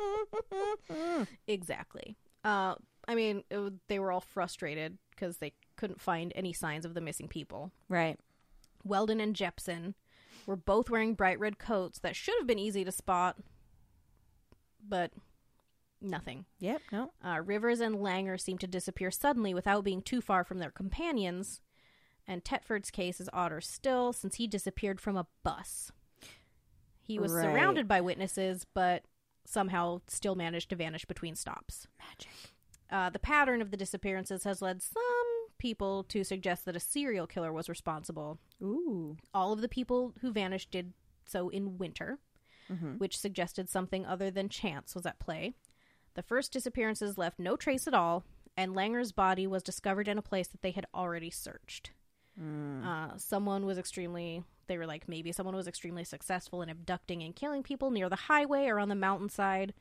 Speaker 3: Dicktown.
Speaker 2: Exactly. Uh, I mean, it, w- they were all frustrated because they couldn't find any signs of the missing people.
Speaker 3: right.
Speaker 2: Weldon and Jepson were both wearing bright red coats that should have been easy to spot, but nothing.
Speaker 3: Yep. No.
Speaker 2: Uh, Rivers and Langer seemed to disappear suddenly without being too far from their companions, and Tetford's case is odder still since he disappeared from a bus. He was
Speaker 3: Right.
Speaker 2: surrounded by witnesses, but somehow still managed to vanish between stops.
Speaker 3: Magic.
Speaker 2: Uh, the pattern of the disappearances has led some people to suggest that a serial killer was responsible.
Speaker 3: Ooh.
Speaker 2: All of the people who vanished did so in winter,
Speaker 3: Mm-hmm.
Speaker 2: which suggested something other than chance was at play. The first disappearances left no trace at all, and Langer's body was discovered in a place that they had already searched.
Speaker 3: Mm.
Speaker 2: Uh, someone was extremely, they were like, maybe someone was extremely successful in abducting and killing people near the highway or on the mountainside.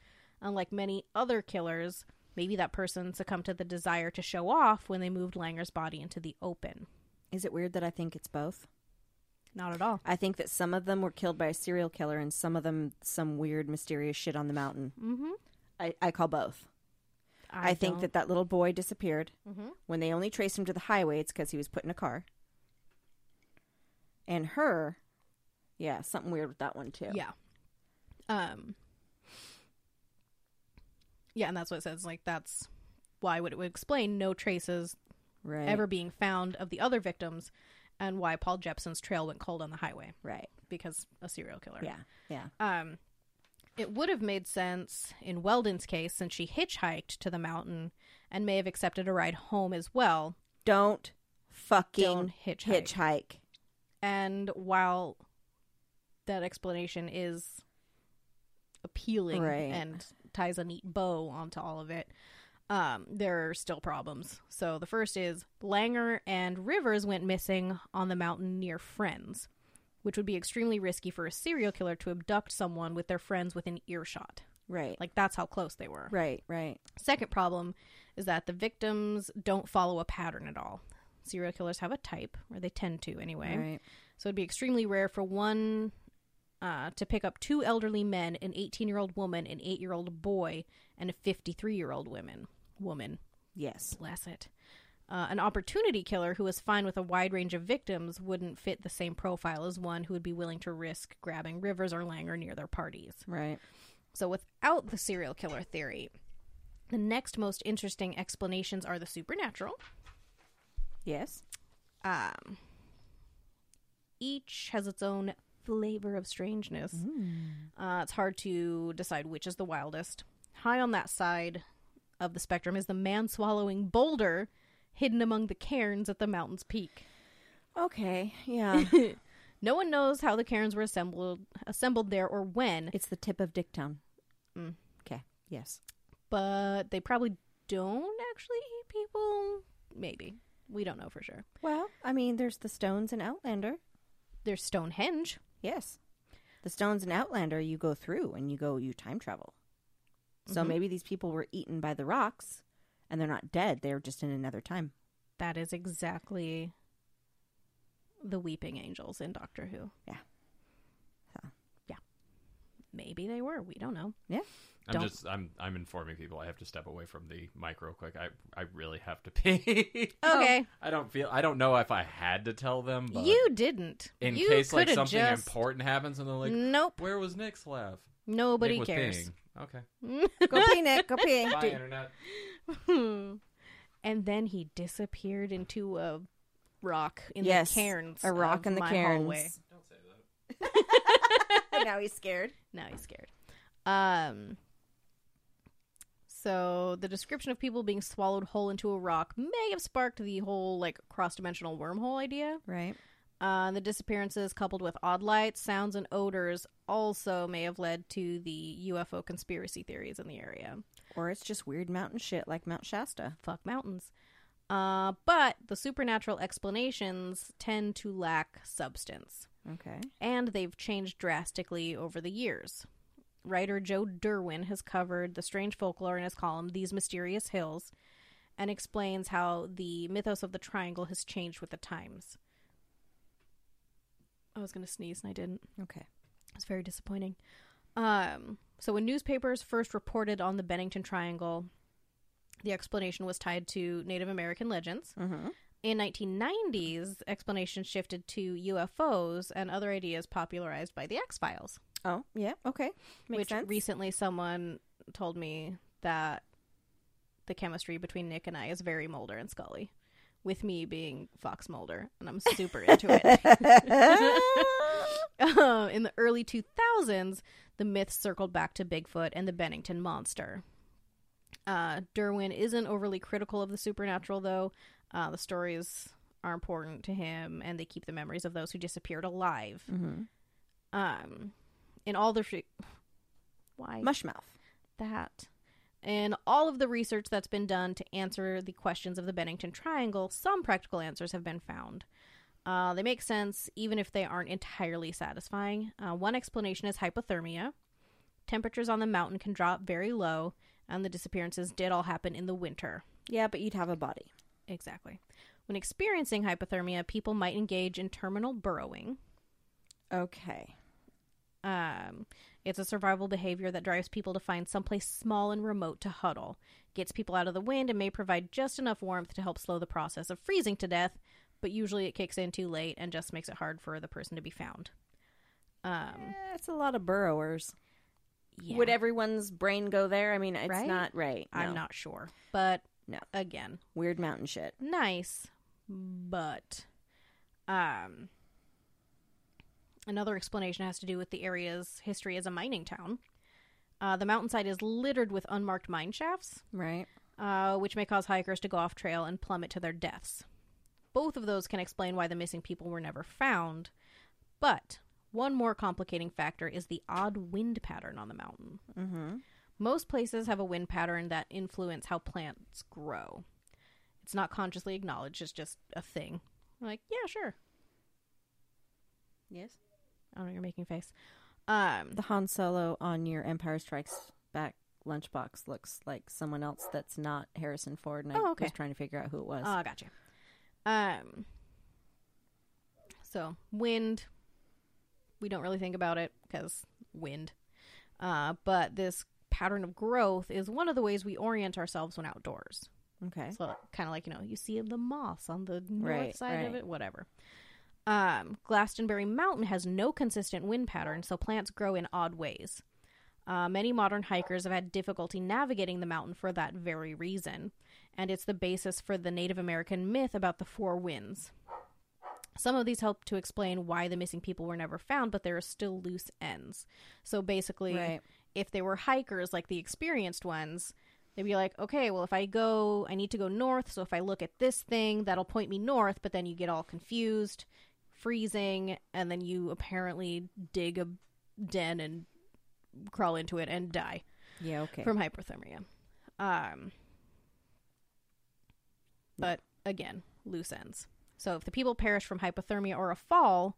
Speaker 2: Unlike many other killers, maybe that person succumbed to the desire to show off when they moved Langer's body into the open.
Speaker 3: Is it weird that I think it's both?
Speaker 2: Not at all.
Speaker 3: I think that some of them were killed by a serial killer and some of them some weird mysterious shit on the mountain.
Speaker 2: Mm-hmm.
Speaker 3: I, I call both. I, think
Speaker 2: don't-
Speaker 3: that that little boy disappeared.
Speaker 2: Mhm.
Speaker 3: When they only traced him to the highway, it's because he was put in a car. And her, yeah, something weird with that one too.
Speaker 2: Yeah. Um, yeah, and that's what it says. Like that's why would it would explain no traces
Speaker 4: Right.
Speaker 2: ever being found of the other victims, and why Paul Jepson's trail went cold on the highway
Speaker 4: Right.
Speaker 2: because a serial killer.
Speaker 4: Yeah. Yeah.
Speaker 2: Um, it would have made sense in Weldon's case since she hitchhiked to the mountain and may have accepted a ride home as well.
Speaker 4: Don't
Speaker 3: fucking
Speaker 2: Don't hitchhike.
Speaker 3: hitchhike.
Speaker 2: And while that explanation is appealing
Speaker 4: Right.
Speaker 2: and ties a neat bow onto all of it, um, there are still problems. So the first is Langer and Rivers went missing on the mountain near friends, which would be extremely risky for a serial killer to abduct someone with their friends within earshot.
Speaker 4: Right.
Speaker 2: Like that's how close they were.
Speaker 4: Right. Right.
Speaker 2: Second problem is that the victims don't follow a pattern at all. Serial killers have a type, or they tend to anyway.
Speaker 4: Right.
Speaker 2: So it'd be extremely rare for one uh, to pick up two elderly men, an 18 year old woman, an 8 year old boy, and a 53 year old woman. Woman,
Speaker 4: Yes.
Speaker 2: bless it. Uh, an opportunity killer who is fine with a wide range of victims wouldn't fit the same profile as one who would be willing to risk grabbing Rivers or Langer near their parties.
Speaker 4: Right.
Speaker 2: So, without the serial killer theory, the next most interesting explanations are the supernatural.
Speaker 4: Yes.
Speaker 2: Um, each has its own flavor of strangeness. Uh, it's hard to decide which is the wildest. High on that side of the spectrum is the man swallowing boulder hidden among the cairns at the mountain's peak.
Speaker 4: Okay. Yeah.
Speaker 2: No one knows how the cairns were assembled assembled there or when,
Speaker 4: it's the tip of Dicktown.
Speaker 2: Mm.
Speaker 4: Okay. Yes.
Speaker 2: but they probably don't actually eat people. Maybe. We don't know for sure.
Speaker 4: Well, I mean, there's the Stones and Outlander.
Speaker 2: There's Stonehenge.
Speaker 4: Yes. The Stones and Outlander, you go through and you go, you time travel. So maybe these people were eaten by the rocks and they're not dead. They're just in another time.
Speaker 2: That is exactly the weeping angels in Doctor Who.
Speaker 4: Yeah. Huh.
Speaker 2: Yeah. Maybe they were. We don't know.
Speaker 4: Yeah.
Speaker 1: I'm
Speaker 2: Don't-
Speaker 1: just I'm I'm informing people I have to step away from the mic real quick. I I really have to pee.
Speaker 2: Okay.
Speaker 1: I don't feel I don't know if I had to tell them, but
Speaker 2: Oh, you didn't.
Speaker 1: in
Speaker 2: You
Speaker 1: case like
Speaker 2: coulda
Speaker 1: something
Speaker 2: just-
Speaker 1: important happens and they're like,
Speaker 2: Nope.
Speaker 1: "Where was Nick's laugh?"
Speaker 2: Nobody
Speaker 1: Nick was
Speaker 2: cares.
Speaker 1: peeing. Okay.
Speaker 4: Go pee, Nick. Go pee.
Speaker 1: Bye internet.
Speaker 2: and then he disappeared into a rock in
Speaker 4: Yes,
Speaker 2: the cairns.
Speaker 4: a rock
Speaker 2: of
Speaker 4: in the
Speaker 2: my
Speaker 4: cairns.
Speaker 2: hallway.
Speaker 1: Don't say that.
Speaker 4: And now he's scared.
Speaker 2: Now he's scared. Um. So the description of people being swallowed whole into a rock may have sparked the whole like cross-dimensional wormhole idea.
Speaker 4: Right.
Speaker 2: Uh, the disappearances, coupled with odd lights, sounds, and odors, also may have led to the UFO conspiracy theories in the area.
Speaker 4: Or it's just weird mountain shit like Mount Shasta.
Speaker 2: Fuck mountains. Uh, but the supernatural explanations tend to lack substance.
Speaker 4: Okay.
Speaker 2: and they've changed drastically over the years. Writer Joe Derwin has covered the strange folklore in his column These Mysterious Hills and explains how the mythos of the triangle has changed with the times. I was going to sneeze and I didn't.
Speaker 4: Okay.
Speaker 2: It's very disappointing. Um, so when newspapers first reported on the Bennington Triangle, the explanation was tied to Native American legends.
Speaker 4: Mm-hmm.
Speaker 2: In 1990s, explanation shifted to UFOs and other ideas popularized by the X Files,
Speaker 4: Oh, yeah. Okay. Makes
Speaker 2: which
Speaker 4: sense.
Speaker 2: recently someone told me that the chemistry between Nick and I is very Mulder and Scully, with me being Fox Mulder, and I'm super into it. Um, in the early 2000s, the myth circled back to Bigfoot and the Bennington Monster. Uh, Derwin isn't overly critical of the supernatural, though. Uh, the stories are important to him, and they keep the memories of those who disappeared alive.
Speaker 4: Mm-hmm.
Speaker 2: Um, in all the re- why
Speaker 4: Mushmouth.
Speaker 2: that, in all of the research that's been done to answer the questions of the Bennington Triangle, some practical answers have been found. Uh, they make sense even if they aren't entirely satisfying. Uh, one explanation is hypothermia. Temperatures on the mountain can drop very low, and the disappearances did all happen in the winter.
Speaker 4: Yeah, but you'd have a body.
Speaker 2: Exactly. When experiencing hypothermia, people might engage in terminal burrowing.
Speaker 4: Okay.
Speaker 2: Um, it's a survival behavior that drives people to find someplace small and remote to huddle, gets people out of the wind, and may provide just enough warmth to help slow the process of freezing to death, but usually it kicks in too late
Speaker 4: Eh,
Speaker 2: and just makes it hard for the person to be found. Um,
Speaker 4: That's a lot of burrowers.
Speaker 2: Yeah.
Speaker 4: Would everyone's brain go there? I mean, it's
Speaker 2: Right?
Speaker 4: not right.
Speaker 2: I'm
Speaker 4: No.
Speaker 2: not sure. But
Speaker 4: No.
Speaker 2: again,
Speaker 4: weird mountain shit.
Speaker 2: nice. But um another explanation has to do with the area's history as a mining town. Uh, the mountainside is littered with unmarked mine shafts,
Speaker 4: Right.
Speaker 2: uh, which may cause hikers to go off trail and plummet to their deaths. Both of those can explain why the missing people were never found. But one more complicating factor is the odd wind pattern on the mountain.
Speaker 4: Mm-hmm.
Speaker 2: Most places have a wind pattern that influence how plants grow. It's not consciously acknowledged, it's just a thing. like, yeah, sure.
Speaker 4: Yes.
Speaker 2: I don't know, you're making a face. Um,
Speaker 4: The Han Solo on your Empire Strikes Back lunchbox looks like someone else that's not Harrison Ford, and
Speaker 2: Oh,
Speaker 4: I
Speaker 2: okay.
Speaker 4: was trying to figure out who it was.
Speaker 2: oh, I gotcha. Um, so, wind, we don't really think about it because wind. Uh, but this pattern of growth is one of the ways we orient ourselves when outdoors.
Speaker 4: okay.
Speaker 2: So kind of like you know you see the moss on the north
Speaker 4: Right,
Speaker 2: side of
Speaker 4: right.
Speaker 2: it, whatever. Um, Glastonbury Mountain has no consistent wind pattern, so plants grow in odd ways. Uh, many modern hikers have had difficulty navigating the mountain for that very reason, and it's the basis for the Native American myth about the four winds. Some of these help to explain why the missing people were never found, but there are still loose ends. So basically,
Speaker 4: Right.
Speaker 2: if they were hikers, like the experienced ones, they'd be like, okay, well, if I go, I need to go north. So if I look at this thing, that'll point me north. But then you get all confused, freezing, and then you apparently dig a den and crawl into it and die
Speaker 4: Yeah. Okay.
Speaker 2: from hyperthermia. Um, but again, loose ends. So if the people perished from hypothermia or a fall,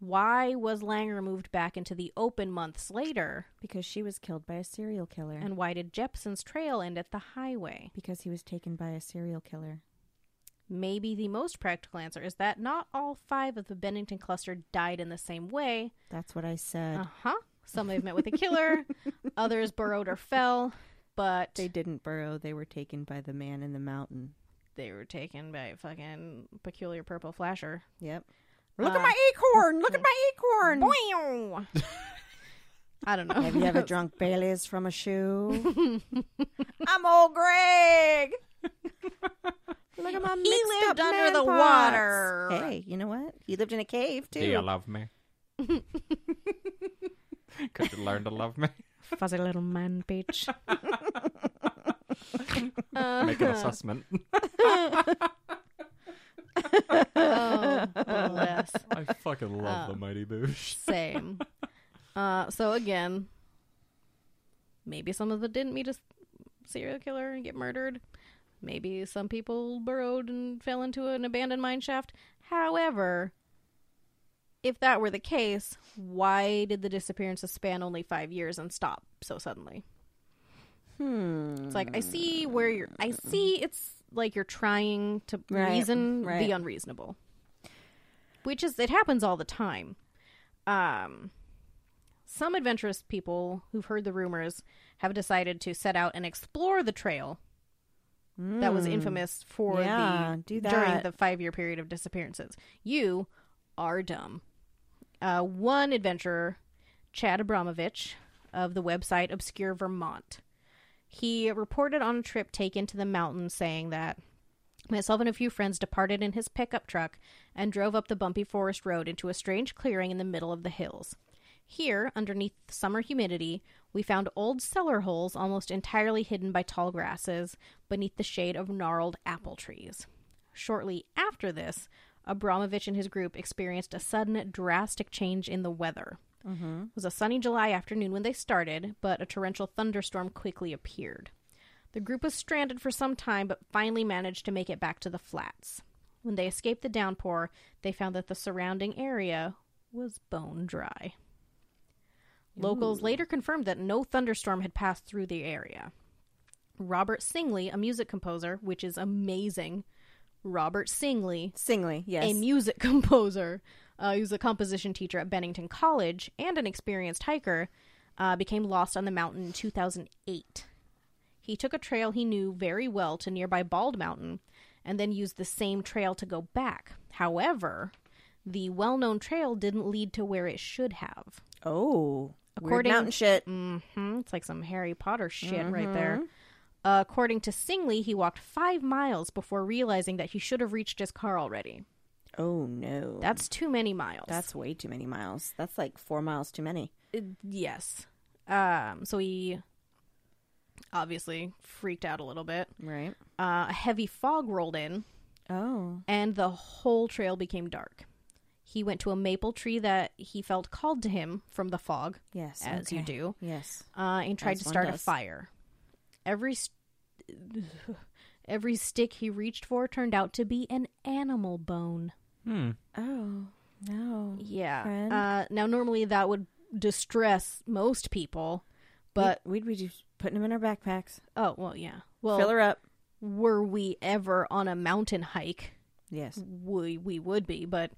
Speaker 2: why was Langer moved back into the open months later?
Speaker 4: because she was killed by a serial killer.
Speaker 2: And why did Jepson's trail end at the highway?
Speaker 4: because he was taken by a serial killer.
Speaker 2: Maybe the most practical answer is that not all five of the Bennington cluster died in the same way.
Speaker 4: That's what I said.
Speaker 2: Uh huh. Some may have met with a killer, others burrowed or fell, but
Speaker 4: They didn't burrow. They were taken by the man in the mountain.
Speaker 2: they were taken by a fucking peculiar purple flasher.
Speaker 4: Yep.
Speaker 3: Look
Speaker 2: Uh,
Speaker 3: at my acorn. Look at my acorn.
Speaker 2: Boing! I don't know.
Speaker 4: Have you ever drunk Bailey's from a shoe?
Speaker 3: I'm old Greg.
Speaker 4: Look at my
Speaker 3: He lived under the water.
Speaker 4: Hey, you know what? He lived in a cave too.
Speaker 1: Do you love me? Could you learn to love me?
Speaker 2: Fuzzy little man bitch. uh,
Speaker 1: Make an assessment.
Speaker 2: oh, bless.
Speaker 1: I fucking love the Mighty Boosh.
Speaker 2: Same. Uh, so again, maybe some of them didn't meet a s- serial killer and get murdered. Maybe some people burrowed and fell into an abandoned mine shaft. However, if that were the case, why did the disappearances span only five years and stop so suddenly?
Speaker 4: Hmm.
Speaker 2: It's like I see where you're. I see it's like you're trying to
Speaker 4: Mm. Right,
Speaker 2: reason
Speaker 4: right.
Speaker 2: the unreasonable, which is it happens all the time. Um, some adventurous people who've heard the rumors have decided to set out and explore the trail that was infamous for
Speaker 4: Hmm. Yeah,
Speaker 2: the
Speaker 4: do
Speaker 2: during
Speaker 4: that.
Speaker 2: the five year period of disappearances. You are dumb. Uh, one adventurer, Chad Abramovich of the website Obscure Vermont, he reported on a trip taken to the mountains saying that myself and a few friends departed in his pickup truck and drove up the bumpy forest road into a strange clearing in the middle of the hills. Here, underneath summer humidity, we found old cellar holes almost entirely hidden by tall grasses beneath the shade of gnarled apple trees. Shortly after this, Abramovich and his group experienced a sudden, drastic change in the weather. It was a sunny July afternoon when they started, but a torrential thunderstorm quickly appeared. The group was stranded for some time, but finally managed to make it back to the flats. When they escaped the downpour, they found that the surrounding area was bone dry. Locals later confirmed that no thunderstorm had passed through the area. Robert Singley, a music composer, which is amazing. Robert Singley
Speaker 4: Singly, yes.
Speaker 2: a music composer. Uh, he was a composition teacher at Bennington College and an experienced hiker. Uh, became lost on the mountain in 2008. He took a trail he knew very well to nearby Bald Mountain and then used the same trail to go back. However, the well known trail didn't lead to where it should have.
Speaker 4: oh.
Speaker 2: According-
Speaker 3: Weird mountain shit.
Speaker 2: hmm It's like some Harry Potter shit right there. Uh, according to Singley, he walked five miles before realizing that he should have reached his car already.
Speaker 3: Oh no,
Speaker 2: That's too many miles.
Speaker 3: that's way too many miles. That's like four miles too many.
Speaker 2: Uh, yes. Um, so he obviously freaked out a little bit.
Speaker 3: Right.
Speaker 2: Uh, a heavy fog rolled in,
Speaker 3: Oh.
Speaker 2: and the whole trail became dark. He went to a maple tree that he felt called to him from the fog,
Speaker 3: Yes.
Speaker 2: as you
Speaker 3: okay.
Speaker 2: do,
Speaker 3: Yes.
Speaker 2: uh, and tried
Speaker 3: As
Speaker 2: to
Speaker 3: one
Speaker 2: start a
Speaker 3: does.
Speaker 2: fire. Every st- every stick he reached for turned out to be an animal bone.
Speaker 1: Hmm.
Speaker 3: Oh no.
Speaker 2: Yeah.
Speaker 3: Friend.
Speaker 2: Uh, now, normally that would distress most people, but
Speaker 3: we'd, we'd be just putting them in our backpacks,
Speaker 2: oh well, yeah. Well,
Speaker 3: fill her up.
Speaker 2: were we ever on a mountain hike,
Speaker 3: Yes.
Speaker 2: we we would be, but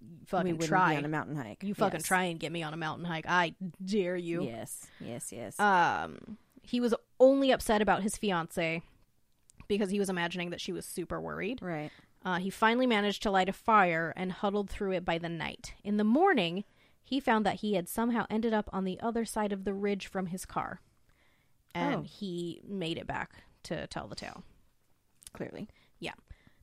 Speaker 3: we
Speaker 2: fucking
Speaker 3: wouldn't
Speaker 2: try.
Speaker 3: be on a mountain hike.
Speaker 2: you fucking
Speaker 3: Yes.
Speaker 2: try and get me on a mountain hike. I dare you.
Speaker 3: Yes. Yes. Yes.
Speaker 2: Um, he was only upset about his fiance because he was imagining that she was super worried.
Speaker 3: right.
Speaker 2: Uh, he finally managed to light a fire and huddled through it by the night. In the morning, he found that he had somehow ended up on the other side of the ridge from his car, and
Speaker 3: Oh.
Speaker 2: he made it back to tell the tale.
Speaker 3: Clearly.
Speaker 2: Yeah.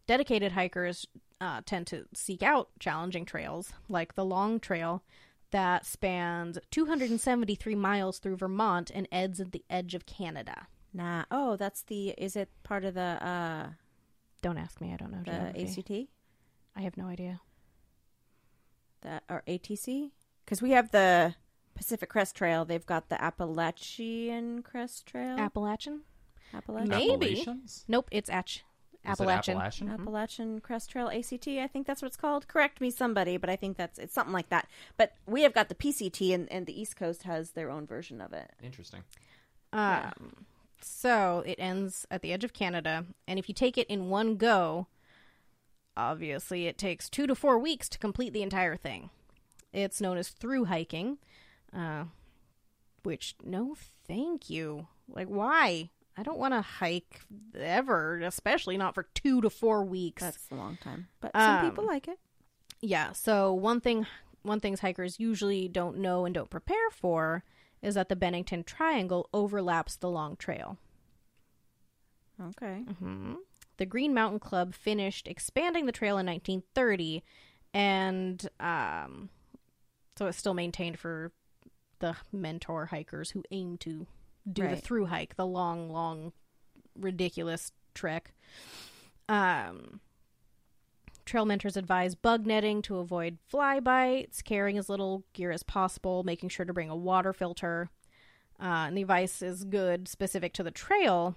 Speaker 2: Dedicated hikers uh, tend to seek out challenging trails, like the Long Trail that spans 273 miles through Vermont and ends at the edge of Canada.
Speaker 3: Nah. Oh, that's the. Is it part of the uh
Speaker 2: Don't ask me, I don't know.
Speaker 3: the
Speaker 2: geography.
Speaker 3: ACT?
Speaker 2: I have no idea.
Speaker 3: That or ATC? Because we have the Pacific Crest Trail. They've got the Appalachian Crest Trail.
Speaker 2: Appalachian?
Speaker 3: Appalachian.
Speaker 2: Maybe.
Speaker 1: Appalachians?
Speaker 2: Nope, it's Atch-
Speaker 1: Is it
Speaker 2: Appalachian.
Speaker 1: Appalachian?
Speaker 3: Appalachian Crest Trail ACT, I think that's what it's called. Correct me, somebody, but I think that's it's something like that. But we have got the PCT, and, and the East Coast has their own version of it.
Speaker 1: Interesting.
Speaker 2: Um, so it ends at the edge of Canada, and if you take it in one go, obviously it takes two to four weeks to complete the entire thing. It's known as through hiking, uh, which no, thank you. Like, why? I don't want to hike ever, especially not for two to four weeks.
Speaker 3: That's a long time, but some people
Speaker 2: Um,
Speaker 3: like it.
Speaker 2: Yeah. So one thing one things hikers usually don't know and don't prepare for is that the Bennington Triangle overlaps the Long Trail.
Speaker 3: Okay,
Speaker 2: The Green Mountain Club finished expanding the trail in 1930, and um, so it's still maintained for the mentor hikers who aim to do the
Speaker 3: Right.
Speaker 2: through hike, the long, long, ridiculous trek. Um, trail mentors advise bug netting to avoid fly bites, carrying as little gear as possible, making sure to bring a water filter. Uh, and the advice is good specific to the trail,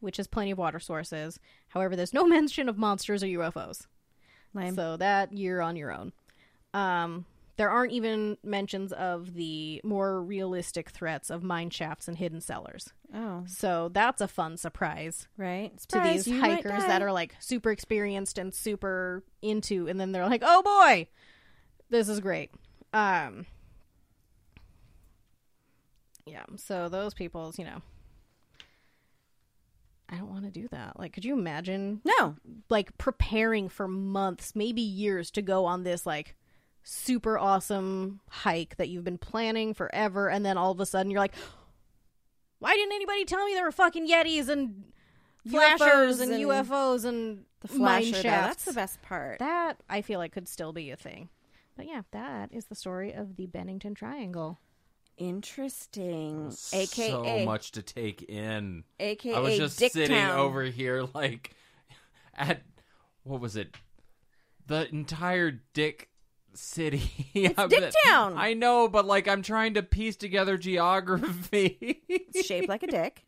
Speaker 2: which is plenty of water sources. However, there's no mention of monsters or UFOs.
Speaker 3: Lame.
Speaker 2: mm-hmm. So that you're on your own. Um, there aren't even mentions of the more realistic threats of mine shafts and hidden cellars.
Speaker 3: oh
Speaker 2: So that's a fun surprise
Speaker 3: right
Speaker 2: to
Speaker 3: Surprise,
Speaker 2: these
Speaker 3: you might
Speaker 2: hikers that
Speaker 3: die.
Speaker 2: are like super experienced and super into and then they're like oh boy this is great um yeah so those people's you know i don't want to do that like could you imagine
Speaker 3: no
Speaker 2: like preparing for months maybe years to go on this like super awesome hike that you've been planning forever and then all of a sudden you're like why didn't anybody tell me there were fucking yetis and flashers
Speaker 3: UFOs
Speaker 2: and,
Speaker 3: and
Speaker 2: UFOs and
Speaker 3: the
Speaker 2: mine
Speaker 3: flasher. though,
Speaker 2: shafts.
Speaker 3: That's the best part.
Speaker 2: That I feel like could still be a thing. But yeah, that is the story of the Bennington Triangle.
Speaker 3: Interesting.
Speaker 1: so
Speaker 3: AKA
Speaker 1: much to take in.
Speaker 3: AKA
Speaker 1: I was just
Speaker 3: Dick
Speaker 1: sitting
Speaker 3: Town.
Speaker 1: over here like at what was it? The entire Dick City. It's
Speaker 3: Dick Town.
Speaker 1: I know, but like I'm trying to piece together geography.
Speaker 3: It's shaped like a dick.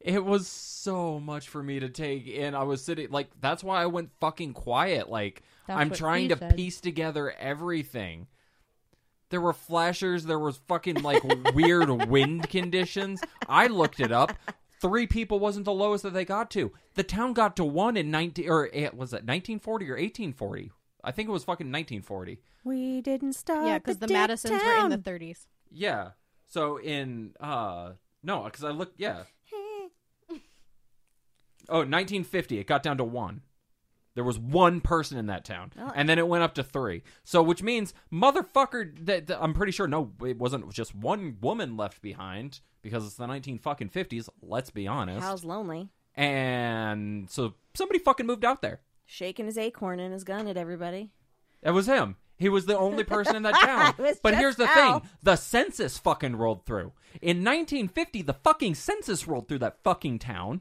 Speaker 1: it was so much for me to take in. I was sitting like that's why I went fucking quiet. Like
Speaker 2: That's
Speaker 1: I'm
Speaker 2: what
Speaker 1: trying
Speaker 2: he
Speaker 1: to
Speaker 2: said.
Speaker 1: piece together everything. There were flashers, there was fucking like weird wind conditions. I looked it up. 3 people wasn't the lowest that they got to. The town got to 1 in 19 or eh, was that 1940 or 1840? I think it was fucking 1940.
Speaker 3: We didn't stop.
Speaker 2: yeah, because
Speaker 3: at
Speaker 2: the
Speaker 3: Dick
Speaker 2: Madisons were in
Speaker 3: Uh, Town.
Speaker 2: the 30s.
Speaker 1: Yeah. So in uh no, because I looked yeah. Oh, 1950. It got down to one. There was one person in that town, and then it went up to three. So, which means, motherfucker, that that- I'm pretty sure no, it wasn't just one woman left behind because it's the 19 fucking 50s. Let's be honest.
Speaker 4: Hal's lonely,
Speaker 1: and so somebody fucking moved out there.
Speaker 4: shaking his acorn and his gun at everybody.
Speaker 1: That was him. He was the only person in that
Speaker 4: It
Speaker 1: town.
Speaker 4: was
Speaker 1: but
Speaker 4: just
Speaker 1: here's the
Speaker 4: Al.
Speaker 1: thing: the census fucking rolled through in 1950. The fucking census rolled through that fucking town,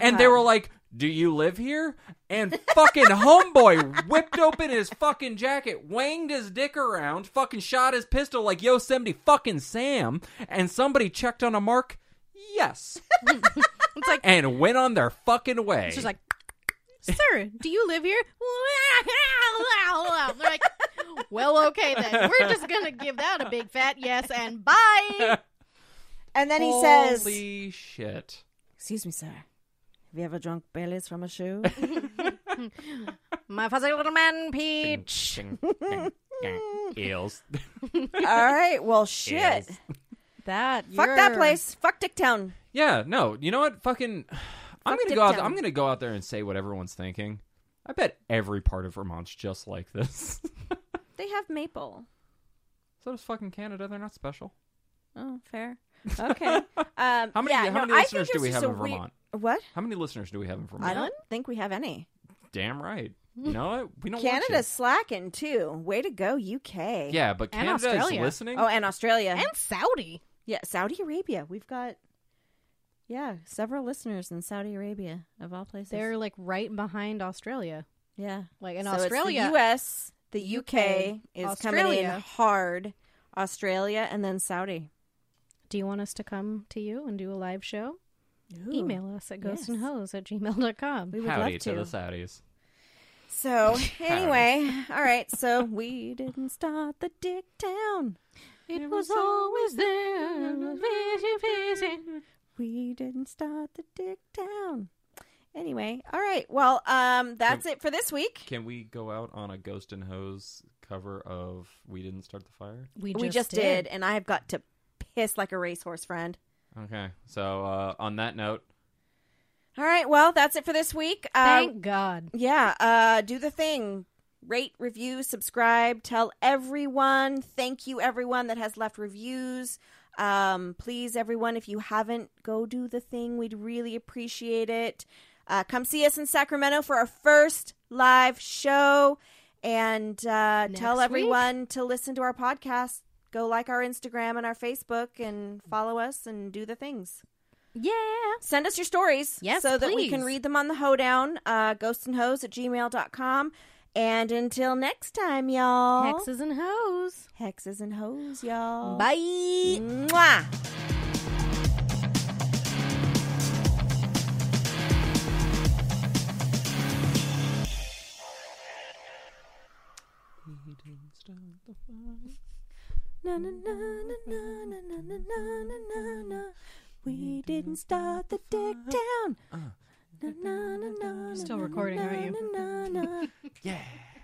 Speaker 1: and they were like, "Do you live here?" And fucking homeboy whipped open his fucking jacket, wanged his dick around, fucking shot his pistol like Yosemite fucking Sam, and somebody checked on a mark. Yes,
Speaker 2: It's like
Speaker 1: and went on their fucking way.
Speaker 2: she's like, "Sir, do you live here?" They're like, "Well, okay then. We're just gonna give that a big fat yes and bye."
Speaker 3: And then he says,
Speaker 1: "Holy shit."
Speaker 4: Excuse me, sir. Have you ever drunk Baileys from a shoe?
Speaker 2: My fuzzy little man, Peach.
Speaker 1: Ding, ding, ding. Eels.
Speaker 3: "All right, well, shit,
Speaker 1: Yes.
Speaker 2: That
Speaker 3: fuck that place, fuck Dicktown."
Speaker 1: Yeah, no. You know what? Fucking I'm
Speaker 3: Fuck
Speaker 1: gonna go out
Speaker 3: Dicktown.
Speaker 1: I'm gonna go out there and say what everyone's thinking. I bet every part of Vermont's just like this.
Speaker 4: they have maple.
Speaker 1: so does fucking Canada, they're not special.
Speaker 4: Oh, fair. Okay. Um,
Speaker 1: How many
Speaker 4: yeah,
Speaker 1: how
Speaker 4: no,
Speaker 1: many
Speaker 4: I
Speaker 1: listeners
Speaker 4: think
Speaker 1: do
Speaker 4: it's
Speaker 1: we
Speaker 4: just
Speaker 1: have in
Speaker 4: a weird-
Speaker 1: Vermont?
Speaker 3: What?
Speaker 1: How many listeners do we have in Vermont?
Speaker 4: I don't think we have any.
Speaker 1: Damn right. You know what? We don't want you.
Speaker 3: Canada's slacking too. Way to go, UK.
Speaker 1: Yeah, but
Speaker 2: And
Speaker 1: Canada is
Speaker 2: Australia.
Speaker 1: listening.
Speaker 3: Oh, and Australia.
Speaker 2: and Saudi.
Speaker 4: Yeah, Saudi Arabia. We've got yeah several listeners in Saudi Arabia of all places.
Speaker 2: They're like right behind Australia.
Speaker 4: yeah.
Speaker 2: Like in
Speaker 4: So it's
Speaker 2: Australia,
Speaker 4: the U.S., the UK,
Speaker 2: UK,
Speaker 4: is coming in
Speaker 2: Australia.
Speaker 4: hard. Australia and then Saudi.
Speaker 2: Do you want us to come to you and do a live show? Email us at
Speaker 4: yes.
Speaker 2: ghostandhoes at gmail.com.
Speaker 4: We would
Speaker 1: Howdy
Speaker 4: love
Speaker 1: to
Speaker 4: to.
Speaker 1: the Saudis.
Speaker 3: So
Speaker 4: Anyway, all right. So we didn't start the Dick Town.
Speaker 2: It was always there.
Speaker 4: We didn't start the Dick Town.
Speaker 3: anyway, all right. Well, um, that's it for this week.
Speaker 1: Can we go out on a Ghost and Hose cover of We Didn't Start the Fire?
Speaker 2: We
Speaker 3: we just did. and I've got to piss like a racehorse friend.
Speaker 1: Okay. So uh, on that note,
Speaker 3: All right, well, that's it for this week. Uh,
Speaker 2: Thank God.
Speaker 3: yeah, uh, do the thing. Rate, review, subscribe, tell everyone. Thank you, everyone that has left reviews. Um, please, everyone, if you haven't, go do the thing. We'd really appreciate it. Uh, come see us in Sacramento for our first live show and uh, tell
Speaker 2: week?
Speaker 3: everyone to listen to our podcast. Go like our Instagram and our Facebook and follow us and do the things
Speaker 2: Yeah.
Speaker 3: send us your stories
Speaker 2: Yes,
Speaker 3: so that we
Speaker 2: please.
Speaker 3: can read them on the hoedown uh, ghostandhose at gmail.com and until next time y'all
Speaker 2: Hexes and hoes.
Speaker 3: hexes and hoes y'all
Speaker 2: Bye.
Speaker 3: Mwah.
Speaker 4: Na na na na na na na na na na na na. We didn't start the Dick Town. Na na na na.
Speaker 2: Still recording, aren't you?
Speaker 4: Na na na.
Speaker 1: yeah.